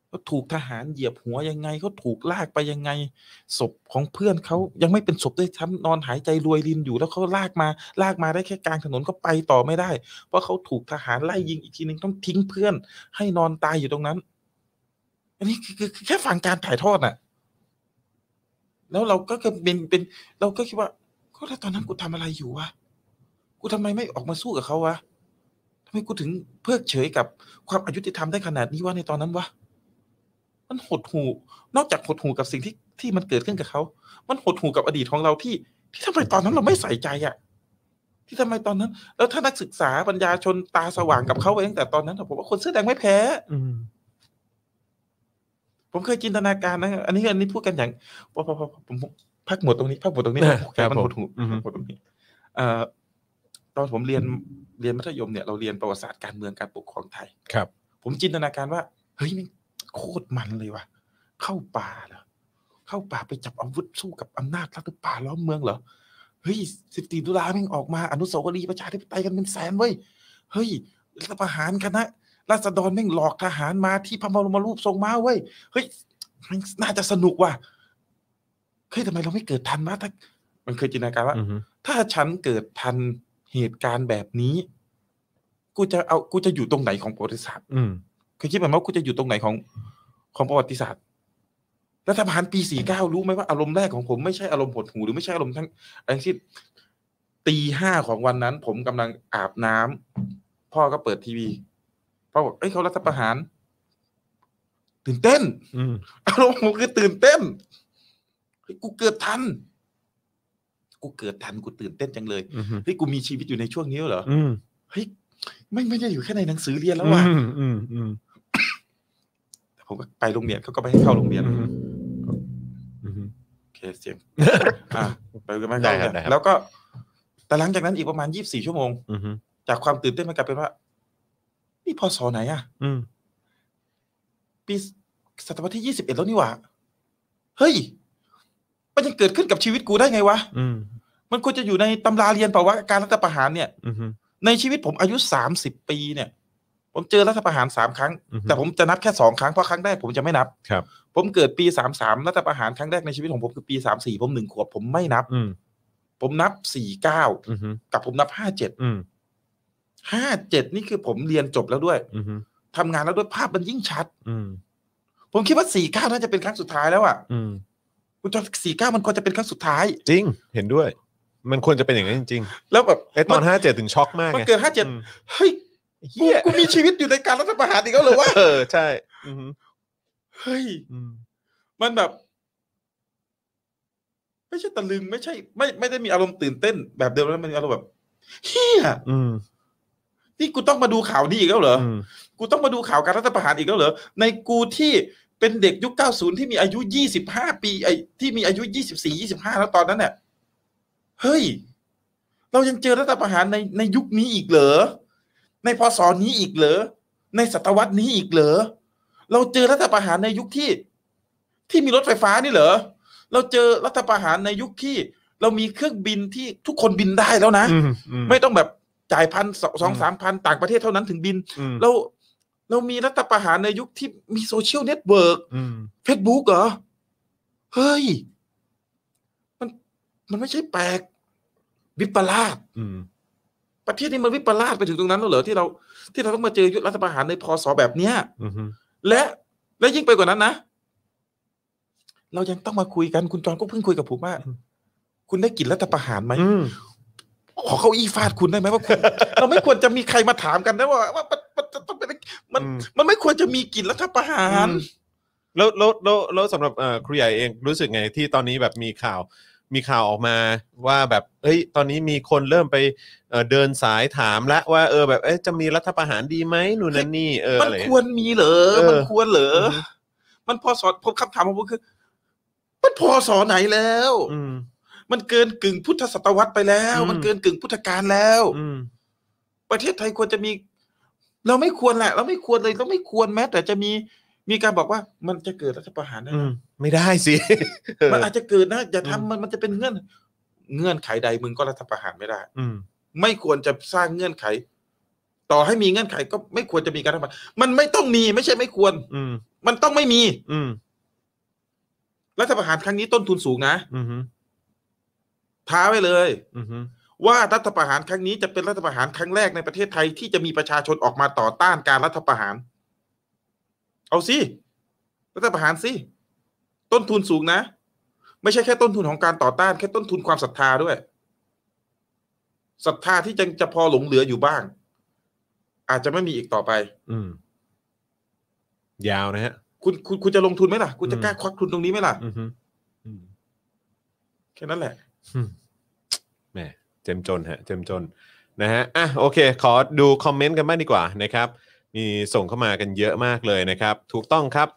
[SPEAKER 3] เขาถูกทหารเหยียบหัวยังไงเขาถูกลากไปยังไง ศพของเพื่อนเขายังไม่เป็นศพด้วยซ้ำนอนหายใจรวยรินอยู่แล้วเขาลากมา ลากมาได้แค่กลางถนนก็ไปต่อไม่ได้ เพราะเขาถูกทหารไล่ยิงอีกทีหนึ่งต้องทิ้งเพื่อน ให้นอนตายอยู่ตรงนั้น อันนี้คือคือคือแค่ฟังการถ่ายทอดน่ะ แล้วเราก็คือเป็นเป็น เราก็คิดว่าก็แล้วตอนนั้นกูทำอะไรอยู่วะกูทำไมไม่ออกมาสู้กับเขาวะทำไมกูถึงเพิกเฉยกับความอายุติธรรมได้ขนาดนี้วะในตอนนั้นวะมันหดหูนอกจากหดหูกับสิ่งที่ที่มันเกิดขึ้นกับเขา มันหดหูกับอดีตของเราที่ ที่ทำไมตอนนั้นเราไม่ใส่ใจอะที่ทำไมตอนนั้น แล้วถ้านักศึกษาปัญญาชนตาสว่างกับเขาไปตั้งแต่ตอนนั้นอะผมว่าคนเสื้อแดงไม่แพ้
[SPEAKER 1] อืม
[SPEAKER 3] ผมเคยจินตนาการนะอันนี้อันนี้พูดกันอย่างพอพอพอผมผมพักหมดตรงนี้พักหมดตรงนี้
[SPEAKER 2] อ่ะ
[SPEAKER 3] โอเค
[SPEAKER 2] ครับ
[SPEAKER 3] มัน
[SPEAKER 2] ผม
[SPEAKER 3] หดหู
[SPEAKER 2] อือฮึ
[SPEAKER 3] พักหมดตรงนี้เอ่อตอนผมเรียนเรียนมัธยมเนี่ยเราเรียนประวัติศาสตร์การเมืองการปกครองไทย
[SPEAKER 2] ครับ
[SPEAKER 3] ผมจินตนาการว่า เฮ้ยแม่งโคตรมันเลยว่ะ เข้าป่าเหรอเข้าป่าไปจับอาวุธสู้กับอำนาจรัฐหรือป่าล้อมเมืองเหรอเฮ้ยสิบตีตุลาแม่งออกมาอนุสาวรีย์ประชาธิปไตยกันเป็นแสนเว้ยเฮ้ยรัฐประหารคณะราษฎรแม่งหลอกทหารมาที่พระบรมรูปทรงม้าเว้ยเฮ้ยแม่งน่าจะสนุกว่ะเฮ้ยทำไมเราไม่เกิดทันวะถ้ามันเคยจินตนาการว่า
[SPEAKER 2] อือฮึ
[SPEAKER 3] ถ้าฉันเกิดทันเหตุการณ์แบบนี้ กูจะเอากูจะอยู่ตรงไหนของประวัติศาสตร์
[SPEAKER 2] อืม
[SPEAKER 3] เคยคิดแบบว่าคุณจะอยู่ตรงไหนของของประวัติศาสตร์รัฐประหารปี 49 รู้ไหมว่าอารมณ์แรกของผมไม่ใช่อารมณ์หดหูหรือไม่ใช่อารมณ์ทั้งอะไรที่ตีห้าของวันนั้น ผมกำลังอาบน้ำพ่อก็เปิดทีวีพ่อบอกเอ้ยเขารัฐประหาร ตื่นเต้น
[SPEAKER 2] อืม
[SPEAKER 3] อารมณ์ผมคือตื่นเต้นเฮ้ยกูเกิดทัน กูเกิดทันกูตื่นเต้นจังเลย
[SPEAKER 2] อืม
[SPEAKER 3] เฮ้ยกูมีชีวิตอยู่ในช่วงนี้แล้วเหรอ
[SPEAKER 2] อืม
[SPEAKER 3] เฮ้ยไม่ไม่ได้อยู่แค่ในหนังสือเรียนแล้วว่ะ
[SPEAKER 2] อืมอืมอืม
[SPEAKER 3] ผมก็ไปโรงเรียนเขาก็ไปให้เข้าโรงเรียน โอเคเสียง อ่ะไปกันไหม
[SPEAKER 2] ได้ครับได้ครับ
[SPEAKER 3] แล้วก็ แต่หลังจากนั้นอีกประมาณยี่บสี่ชั่วโมง
[SPEAKER 2] อืม
[SPEAKER 3] จากความตื่นเต้นมันกลายเป็นว่า นี่พอสอไหนอ่ะ
[SPEAKER 2] อืม
[SPEAKER 3] ปีศตวรรษที่ยี่สิบเอ็ดแล้วนี่หว่า เฮ้ย มันยังเกิดขึ้นกับชีวิตกูได้ไงวะ
[SPEAKER 2] อืม
[SPEAKER 3] มันควรจะอยู่ในตำราเรียนเปล่าวะการรัฐประหารเนี่ย
[SPEAKER 2] อืมอืม
[SPEAKER 3] ในชีวิตผมอายุสามสิบปีเนี่ย ผมเจอรัฐประหารสามครั้ง
[SPEAKER 2] อือฮึ
[SPEAKER 3] แต่ผมจะนับแค่สองครั้งเพราะครั้งแรกผมจะไม่นับ
[SPEAKER 2] ครับ
[SPEAKER 3] ผมเกิดปีสามสามรัฐประหารครั้งแรกในชีวิตของผมคือปีสามสี่ผมหนึ่งขวบผมไม่นับ
[SPEAKER 2] อืม
[SPEAKER 3] ผมนับสี่เก้า
[SPEAKER 2] อืมอืม
[SPEAKER 3] กับผมนับห้าเจ็ด
[SPEAKER 2] อืม
[SPEAKER 3] ห้าเจ็ดนี่คือผมเรียนจบแล้วด้วย
[SPEAKER 2] อืม
[SPEAKER 3] ทำงานแล้วด้วยภาพมันยิ่งชัด
[SPEAKER 2] อืม
[SPEAKER 3] ผมคิดว่าสี่เก้าน่าจะเป็นครั้งสุดท้ายแล้วอ่ะ
[SPEAKER 2] อืม
[SPEAKER 3] คุณจอสี่เก้ามันควรจะเป็นครั้งสุดท้าย
[SPEAKER 2] จริงเห็นด้วย มันควรจะเป็นอย่างนั้นจริง
[SPEAKER 3] แล้วแบบ
[SPEAKER 2] ๆไอตอนห้าเจ็ดถึงช็อกมาก
[SPEAKER 3] มัน
[SPEAKER 2] ไง
[SPEAKER 3] เกิดห้าเจ็ด
[SPEAKER 2] อืม
[SPEAKER 3] เฮ้ย
[SPEAKER 2] เฮีย
[SPEAKER 3] กูมีชีวิตอยู่ในการรัฐประหารอีกแล้วเหรอวะ
[SPEAKER 2] เออใช่อืม
[SPEAKER 3] เฮ้ย
[SPEAKER 2] อืม
[SPEAKER 3] มันแบบ ไม่ใช่ตะลึงไม่ใช่ ไม่ไม่ได้มีอารมณ์ตื่นเต้น แบบเดิมแล้วมันมีอารมณ์แบบเฮีย
[SPEAKER 2] อืม
[SPEAKER 3] นี่กูต้องมาดูข่าวนี้อีกแล้วเหรอ
[SPEAKER 2] อืม
[SPEAKER 3] กูต้องมาดูข่าวการรัฐประหารอีกแล้วเหรอ ในกูที่เป็นเด็กยุค 90 ที่มีอายุ 25 ปีไอ้ที่มีอายุ 24 25 แล้วตอนนั้นเนี่ยเฮ้ย เรายังเจอรัฐประหารในในยุคนี้อีกเหรอ ในพศนี้อีกเหรอ ในศตวรรษนี้อีกเหรอ เราเจอรัฐประหารในยุคที่ ที่มีรถไฟฟ้านี่เหรอ เราเจอรัฐประหารในยุคที่ เรามีเครื่องบินที่ทุกคนบินได้แล้วนะ
[SPEAKER 2] อืมอืม
[SPEAKER 3] ไม่ต้องแบบจ่ายพันสองสอง
[SPEAKER 2] อืม
[SPEAKER 3] สามพันต่างประเทศเท่านั้นถึงบิน
[SPEAKER 2] อืม
[SPEAKER 3] เราเรามีรัฐประหารในยุคที่มีโซเชียลเน็ตเวิร์ก
[SPEAKER 2] อืม
[SPEAKER 3] เฟซบุ๊กเหรอ เฮ้ย มันมันไม่ใช่แปลก วิปลาส
[SPEAKER 2] อืม
[SPEAKER 3] ประเทศนี้มันวิปลาสไปถึงตรงนั้นแล้วเหรอที่เราที่เราต้องมาเจอยุครัฐประหารในพศแบบเนี้ย
[SPEAKER 2] อืม
[SPEAKER 3] และและยิ่งไปกว่านั้นนะ เรายังต้องมาคุยกันคุณจอนก็เพิ่งคุยกับผมว่า คุณได้กลินรัฐประหารไหม
[SPEAKER 2] อืม
[SPEAKER 3] ขอเข้าอี้ฟาดคุณได้ไหมว่าคุณ เราไม่ควรจะมีใครมาถามกันนะว่าว่ามันมันมันต้องเป็นมัน
[SPEAKER 2] อืม
[SPEAKER 3] มันไม่ควรจะมีกลิ่นรัฐประหาร
[SPEAKER 2] แล้วแล้วแล้วแล้วสำหรับเอ่อครูใหญ่เองรู้สึกไงที่ตอนนี้แบบมีข่าวมีข่าวออกมาว่าแบบเอ้ยตอนนี้มีคนเริ่มไปเอ่อเดินสายถามละว่าเออแบบเอ้ยจะมีรัฐประหารดีไหมนู่นนั่นนี่เออ
[SPEAKER 3] มัน
[SPEAKER 2] อะไร
[SPEAKER 3] ควรมีเหรอ
[SPEAKER 2] เออ
[SPEAKER 3] มันควรเหรอ
[SPEAKER 2] อือฮึ
[SPEAKER 3] มันพอสอนผมคำถามของผมคือ มันพอสอนไหนแล้ว
[SPEAKER 2] อืม
[SPEAKER 3] มันเกินกึ่งพุทธศตวรรษไปแล้ว
[SPEAKER 2] อืม
[SPEAKER 3] มันเกินกึ่งพุทธกาลแล้ว
[SPEAKER 2] อืม
[SPEAKER 3] ประเทศไทยควรจะมี เราไม่ควรแหละ เราไม่ควรเลยเราไม่ควรแม้แต่จะมี มีการบอกว่ามันจะเกิดรัฐประหารได้
[SPEAKER 2] อื
[SPEAKER 3] นะ
[SPEAKER 2] มไม่ได้สิ
[SPEAKER 3] มันอาจจะเกิดนะอย่า
[SPEAKER 2] อืม
[SPEAKER 3] ทำมันมันจะเป็นเงื่อน เงื่อนไขใดมึงก็รัฐประหารไม่ได้
[SPEAKER 2] อืม
[SPEAKER 3] ไม่ควรจะสร้างเงื่อนไข ต่อให้มีเงื่อนไขก็ไม่ควรจะมีการรัฐประหารมันไม่ต้องมีไม่ใช่ไม่ควร
[SPEAKER 2] อืม
[SPEAKER 3] มันต้องไม่มี
[SPEAKER 2] อืม
[SPEAKER 3] รัฐประหารครั้งนี้ต้นทุนสูงนะ
[SPEAKER 2] อืมอืม
[SPEAKER 3] ท้าไว้เลย
[SPEAKER 2] อืม
[SPEAKER 3] ว่ารัฐประหารครั้งนี้จะเป็นรัฐประหารครั้งแรกในประเทศไทยที่จะมีประชาชนออกมาต่อต้านการรัฐประหาร เอาสิรัฐประหารสิต้นทุนสูงนะ ไม่ใช่แค่ต้นทุนของการต่อต้านแค่ต้นทุนความศรัทธาด้วยศรัทธาที่ยังจะพอหลงเหลืออยู่บ้าง อาจจะไม่มีอีกต่อไป
[SPEAKER 2] อืมยาวนะฮะ
[SPEAKER 3] คุณคุณคุณจะลงทุนไหมล่ะ คุณจะ
[SPEAKER 2] อืม
[SPEAKER 3] กล้าควักทุนตรงนี้ไหมล่ะ
[SPEAKER 2] อืมฮึอืม
[SPEAKER 3] แค่นั้นแหละ
[SPEAKER 2] อืมแหมเจ็มจนฮะเจ็มจนนะฮะอ่ะโอเค ขอดูคอมเมนต์กันบ้างดีกว่านะครับ มีส่งเข้ามากันเยอะมากเลยนะครับ ถูกต้องครับ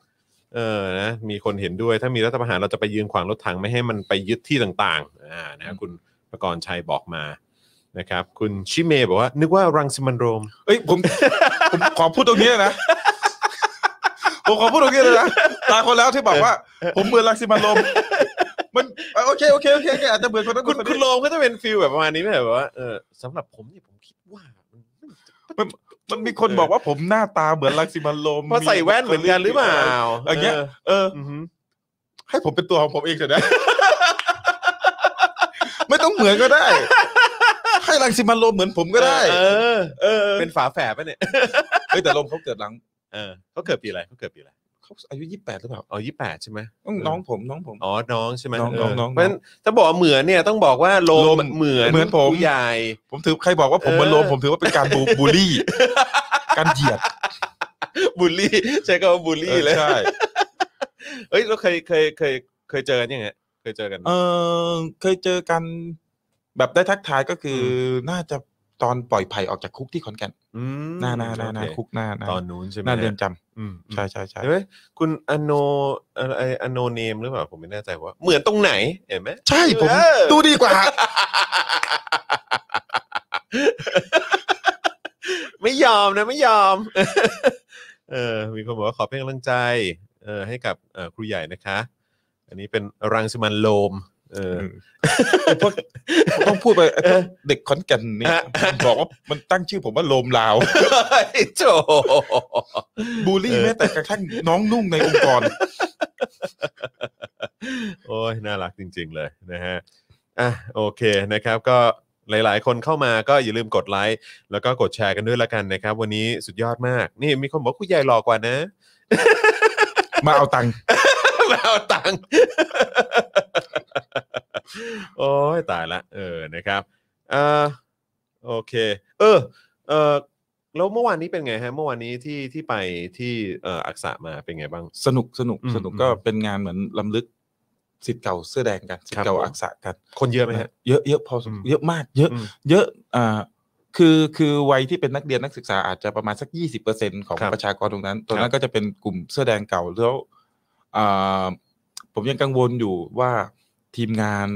[SPEAKER 2] เออนะมีคนเห็นด้วยถ้ามีรัฐประหารเราจะไปยืนขวางรถถังไม่ให้มันไปยึดที่ต่างๆอ่านะคุณประกรณ์ชัยบอกมานะครับ คุณชิเมย์บอกว่า นึกว่ารังสิมันต์โรม
[SPEAKER 3] เอ้ยผมผมขอพูดตรงนี้เลยนะ ผมขอพูดตรงนี้เลยนะตายคนแล้วที่บอกว่า ผมเหมือนลักซิมันลมมันเอ้ยโอเคโอเคโอเคโอเคอาจจะเหมือนคนนั้นค
[SPEAKER 2] คุณ
[SPEAKER 3] น
[SPEAKER 2] คุ
[SPEAKER 3] นี้
[SPEAKER 2] ณโรมก็จะเป็นฟิลแบบประมาณนี้ไหมแบบว่าเออสำหรับผมเนี่ยผมคิดว่ามัน
[SPEAKER 3] มันมีคนบอกว่าผมหน้าตาเหมือนลักซิมันลม
[SPEAKER 2] เพราะใส่แว่นเหมือนกันหรือเปล่า
[SPEAKER 3] อย่างเงี้ยเออ
[SPEAKER 2] อือฮึ
[SPEAKER 3] ให้ผมเป็นตัวของผมเองเถอะนะ ไม่ต้องเหมือนก็ได้ ให้ลักซิมันลมเหมือนผมก็ได้
[SPEAKER 2] เออ
[SPEAKER 3] เออ
[SPEAKER 2] เป็นฝาแฝดป่ะเนี่ย
[SPEAKER 3] เฮ้ยแต่ลมเขาเกิดหลัง
[SPEAKER 2] เออเขาเกิดปีอะไรเขาเกิดปีอะไร
[SPEAKER 3] เขาอายุยี่สิบแปดหรือเปล่า
[SPEAKER 2] อ๋อยี่แปดใช่ไหม
[SPEAKER 3] อืมน้องผมน้องผม
[SPEAKER 2] อ๋อ น้องใช่ไหม
[SPEAKER 3] น้อง
[SPEAKER 2] เ
[SPEAKER 3] น้องน้อง
[SPEAKER 2] เพราะฉะนั้นถ้าบอกว่าเหมือนเนี่ยต้องบอกว่าโล
[SPEAKER 3] โล
[SPEAKER 2] ม
[SPEAKER 3] ม
[SPEAKER 2] เหมือน
[SPEAKER 3] เหมือนผม
[SPEAKER 2] ผู้ใหญ่
[SPEAKER 3] ผมถือใครบอกว่าผมเหมือนโลม
[SPEAKER 2] เออ
[SPEAKER 3] ผมถือว่าเป็นการบูบูล ลี่ การเหยียด
[SPEAKER 2] บูลลี่ ใช้คำว่าบูลลี่เลย
[SPEAKER 3] ใช่
[SPEAKER 2] เอ้ยเราเคยเคยเคยเคยเจอกันยังไงเคยเจอกันไหม
[SPEAKER 3] เออเคยเจอกันแบบได้ทักทายก็คืออน่าจะตอนปล่อยไผ่ออกจากคุกที่ขอนแก่น
[SPEAKER 2] ม
[SPEAKER 3] หน้าหน้าหน้าหน้า
[SPEAKER 2] โอเค
[SPEAKER 3] คุกหน้าหน้า
[SPEAKER 2] ตอนนู้นใช่ไหม
[SPEAKER 3] หน้าเรือนจำ
[SPEAKER 2] อืม
[SPEAKER 3] ใช่ใช่ใช่
[SPEAKER 2] เห็นไหมคุณอโนอะไรอโนเนมหรือเปล่าผมไม่แน่ใจว่า เหมือนตรงไหนเห็นไหม
[SPEAKER 3] ใช่ผม
[SPEAKER 2] เออ
[SPEAKER 3] ดูดีกว่า
[SPEAKER 2] ไม่ยอมนะไม่ยอม เออ มีคนบอกว่าขอเป็นกำลังใจ เออ ให้กับเอ่อครูใหญ่นะคะ อันนี้เป็นรังสิมันต์โลม เออ
[SPEAKER 3] พวกต้องพูดไปไอ้พวกเด็กขอนแก่นเนี่ยบอกว่ามันตั้งชื่อผมว่าโลมลาว
[SPEAKER 2] เฮ้ยโจ
[SPEAKER 3] บูลลี่
[SPEAKER 2] เออ
[SPEAKER 3] แม้แต่กระทั่งน้องนุ่งในองค์กร
[SPEAKER 2] โอ้ยน่ารักจริง ๆ เลยนะฮะ อ่ะโอเคนะครับก็หลายๆ คนเข้ามาก็อย่าลืมกดไลค์แล้วก็กดแชร์กันด้วยละกันนะครับ วันนี้สุดยอดมาก นี่มีคนบอกว่าครูใหญ่หล่อกว่านะ
[SPEAKER 3] มาเอาตังค์
[SPEAKER 2] มาเอาตังค์ โอ้ยตายละ เออนะครับเอ่อโอเค เออเออแล้วเมื่อวานนี้เป็นไงฮะ เมื่อวานนี้ที่ที่ไปที่เอ่ออักษะมาเป็นไงบ้าง
[SPEAKER 3] สนุกสนุก
[SPEAKER 2] อืม
[SPEAKER 3] สนุก
[SPEAKER 2] อืม
[SPEAKER 3] ก็เป็นงานเหมือนลำลึกสิทธิ์เก่าเสื้อแดงกันสิท
[SPEAKER 2] ครับ
[SPEAKER 3] ธิ์เก่า
[SPEAKER 2] ผม
[SPEAKER 3] อักษะกัน
[SPEAKER 2] คนเยอะไหมฮะ
[SPEAKER 3] เยอะเยอะพอสม
[SPEAKER 2] อืม
[SPEAKER 3] เยอะมาก เยอะ
[SPEAKER 2] อืม
[SPEAKER 3] เยอะอ่าคือคือวัยที่เป็นนักเรียนนักศึกษาอาจจะประมาณสักยี่สิบเปอร์เซ็นของ
[SPEAKER 2] ครับ
[SPEAKER 3] ประชากรตรงนั้น ตรง
[SPEAKER 2] ครั
[SPEAKER 3] นั้น
[SPEAKER 2] บ
[SPEAKER 3] ก็จะเป็นกลุ่มเสื้อแดงเก่าแล้วอ่าผมยังกังวลอยู่ว่าทีมงาน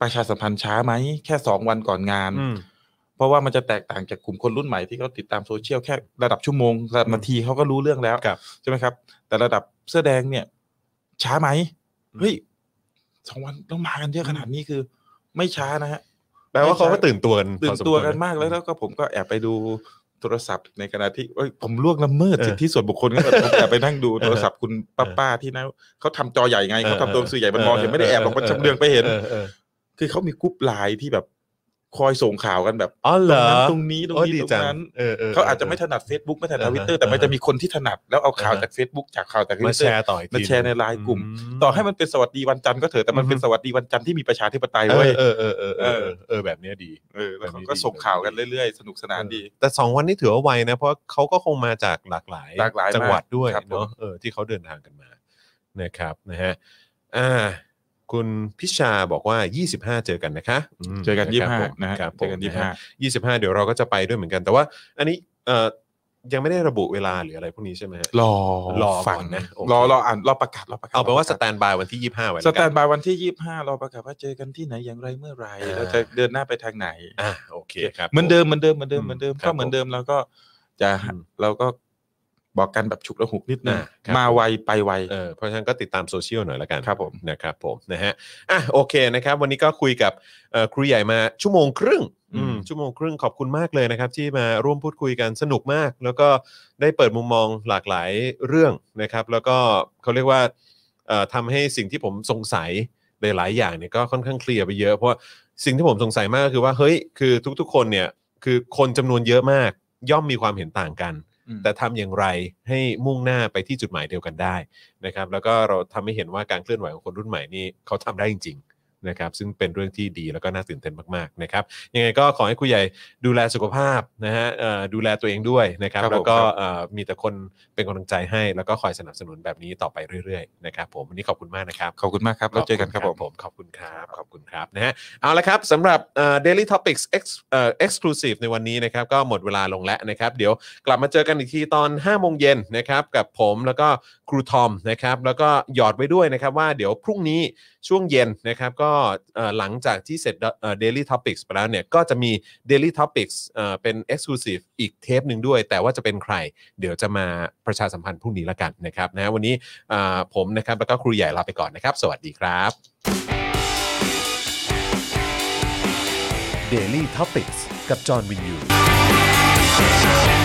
[SPEAKER 3] ประชาสัมพันธ์ช้าไหม แค่สองวันก่อนงาน
[SPEAKER 2] อืม
[SPEAKER 3] เพราะว่ามันจะแตกต่างจากกลุ่มคนรุ่นใหม่ที่เขาติดตามโซเชียลแค่ระดับชั่วโมงระดับนาทีเขาก็รู้เรื่องแล้ว
[SPEAKER 2] ครับ
[SPEAKER 3] ใช่ไหมครับ แต่ระดับเสื้อแดงเนี่ย ช้าไหม
[SPEAKER 2] อืม
[SPEAKER 3] เฮ้ยสองวันต้องมากันเยอะขนาดนี้คือ ไม่ช้านะฮะ
[SPEAKER 2] แปลว่าเขาก็ตื่นตัวกัน
[SPEAKER 3] ตื่
[SPEAKER 2] พอน สม
[SPEAKER 3] ตัว
[SPEAKER 2] คระ
[SPEAKER 3] กันมากแล้วแล้วก็ผมก็แอบไปดูโทรศัพท์ในขณะที่เอ้ยผมล่วงละเมิดสิทธิส่วนบุคคลก็แบบผมแอบไปนั่งดูโทรศัพท์คุณป้าป้าๆที่นั่นเขาทำจอใหญ่ไงเขาทำตัวหนังสื่อใหญ่มันมองเห็นไม่ได้แอบหรอกมันชำเลืองไปเห็น
[SPEAKER 2] ออออ
[SPEAKER 3] คือเขามีกรุ๊ปไลน์ที่แบบคอยส่งข่าวกันแบบ
[SPEAKER 2] อ๋อเหรอ
[SPEAKER 3] ตรงนี้ตรง
[SPEAKER 2] โอ้
[SPEAKER 3] นี้
[SPEAKER 2] ดี
[SPEAKER 3] ตรง
[SPEAKER 2] จัง
[SPEAKER 3] นั้น
[SPEAKER 2] ออ
[SPEAKER 3] เขาอาจจะไม่ถนัด Facebook ไม่ถนัด
[SPEAKER 2] อ่าฮะ
[SPEAKER 3] วิตเตอร์แต่มันจะมีคนที่ถนัดแล้วเอาข่าว
[SPEAKER 2] อ่าฮะ
[SPEAKER 3] จาก Facebook จากข่าวจาก
[SPEAKER 2] มา
[SPEAKER 3] Twitter
[SPEAKER 2] แชร์ต่ออีกที
[SPEAKER 3] มาแชร์ในไลน์กลุ่ม
[SPEAKER 2] ม
[SPEAKER 3] ต่อให้มันเป็นสวัสดีวันจันทร์ก็เถอะแต่มันเป็นสวัสดีวันจันทร์ที่มีประชาธิปไตย
[SPEAKER 2] เอ
[SPEAKER 3] เว้ย
[SPEAKER 2] อเออเออเออเออเออเออแบบเนี้ยดี
[SPEAKER 3] เออแล้วเขาก็ส่งข่าวกันเรื่อยๆ สนุกสนานดี
[SPEAKER 2] แต่ 2 วันนี้ถือว่าไวนะ เพราะเขาก็คงมาจากหลากหลาย
[SPEAKER 3] หลากหลายมาก
[SPEAKER 2] จังหวัดด้วย
[SPEAKER 3] ครับ
[SPEAKER 2] เนาะเออที่เขาเดินทางกันมานะครับนะฮะอ่าคุณพิชาบอกว่า 25 เจอกันนะคะม
[SPEAKER 3] เจอกัน
[SPEAKER 2] ครับ
[SPEAKER 3] 25
[SPEAKER 2] ผม
[SPEAKER 3] นะฮะ
[SPEAKER 2] ครับผม
[SPEAKER 3] เจอกัน
[SPEAKER 2] นะฮะ
[SPEAKER 3] 25
[SPEAKER 2] 25 เดี๋ยวเราก็จะไปด้วยเหมือนกัน แต่ว่าอันนี้เอ่อยังไม่ได้ระบุเวลาหรืออะไรพวกนี้ใช่ไหมฮะ
[SPEAKER 3] รอ
[SPEAKER 2] รอก่อน
[SPEAKER 3] ฟัง
[SPEAKER 2] นะโอเค
[SPEAKER 3] รอรออ่านรอประกาศรอประกาศ
[SPEAKER 2] เอาเป็นว่าส
[SPEAKER 3] ร
[SPEAKER 2] แตนบายวันที่ 25 ไว้
[SPEAKER 3] ส
[SPEAKER 2] แล้ว
[SPEAKER 3] แต
[SPEAKER 2] กัน
[SPEAKER 3] บายวันที่ยี่ห้ารอประกาศว่าเจอกันที่ไหนอย่างไรเมื่อไหรแล้วจะเดินหน้าไปทางไหน
[SPEAKER 2] อ่าโอเคครับ
[SPEAKER 3] เหมือนเดิมเหมือนเดิมเหมือนเดิมเหมือนเดิม
[SPEAKER 2] ครับ
[SPEAKER 3] ก็เหมือนเดิมแล้วก็จะ
[SPEAKER 2] อืม
[SPEAKER 3] เราก็ บอกกันแบบฉุกระหุกนิดนึง
[SPEAKER 2] อ่าครับ
[SPEAKER 3] มาไวไปไว
[SPEAKER 2] เออเพราะฉะนั้นก็ติดตามโซเชียลหน่อยละกัน
[SPEAKER 3] ครับผม
[SPEAKER 2] นะครับผมนะฮะอ่ะโอเคนะครับ วันนี้ก็คุยกับเอ่อครูใหญ่มาชั่วโมงครึ่ง
[SPEAKER 3] อืม
[SPEAKER 2] อืมชั่วโมงครึ่งขอบคุณมากเลยนะครับ ที่มาร่วมพูดคุยกันสนุกมาก แล้วก็ได้เปิดมุมมองหลากหลายเรื่องนะครับ แล้วก็เขาเรียกว่าเอ่อทำให้สิ่งที่ผมสงสัยหลายๆอย่างเนี่ยก็ค่อนข้างเคลียร์ไปเยอะเพราะว่าสิ่งที่ผมสงสัยมากก็คือว่าเฮ้ยคือทุกๆ คนเนี่ยคือคนจำนวนเยอะมาก ย่อมมีความเห็นต่างกัน แต่ทำอย่างไรให้มุ่งหน้าไปที่จุดหมายเดียวกันได้นะครับ แล้วก็เราทำให้เห็นว่าการเคลื่อนไหวของคนรุ่นใหม่นี่เขาทำได้จริงๆนะครับ ซึ่งเป็นเรื่องที่ดีแล้วก็น่าตื่นเต้นมากๆนะครับยังไงก็ขอให้คุณใหญ่ดูแลสุขภาพนะฮะเอ่อดูแลตัวเองด้วยนะครับ
[SPEAKER 3] ครับผม
[SPEAKER 2] แล้วก็
[SPEAKER 3] ครับ
[SPEAKER 2] เอ่อมีแต่คนเป็นกำลังใจให้แล้วก็คอยสนับสนุนแบบนี้ต่อไปเรื่อยๆนะครับผมวันนี้ขอบคุณมากนะครับ
[SPEAKER 3] ขอบคุณมากครับแล้วเจอกันครับผม
[SPEAKER 2] ขอบคุณครับขอบคุณครับนะฮะเอาละครับสำหรับเอ่อ Daily Topics Ex เอ่อ Exclusive ในวันนี้นะครับก็หมดเวลาลงแล้วนะครับ เดี๋ยวกลับมาเจอกันอีกทีตอน5โมงเย็นนะครับกับผมแล้วก็ครูทอมนะครับแล้วก็หยอดไว้ด้วยนะครับว่าเดี๋ยวพรุ่งนี้ช่วงเย็นนะครับก็เอ่อหลังจากที่เสร็จเอ่อ Daily Topics ไปแล้วเนี่ยก็จะมี Daily Topics เอ่อเป็น Exclusive อีกเทปหนึ่งด้วย แต่ว่าจะเป็นใคร เดี๋ยวจะมาประชาสัมพันธ์พรุ่งนี้ละกันนะครับนะฮะวันนี้เอ่อผมนะครับแล้วก็ครูใหญ่ลาไปก่อนนะครับ สวัสดีครับ
[SPEAKER 1] Daily t o p i c กกับจอห์นวินยู
[SPEAKER 4] Daily